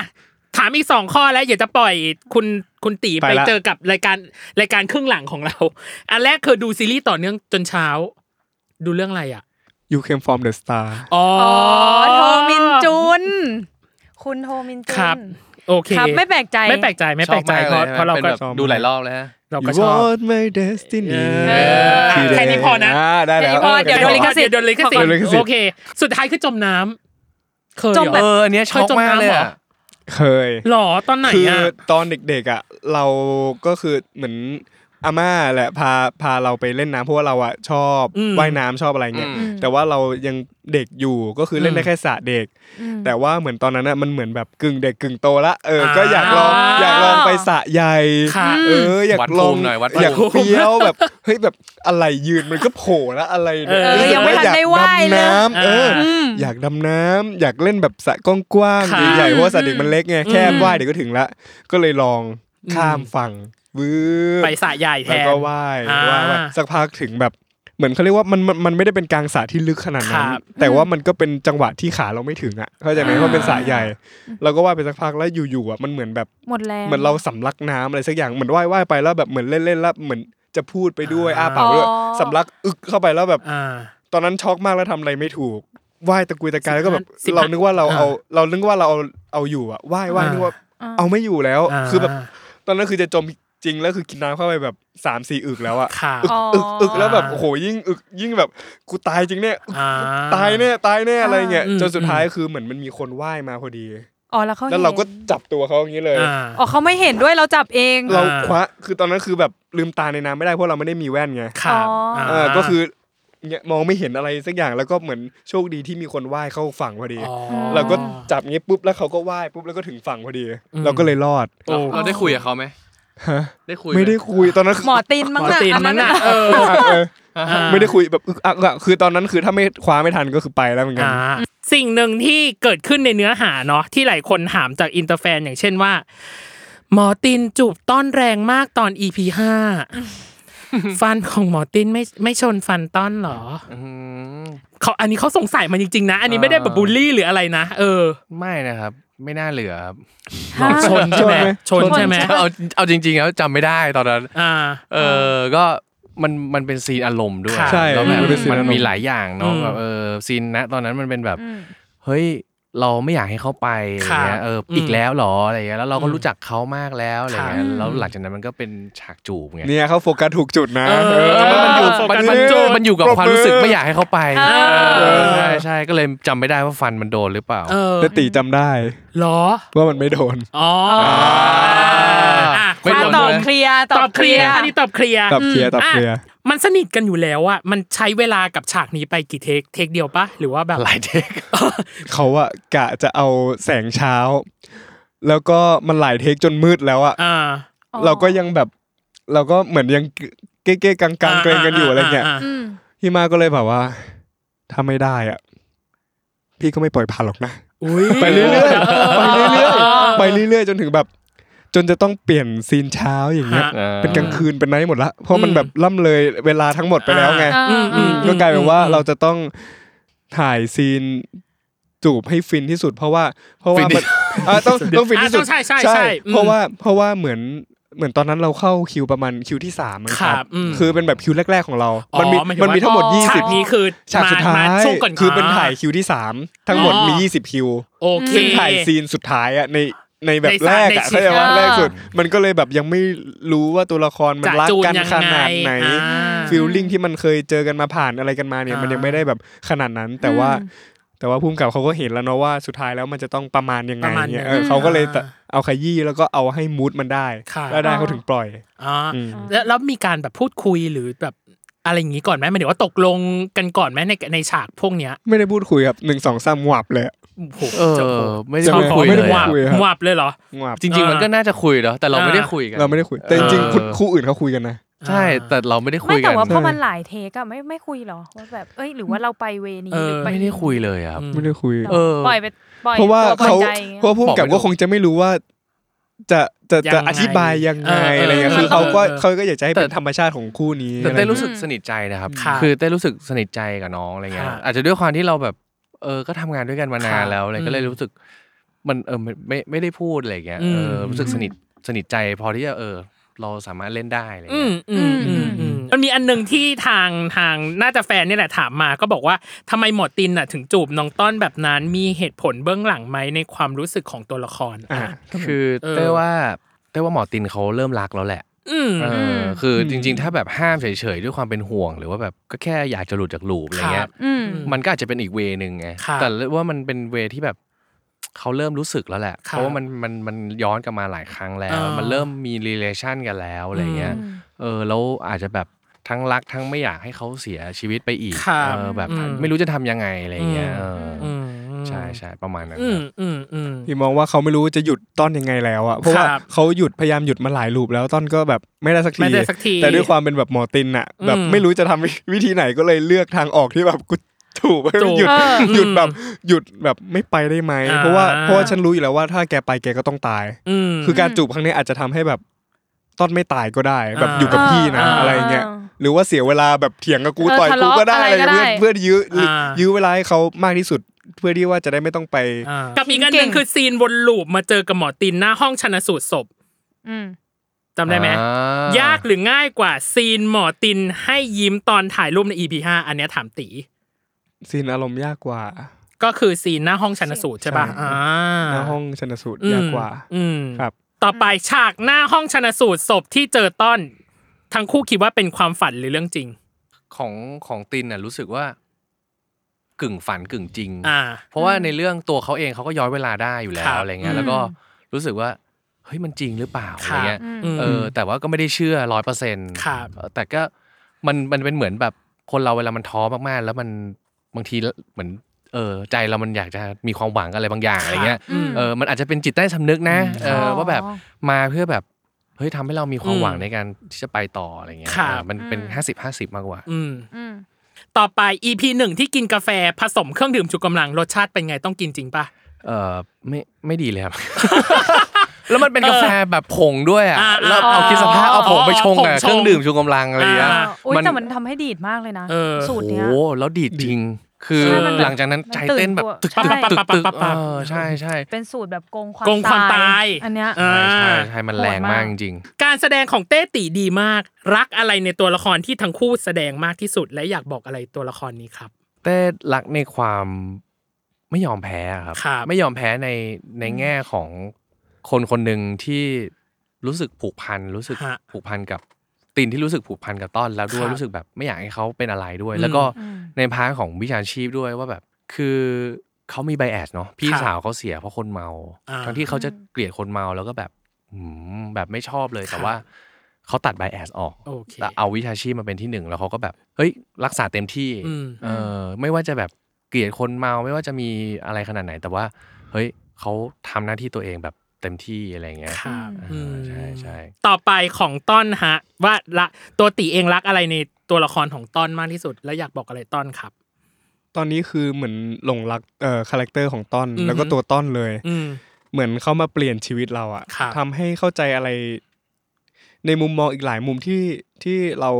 ถามอีกสองข้อแล้วอย่าจะปล่อยคุณคุณตี ไป ไป ละ เจอกับรายการรายการครึ่งหลังของเรา อันแรกคือดูซีรีส์ต่อเนื่องจนเช้า ดูเรื่องอะไรอ่ะ You came from the star อ๋อ อ๋อโทมินจุน คุณโทมินจุน ครับ โอเค ครับไม่แปลกใจ ไม่แปลกใจไม่แปลกใจ ชอบ เพราะเพมราะเรา ป็น ก็ แบบดูหลายรอบแล้วฮะ เราก็ You ชอบ was my destiny เออ ที่ แค่นี้พอนะ าได้แล้แค่วนี้พอเดี๋ยวโดนลิขสิทธิ์ เดี๋ยวโดนลิขสิท โดนลิขสิทธิ์ ธิ์โอเค สุดท้ายคือจมน้ำเคยเหรอ จมแบบ เอออันเนี้ยช็อกมากเลยอะ เคย หรอตอนไหน คือ อ่ะ ตอนเด็กๆอ่ะเราก็คือเหมือนอาม่าแหละพาพาเราไปเล่นน้ำเพราะว่าเราอ่ะชอบ อืม ว่ายน้ำชอบอะไรเงี้ย อืม แต่ว่าเรายังเด็กอยู่ก็คือเล่นได้ อืม แค่สระเด็ก แต่ว่าเหมือนตอนนั้นอ่ะมันเหมือนแบบกึ่งเด็กกึ่งโตละเออก็อยากลอง อ่า อยากลองไปสระใหญ่ ค่ะ เอออยา วั ก ด ล ภู อง มิหน่อยวัดภูมิ อยากเฟี้ยวแบบเฮ้ยแบบอะไรยืนมันก็โผล่ละอะไรนี่ เออ รู้สึก ยังไม่ทันได้ว่ายเลย อากดำน้ำเอออ า อยากดำน้ำอยากเล่นแบบสระกว้าง ค่ะ ๆใหญ่ๆเพราะว่าสระเด็กมันเล็กไงแค่ อืม ว่ายเดี๋ยวก็ถึงละ ก็เลยลอง อืม ข้ามฝั่งวืบ ไปสระใหญ่แท แล้ว น ก็ว่าย อ่า ว่ายว่ายสักพักถึงแบบเหมือนเขาเรียกว่ามันมันมันไม่ได้เป็นกลางสระที่ลึกขนาดนั้ คน รับ แต่ว่ามันก็เป็นจังหวะที่ขาเราไม่ถึงอ่ะเข้าใจไหม อ่า เพราะเป็นสระใหญ่เราก็ว่ายไปสักพักแล้วอยู่ๆอ่ะมันเหมือนแบบ หมดแรง เหมือนเราสำลักน้ำอะไรสักอย่างเหมือนว่ายว่ายไปแล้วแบบเหมือนเล่นๆแล้วเหมือนจะพูดไปด้วยอ้าปากไปด้วย อ๋อ สำลักอึกเข้าไปแล้วแบบ อ่า ตอนนั้นช็อกมากแล้วทำอะไรไม่ถูกไหว้ตะกุยตะกายแล้วก็แบบ สิบห้า เรานึกว่าเรา อ่า เอาเรานึกว่าเราเอาเอาอยู่อะไหว้ไหว้ อ่านึ นึกว่าเอาไม่อยู่แล้ว อ่า คือแบบตอนนั้นคือจะจมจริงแล้วคือกินน้ำเข้าไปแบบสามสี่อึกแล้วอะ ครับ อึก อ๋ออึ อึกอึกแล้วแบบโอ้โหยิ่งอึกยิ่งแบบกูตายจริงเนี่ย อ่า ตายแน่ตายแน่อะไรเงี้ย อืม จนสุดท้ายคือเหมือนมันมีคนไหว้มาพอดี อ๋อแล้วเขา แล้วเราก็จับตัวเขาอย่างนี้เลย อ่า อ๋อเขาไม่เห็นด้วยเราจับเอง เรา อ่า คว้าคือตอนนั้นคือแบบลืมตาในน้ำไม่ได้เพราะเราไม่ได้มีแว่นไง ครับ อ๋ออ่ เออก็คือเนี่ยมองไม่เห็นอะไรสักอย่างแล้วก็เหมือนโชคดีที่มีคนว่ายเข้าฝั่งพอดี อ๋อ เราก็จับงี้ปุ๊บแล้วเขาก็ว่ายปุ๊บแล้วก็ถึงฝั่งพอดี อืม เราก็เลยรอด เราเราได้คุยกับเขาไหม ฮะ ได้คุย ไม่ได้คุยตอนนั้นคือ หมอตีนมั้ง หมอ น่ะ ตีน อั มั้งน่ะเออ เออ อ่า ไม่ได้คุยแบบอึกอักอะคือตอนนั้นคือถ้าไม่คว้าไม่ทันก็คือไปแล้วเหมือนกัน อ่าสิ่งหนึ่งที่เกิดขึ้นในเนื้อหาเนาะที่หลายคนถามจากอินเตอร์แฟนอย่างเช่นว่า หมอตินจูบต้อนแรงมากตอน EP ห้าฟันของหมอตินไม่ไม่ชนฟันต้อนเหรอ อืม เขาอันนี้เขาสงสัยมาจริงๆนะ อันนี้ อ่า ไม่ได้แบบบูลลี่หรืออะไรนะเออ ไม่นะครับ ไม่น่าเหลือครับ หลอกชนใช่ไหมช ช น น ใช่ไหม เอาเอาจริงๆแล้วจำไม่ได้ตอนนั้น อ่า เออก็มันมันเป็นซีนอารมณ์ด้วย ค่ะ ใช่ แล้วแบบ มันเป็นซีน มัน อารมณ์ มีหลายอย่างเนาะ อืม แบบเออซีนนะตอนนั้นมันเป็นแบบ อืม เฮ้ยเราไม่อยากให้เขาไปอะไร ค่ะ เงี้ยเอออ ม อีกแล้วเหรออะไรเงี้ยแล้วเราก็ อืม รู้จักเขามากแล้วอะไรเงี้ย ค่ะ แล้วหลังจากนั้นมันก็เป็นฉากจูบไง เนี่ยเขาโฟกัสถูกจุดนะ เออ เออ มันอยู่ โฟกั มั ส น มันจูบ มันอยู่กับ ปบ ความรู้สึกไม่อยากให้เขาไป เออ เออใช่ใช่ก็เลยจำไม่ได้ว่าฟันมันโดนหรือเปล่า เออ แต่ตีจำได้ เหรอ ว่ามันไม่โดน อ๋ออ่ะ ไม่ อ่ะตโดนอบ เลย เคลียร์ ตอบเคลียร์อันนี้ตอบเคลียร์ ตับเคลียร์ตับ อ่ะ เคลียร์ มันสนิทกันอยู่แล้วอะมันใช้เวลากับฉากนี้ไปกี่เทค เทคเดียวปะ หรือว่าแบบ หลายเทค เขาอะกะจะเอาแสงเช้า แล้วก็มันหลายเทคจนมืดแล้วอะ อ่า อ๋อ เราก็ยังแบบเราก็เหมือนยังเก้ๆกังๆเกรงกันอยู่อะไรเงี้ย อืม พี่มาก็เลยแบบว่าถ้าไม่ได้อ่ะ พี่ก็ไม่ปล่อยผ่านหรอกนะ อุ้ย ไปเรื่อยๆ ไปเรื่อยๆไป เรื่อย เรื่อยๆจนถึงแบบ จนจะต้องเปลี่ยนซีนเช้าอย่างเงี้ย ฮะ เป็นกลางคืนเป็นไนท์หมดละเพราะมันแบบล่ำเลยเวลาทั้งหมดไปแล้วไง อ่า อืมอืม ก็กลายเป็นว่าเราจะต้องถ่ายซีนจูบให้ฟินที่สุด เพราะว่า เพราะว่ามันอ่ะต้องต้องฟินที่สุด อ่ะต้องใช่ใช่ใช่อืม เพราะว่าเพราะว่าเหมือนเหมือนตอนนั้นเราเข้าคิวประมาณคิวที่สามมั้งครับ ครับอืม คือเป็นแบบคิวแรก ๆของเรา อ๋อ มัมี หมายถึง มันมี ว่า ทั้งหมด ฉากนี้ 20 คือ ฉากสุดท้ามย ช่วงก่อน คือเป็นถ่าย า คิวที่สามทั้งหมด อ๋อ มี 20 คิว โอเค ซึ่งถ่ายซีนสุดท้ายอะในในแบบ ใน แร สามในกอะ ซีน เขาใจว่าแรกสุด มันก็เลยแบบยังไม่รู้ว่าตัวละครมัน จะ รัก จูน กัน ยัง ข ไง นาดไหน อ่า ฟิลลิ่งที่มันเคยเจอกันมาผ่านอะไรกันมาเนี่ย อ่ามั มันยังไม่ได้แบบขนาดนั้น แต่ว่า แต่ว่าภูมิกับเขาก็เห็นแล้วเนาะว่าสุดท้ายแล้วมันจะต้องประมาณยัง ป ไง ระมาณ เนี่ย ยังไง เออเขาก็เลยตะเอาขยี้แล้วก็เอาให้มูดมันได้ ค่ะ แล้วได้เขาถึงปล่อย อ่า อืม แล้วแล้วมีการแบบพูดคุยหรือแบบ อะไรอย่างงี้ก่อนไหมหมายถึงว่าตกลงกันก่อนไหมในในฉากพวกเนี้ย ไม่ได้พูดคุยครับหนึ่งสองสามหวับเลยอะ โอ้โห เออ จะโห ไม่ได้ ชอบ คุย ไม่ เล ได้ ย หวา อะ บ คุยครับ หวาบเลยเหรอ หวับ จริง ๆ มันก็น่าจะคุยเนาะแต่เราไม่ได้คุยกัน เราไม่ได้คุย แต่จริงๆคน เออ คู่อื่นเขาคุยกันนะ ใช่แต่เราไม่ได้คุ ไม่ ยกั แต่ น ว่าพอมันหลายเทกอะไม่ไม่คุยหรอว่าแบบเอ้ยหรือว่าเราไปเวนี้ เอหอรือป ไม่ได้คุยเลยอะครับ อืม ไม่ได้คุย เออ ปล่อยไปปล่อย เพราะว่า ตัวปล่อย เขา ใจอย่างงี้ย เพราะพุ่มกับก็คงจะไม่รู้ว่า จะจะ ยัง จะ ไง อธิบายยังไง เอออ อะไรเงี้ย เออ คือเขาก็ เออ เขาก็อยากจะให้เป็น แต่ ธรรมชาติของคู่นี้ แต่ อะไร เต้ เงี้ ย ย รู้สึกสนิทใจนะครับ ค่ะ คือเต้ยรู้สึกสนิทใจกับน้องอะไรเงี้ย ค่ะ อาจจะด้วยความที่เราแบบ เออ ก็ทำงานด้วยกันมานา ค่ะ นแล้วอะไร อืม ก็เลยรู้สึก มันเออไม่ไม่ไม่ได้พูดอะไรเงี้ย อืม เออ รู้สึกสนิทสนิทใจพอที่จะเออ เราสามารถเล่นได้อะไร อื เมงี้ย อืมอืมอืมมันมีอันหนึ่งที่ทางทางน่าจะแฟนนี่แหละถามมา ก็บอกว่าทำไมหมอตินน่ะถึงจูบน้องต้อนแบบนั้นมีเหตุผลเบื้องหลังไหมในความรู้สึกของตัวละคร อ่า คือ เออ เต้ยว่าเต้ยว่าหมอตินเขาเริ่มรักแล้วแหละ อืม เออคืออ ม จริง ๆ ถ้าแบบห้ามเฉยๆด้วยความเป็นห่วง หรือว่าแบบก็แค่อยากจะหลุดจากลูปอะไรเงี้ ครั ย บ อืม มันก็อาจจะเป็นอีกเวนึงไง ครับ แต่ว่ามันเป็นเวที่แบบเขาเริ่มรู้สึกแล้วแหละ ครับเพราะว่ามันมันมันย้อนกลับมาหลายครั้งแล้ว อ่ามั มันเริ่มมี relation กันแล้วอะไรเงี้ย อืม เออแล้วอาจจะแบบทั้งรักทั้งไม่อยากให้เขาเสียชีวิตไปอีก ครับ เออแบบ อืม ไม่รู้จะทำยังไงอะไรเงี้ยเอออ อืม ใช่ใช่ประมาณนั้น อืมอืมอืม พี่มองว่าเขาไม่รู้จะหยุดต้นยังไงแล้วอะเพราะว่า ครับ เขาหยุดพยายามหยุดมาหลายรูปแล้วต้นก็แบบไม่ได้สักที ไม่ได้สักที แต่ด้วยความเป็นแบบหมอตินอะ อืม แบบไม่รู้จะทำวิธีไหนก็เลยเลือกทางออกที่แบบกูถูก จูบ หยุด เออ หยุดแบบหยุดแบบไม่ไปได้ไหม อ่า เพราะว่าเพราะว่าฉันรู้อยู่แล้วว่าถ้าแกไปแกก็ต้องตาย อืม คือการจูบครั้งนี้อาจจะทำให้แบบต้นไม่ตายก็ได้ แบบ อ่า อยู่กับพี่นะ อ่า อะไรเงี้ยหรือว่าเสียเวลาแบบเถียงกับกู เออ ต่อยทะกูเลาะ ก็ได้ อะ อะไร ไร ก็ได้ เงี้ยเพื่อเพื่อยื้ออา ยื้อเวลาให้เขามากที่สุด เพื่อที่ว่าจะได้ไม่ต้องไป อ่ากับอีกอันหนึ่งคือซีนวนลูปมาเจอกับหมอตินหน้าห้องชนสูตรศพ อืม จำได้ไหม อ่ ยากหรือง่ายกว่าซีนหมอตินให้ยิ้มตอนถ่ายรูปใน EP 5อันเนี้ยถามตี ซีนอารมณ์ยากกว่า ก็คือซีนหน้าห้องชันสูตรใช่ป่ะ ใช่ อ่า หน้าห้องชนสูตรยากกว่า อืม ครับ ต่อไปฉากหน้าห้องชันสูตรศพที่เจอต้อน ทั้งคู่คิดว่าเป็นความฝันหรือเรื่องจริง ของของตินน่ะรู้สึกว่ากึ่งฝันกึ่งจริง อ่า เพราะว่าในเรื่องตัวเขาเองเขาก็ย้อนเวลาได้อยู่แล้ ครั ว บ อะไรเงี้ยแล้วก็รู้สึกว่าเฮ้ยมันจริงหรือเปล่า ค อะ รั ไร บ เงี้ย อืม เออแต่ว่าก็ไม่ได้เชื่อร้อยเปอร์เซ็นต์ ครับ แต่ก็มันมันเป็นเหมือนแบบคนเราเวลามันท้อมากๆ แล้วมันบางทีเหมือนเออใจเรามันอยากจะมีความหวังอะไรบางอย่างอะไรเงี้ย อืม เออมันอาจจะเป็นจิตใต้สำนึกนะเออว่าแบบ อ๋อ มาเพื่อแบบเฮ้ยทำให้เรามีความ อืม หวังในการที่จะไปต่ออะไรเงี้ย ครับ เออมันเป็นห้าสิบห้าสิบมากกว่า อืม อืม ต่อไป EP หนึ่งที่กินกาแฟผสมเครื่องดื่มชูกำลังรสชาติเป็นไงต้องกินจริงป่ะ เออไม่ไม่ดีเลย ครับ แล้วมันเป็นกาแฟแบบผงด้วยอ่ะ อ่าอ่า แล้วเอาคิดสภาพเอาผงไปชง ผง อ่ะ ชง เครื่องดื่มชูกำลังอะไรอย่างเงี้ย อ่า โอ้ย มัน แต่มันทำให้ดีดมากเลยนะ เออ สูตร โอ้โห เนี้ย แล้วดีดจริง คือ ใช่มันแบบ หลังจากนั้นใจเต้นแบบ มันตื่ ตึ น ก ตัว ตึกตึกตึก ปั๊บปั๊บปั๊บปั๊บปั๊บ เออใช่ใช่ เป็นสูตรแบบโกงความ โกงความตาย อันเนี้ย ใช อ่า ใช่ใช่มันแรงมากจริง การแสดงของเต้ตีดีมาก รักอะไรในตัวละครที่ทั้งคู่แสดงมากที่สุด และอยากบอกอะไรตัวละครนี้ครับ ๆ เต้รักในความไม่ยอมแพ้อะครับ ครับ ไม่ยอมแพ้ในในแง่ของคนคนหนึ่งที่รู้สึกผูกพันรู้สึก ฮะ ผูกพันกับตินที่รู้สึกผูกพันกับต้อนแล้วด้ควย รับ รู้สึกแบบไม่อยากให้เขาเป็นอะไรด้วย อืม แล้วก็ อืม ในพาร์ทของวิชาชีพด้วยว่าแบบคือเขามีไบแอสเนาะพี่ ครับ สาวเขาเสียเพราะคนเมา อ่า ทั้งที่เขาจะเกลียดคนเมาแล้วก็แบบอืมแบบไม่ชอบเลย ค แต่ รับ ว่าเขาตัดไบแอสออก โอเค แต่เอาวิชาชีพมาเป็นที่หนึ่งแล้วเขาก็แบบเฮ้ยรักษาเต็มที่ อืม เออไม่ว่าจะแบบเกลียดคนเมาไม่ว่าจะมีอะไรขนาดไหน แต่ว่าเฮ้ยเขาทำหน้าที่ตัวเองแบบเต็มที่อะไรอย่างเงี้ย ครับ อ่าใช่ใช่ ต่อไปของต้อนฮะ ว่าละตัวตีเองรักอะไรในตัวละครของต้อนมากที่สุด และอยากบอกอะไรต้อนครับ ตอนนี้คือเหมือนหลงรักเอ่อคาแรคเตอร์ของต้น อือฮึ แล้วก็ตัวต้นเลย อืม เหมือนเขามาเปลี่ยนชีวิตเราอะ ครับ ทำให้เข้าใจอะไร ในมุมมองอีกหลายมุมที่ที่เรา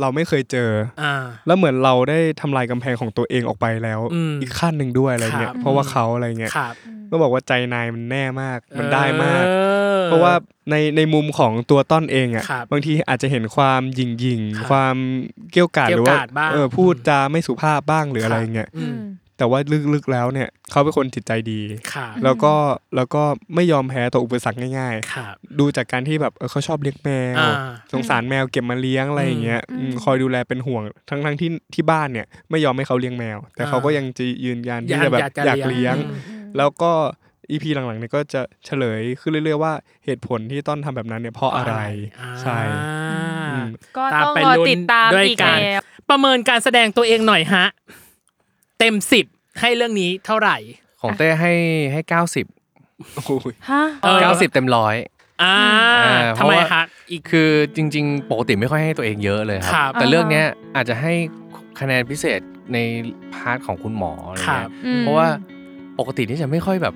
เราไม่เคยเจอ อ่า แล้วเหมือนเราได้ทำลายกำแพงของตัวเองออกไปแล้ว อืม อีกขั้นหนึ่งด้วยอะไรเงี้ ครับยเพราะว่าเขาอะไรเงี้ย ครับ ก็บอกว่าใจนายมันแน่มากมันได้มาก ออ เพราะว่าในในมุมของตัวต้นเองอ่ะ ครับ บางทีอาจจะเห็นความหยิ่งยิงๆ ครับ ความเกี้ยวกาด เกี้ยวหรือว่าก าดบ้าง เออพูดจาไม่สุภาพบ้างหรือ ครับ อะไรเงี้ย อืม แต่ว่าลึกๆแล้วเนี่ยเขาเป็นคนจิตใจดี ครับ แล้วก็แล้วก็ไม่ยอมแพ้ต่ออุปสรรคง่าย ครับ ๆ ดูจากการที่แบบเออเขาชอบเลี้ยงแมว อ่า สงสารแมวเก็บมาเลี้ยงอะไรอย่างเงี้ย อืม อืมคอยดูแลเป็นห่วงทั้งทั้งๆที่ที่บ้านเนี่ยไม่ยอมให้เขาเลี้ยงแมว แต่ อ่า เขาก็ยังจะยืนยันที่จะแบบอยากเลี้ยง อืมอืม แล้วก็ อีพีหลังๆเนี่ยก็จะเฉลยขึ้นเรื่อยๆว่าเหตุผลที่ต้นทำแบบนั้นเนี่ยเพราะอะไร อ่า ใช่ อืม ก็ ตาม ต้อง ไป รอ ลุ้น ติดตาม ด้วย อีก กัน แล้ว ประเมินการแสดงตัวเองหน่อยฮะ เต็มสิบให้เรื่องนี้เท่าไหร่ ของเต้ให้ให้เก้าสิบ โอ้ย ฮะ เออ เก้าสิบเต็มร้อย อ่า อ่าเพ ทำ ราะ ไม ว่า ฮะอีก คือจริง ๆ ปกติไม่ค่อยให้ตัวเองเยอะเลยค ครั รับ บ แต่เรื่อง อ่าฮะ เนี้ยอาจจะให้คะแนนพิเศษในพาร์ทของคุณหมออะไร ครั เงี้ บ ย อืม เพราะว่าปกตินี่จะไม่ค่อยแบบ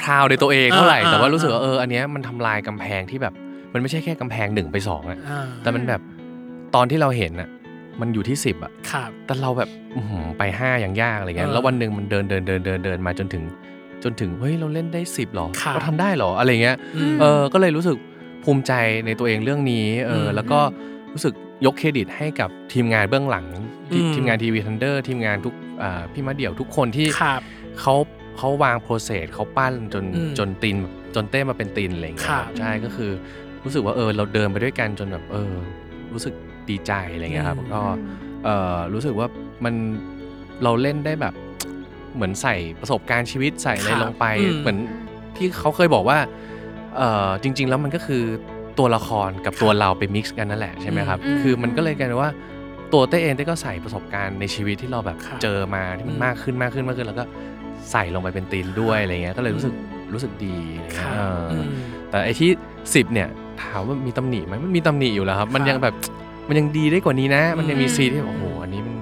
พราวในตัวเองเท่าไหร่ อ่า แต่ว่ารู้สึก อ่า ว่าเอออันเนี้ยมันทำลายกำแพงที่แบบมันไม่ใช่แค่กำแพงหนึ่งไปสองอะ อ่า แต่มันแบบตอนที่เราเห็นอะมันอยู่ที่สิบอะ ครับ แต่เราแบบอื้อหือไปห้าอย่างยากอะไรเงี้ย อ่า แล้ววันหนึ่งมันเดินเดินเดินเดินเดินมาจนถึง จนถึงเฮ้ยเราเล่นได้สิบหรอ ครับ เราทำได้หรออะไรเงี้ย อืม เออก็เลยรู้สึกภูมิใจในตัวเองเรื่องนี้ เออ อื อ ม แล้วก็รู้สึกยกเครดิตให้กับทีมงานเบื้องหลังที่ อืม ทีมงานทีวีทันเดอร์ทีมงานทุกอ่าพี่มะเดี่ยวทุกคนที่ ครับ เขาเขาวางโปรเซสเขาปั้นจน อืม จนตีนจนเต้มาเป็นตีนอะไรอย่างเงี้ย ครับ ครับใช่ก็คือรู้สึกว่าเออเราเดินไปด้วยกันจนแบบเออ รู้สึกดีใจอะไรเงี้ยครับ อืม ก็เออรู้สึกว่ามันเราเล่นได้แบบเหมือนใส่ประสบการณ์ชีวิตใส่อะไรลงไป ครับอืม เหมือน ที่เขาเคยบอกว่าเออจริง ๆ แล้วมันก็คือตัวละครกับตัวเราไปมิกซ์กันนั่นแหละใช่ไหมครับ อืม คือมันก็เลยกลายเป็นว่าตัวเต้เองเต้ก็ใส่ประสบการณ์ในชีวิตที่เราแบบ ครับ เจอมาที่มั อื น ม มากขึ้นมากขึ้นมากขึ้น แล้วก็ใส่ลงไปเป็นตีนด้วยอะไรเงี้ยก็เลยรู้สึก อืม รู้สึกดีอะคไรเงี้ รับยเอออ อืม แต่ไอที่ 10 เนี่ยถามว่ามีตำหนิไหมมันมีตำหนิอยู่แล้วครับ มันยังแบบมันยังดีได้กว่านี้นะ มันยังมี อืม ซีนที่โอ้โหอันนี้มัน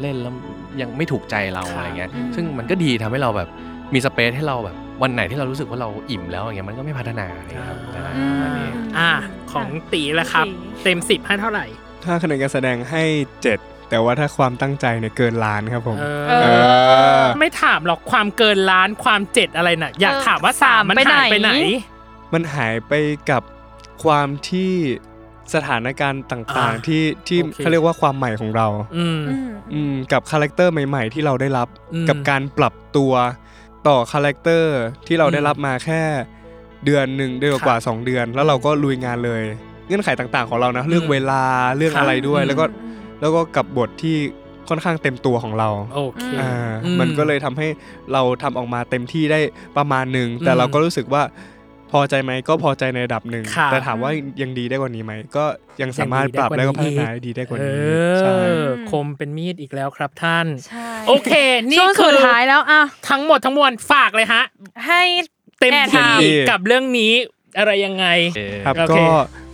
เล่นแล้วยังไม่ถูกใจเรา ครับ อะไรเงี้ย ซึ่งมันก็ดีทำให้เราแบบมีสเปซให้เราแบบวันไหนที่เรารู้สึกว่าเราอิ่มแล้วอย่างเงี้ยมันก็ไม่พัฒนาอะไรเงี้ยครับใช่ประมาณนี้ อ่า ของตีละครับ ของตี เต็มสิบให้เท่าไหร่ ถ้าคะแนนการแสดงให้ 7 แต่ว่าถ้าความตั้งใจเนี่ยเกินล้านครับผม เออ เออ ไม่ถามหรอกความเกินล้านความเจ็ดอะไรน่ะ อยาก เออ ถามว่าสาม สาม มัน ไปไหน หายไปไหน มันหายไปกับความที่สถานการณ์ต่าง อ่า ๆที่ที่ โอเค เขาเรียกว่าความใหม่ของเรา อืม อืม อืมกับคาแรคเตอร์ใหม่ ๆ ที่เราได้รับ อืม กับการปรับตัวต่อคาแรคเตอร์ที่เราได้รับมาแค่ เดือนหนึ่งเดือนกว่า ครับ สองเดือน แล้วเราก็ลุยงานเลย เงื่อนไขต่างๆของเรานะเรื่องเวลาเรื่อง ครับ อะไรด้วย อืม แล้วก็แล้วก็กับบทที่ค่อนข้างเต็มตัวของเรา โอเค อ่า อืม มันก็เลยทำให้เราทำออกมาเต็มที่ได้ประมาณหนึ่ง อืม แต่เราก็รู้สึกว่าพอใจไหมก็พอใจในระดับหนึ่ง ครับ แต่ถามว่ายังดีได้กว่านี้ไหมก็ยังสามารถ ยังดี ป ได้ รับ กว่า แล้วก็ นี้ พัฒนาได้ดีได้กว่า เอ นี้ใช่ อ คมเป็นมีดอีกแล้วครับท่าน ใช่ โอเค นี่ ช่วง คื สุ อ ดท้ายแล้วอ่ะ ทั้งหมดทั้งมวลฝากเลยฮะ ให้ เต็ม แอร์ ที่ ไทม์ กับเรื่องนี้อะไรยังไง ครับ โอเค ก็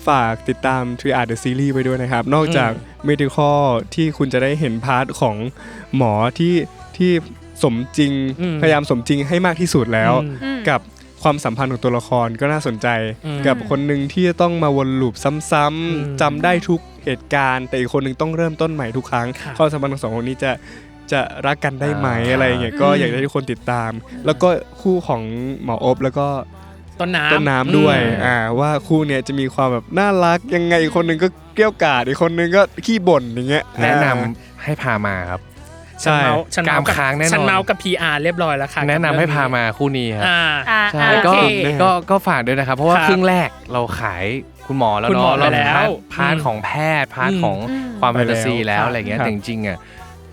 ฝากติดตาม t r i a d the Series ไปด้วยนะครับ นอกจาก Medical ที่คุณจะได้เห็นพาร์ทของหมอที่ที่สมจริง อืม พยายามสมจริงให้มากที่สุดแล้ว อืม อืม กับความสัมพันธ์ของตัวละครก็น่าสนใจ อืม กับคนหนึ่งที่จะต้องมาวนลูปซ้ำ ม ๆจำได้ทุกเหตุการณ์ แต่อีกคนหนึ่งต้องเริ่มต้นใหม่ทุกครั้ง ครับ ความสัมพันธ์ของสองคนนี้จะจะรักกันได้ไหม อ่า อะไรอย่างเงี้ยก็อยากให้ทุกคนติดตาม แล้วก็คู่ของหมออบแล้วก็ ต้นน้ำ ต้นน้ำด้วย อืม อ่า ว่าคู่เนี้ยจะมีความแบบน่ารักยังไงอีกคนนึงก็เกรี้ยวกราดอีกคนนึงก็ขี้บ่นอย่างเงี้ย แนะนำ อ่า ให้พามาครับ ฉัน ใช่ เมาส์ฉันเมาส์กับ กามค้างแน่นอน ฉันเมาส์กับ PR เรียบร้อยแล้วค่ะ แนะนำให้พามาคู่นี้ครับ อ่า อ่ะ ใช่ อ่ะ ก็ โอเค ก็ก็ฝากด้วยนะครับ เพราะว่า ครับ ครึ่งแรกเราขายคุณหมอแล้ว คุณหมอ เนาะ ไปแล้ว เราพาร์ท อืม ของแพทย์พาร์ท อืม ของความแฟนตาซี ไปแล้แล้ววอะไรเงี้ย ครับ แต่จริงๆอ่ะ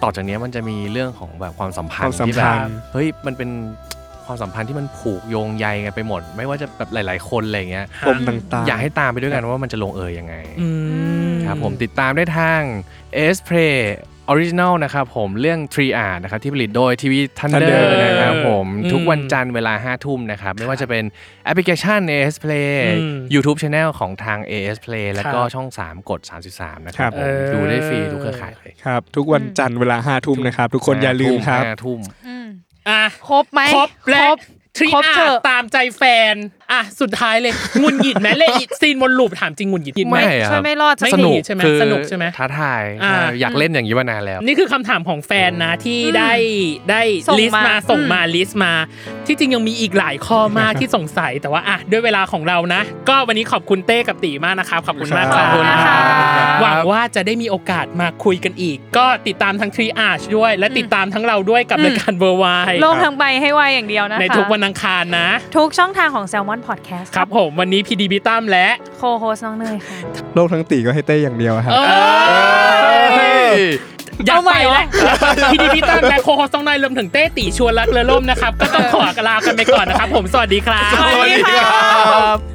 ต่อจากเนี้ยมันจะมีเรื่องของแบบความสัมพัน ควา ธ์ มสัม ที่แบ พั บ นธ์ เฮ้ยมันเป็นความสัมพันธ์ที่มันผูกโยงใยกันไปหมด ไม่ว่าจะแบบหลาย ๆ คนอะไรเงี้ย ปมต่างๆ อยากให้ตามไปด้วยกันว่ามันจะลงเอยยังไง อืม ครับผมติดตามได้ทาง S Play Original นะครับผมเรื่อง 3R นะครับที่ผลิตโดยทีวี Thunder Thunder นะครับผม อืม ทุกวันจันทร์เวลา 5 ทุ่มนะครับ ไม่ว่าจะเป็นแอปพลิเคชัน AS Play อืม YouTube Channel ของทาง AS Play แล้วคก็รับ ช่อง 3 กด 33 นะค ครั รับ บผม เออ ดูได้ฟรีทุกเครือข่ายเลย ครับ ทุกวันจันทร์เวลาห้าทุ่มนะครับ ทุกคนอย่าลืมครับ ห้าทุ่ม อืม อ่ะ ครบไหม ครบครและบ ทริ ครบ อา เถอะ ตามใจแฟน อ่ะ สุดท้ายเลยหงุนหงิดไหมเลยซีนวนลูปถามจริงหงุนหงิดหงิดไหม ไม่อะ ช่วยไม่รอด ไม่ สัก ส ที นุก ใช่ไหม คือ สนุกใช่ไหม ท้าทาย อ่า ใช่อยากเล่นอย่างนี้มานานแล้ว นี่คือคำถามของแฟนนะที่ได้ได้ ส่ง ลิสต์ มา มาส่ง อืม มาลิสต์มา ที่จริงยังมีอีกหลายข้อมากที่สงสัยแต่ว่าอ่ะด้วยเวลาของเรานะ ก็วันนี้ขอบคุณเต้กับตีมากนะครับขอบคุณมาก ขอบคุณ รั ค่ะ หวังว่าจะได้มีโอกาสมาคุยกันอีก ก็ติดตามทั้งทรีอาร์ชด้วย และติดตามทั้งเราด้วยกับรายการเบอร์ไว โลกทั้งใบให้ไวอย่างเดียวนะคะ ในทุกวันอังคารนะ ทุกช่องทางของ Salmon Podcast ครับผมวันนี้พีดีบิตั้มและ โคโฮสน้องเนยค่ะ โลกทั้งตีก็ให้เต้อย่างเดียวครับ เอ้ย อยาก เอาใหม่ ไปแล้ว นะ พิธีพิตันและโคโฮสต้องนายรวมถึงเต้ตีชวนรักเรือล่มนะครับ ก็ต้องขอลากันไปก่อนนะครับ ผมสวัสดีครับ สวัสดีครับ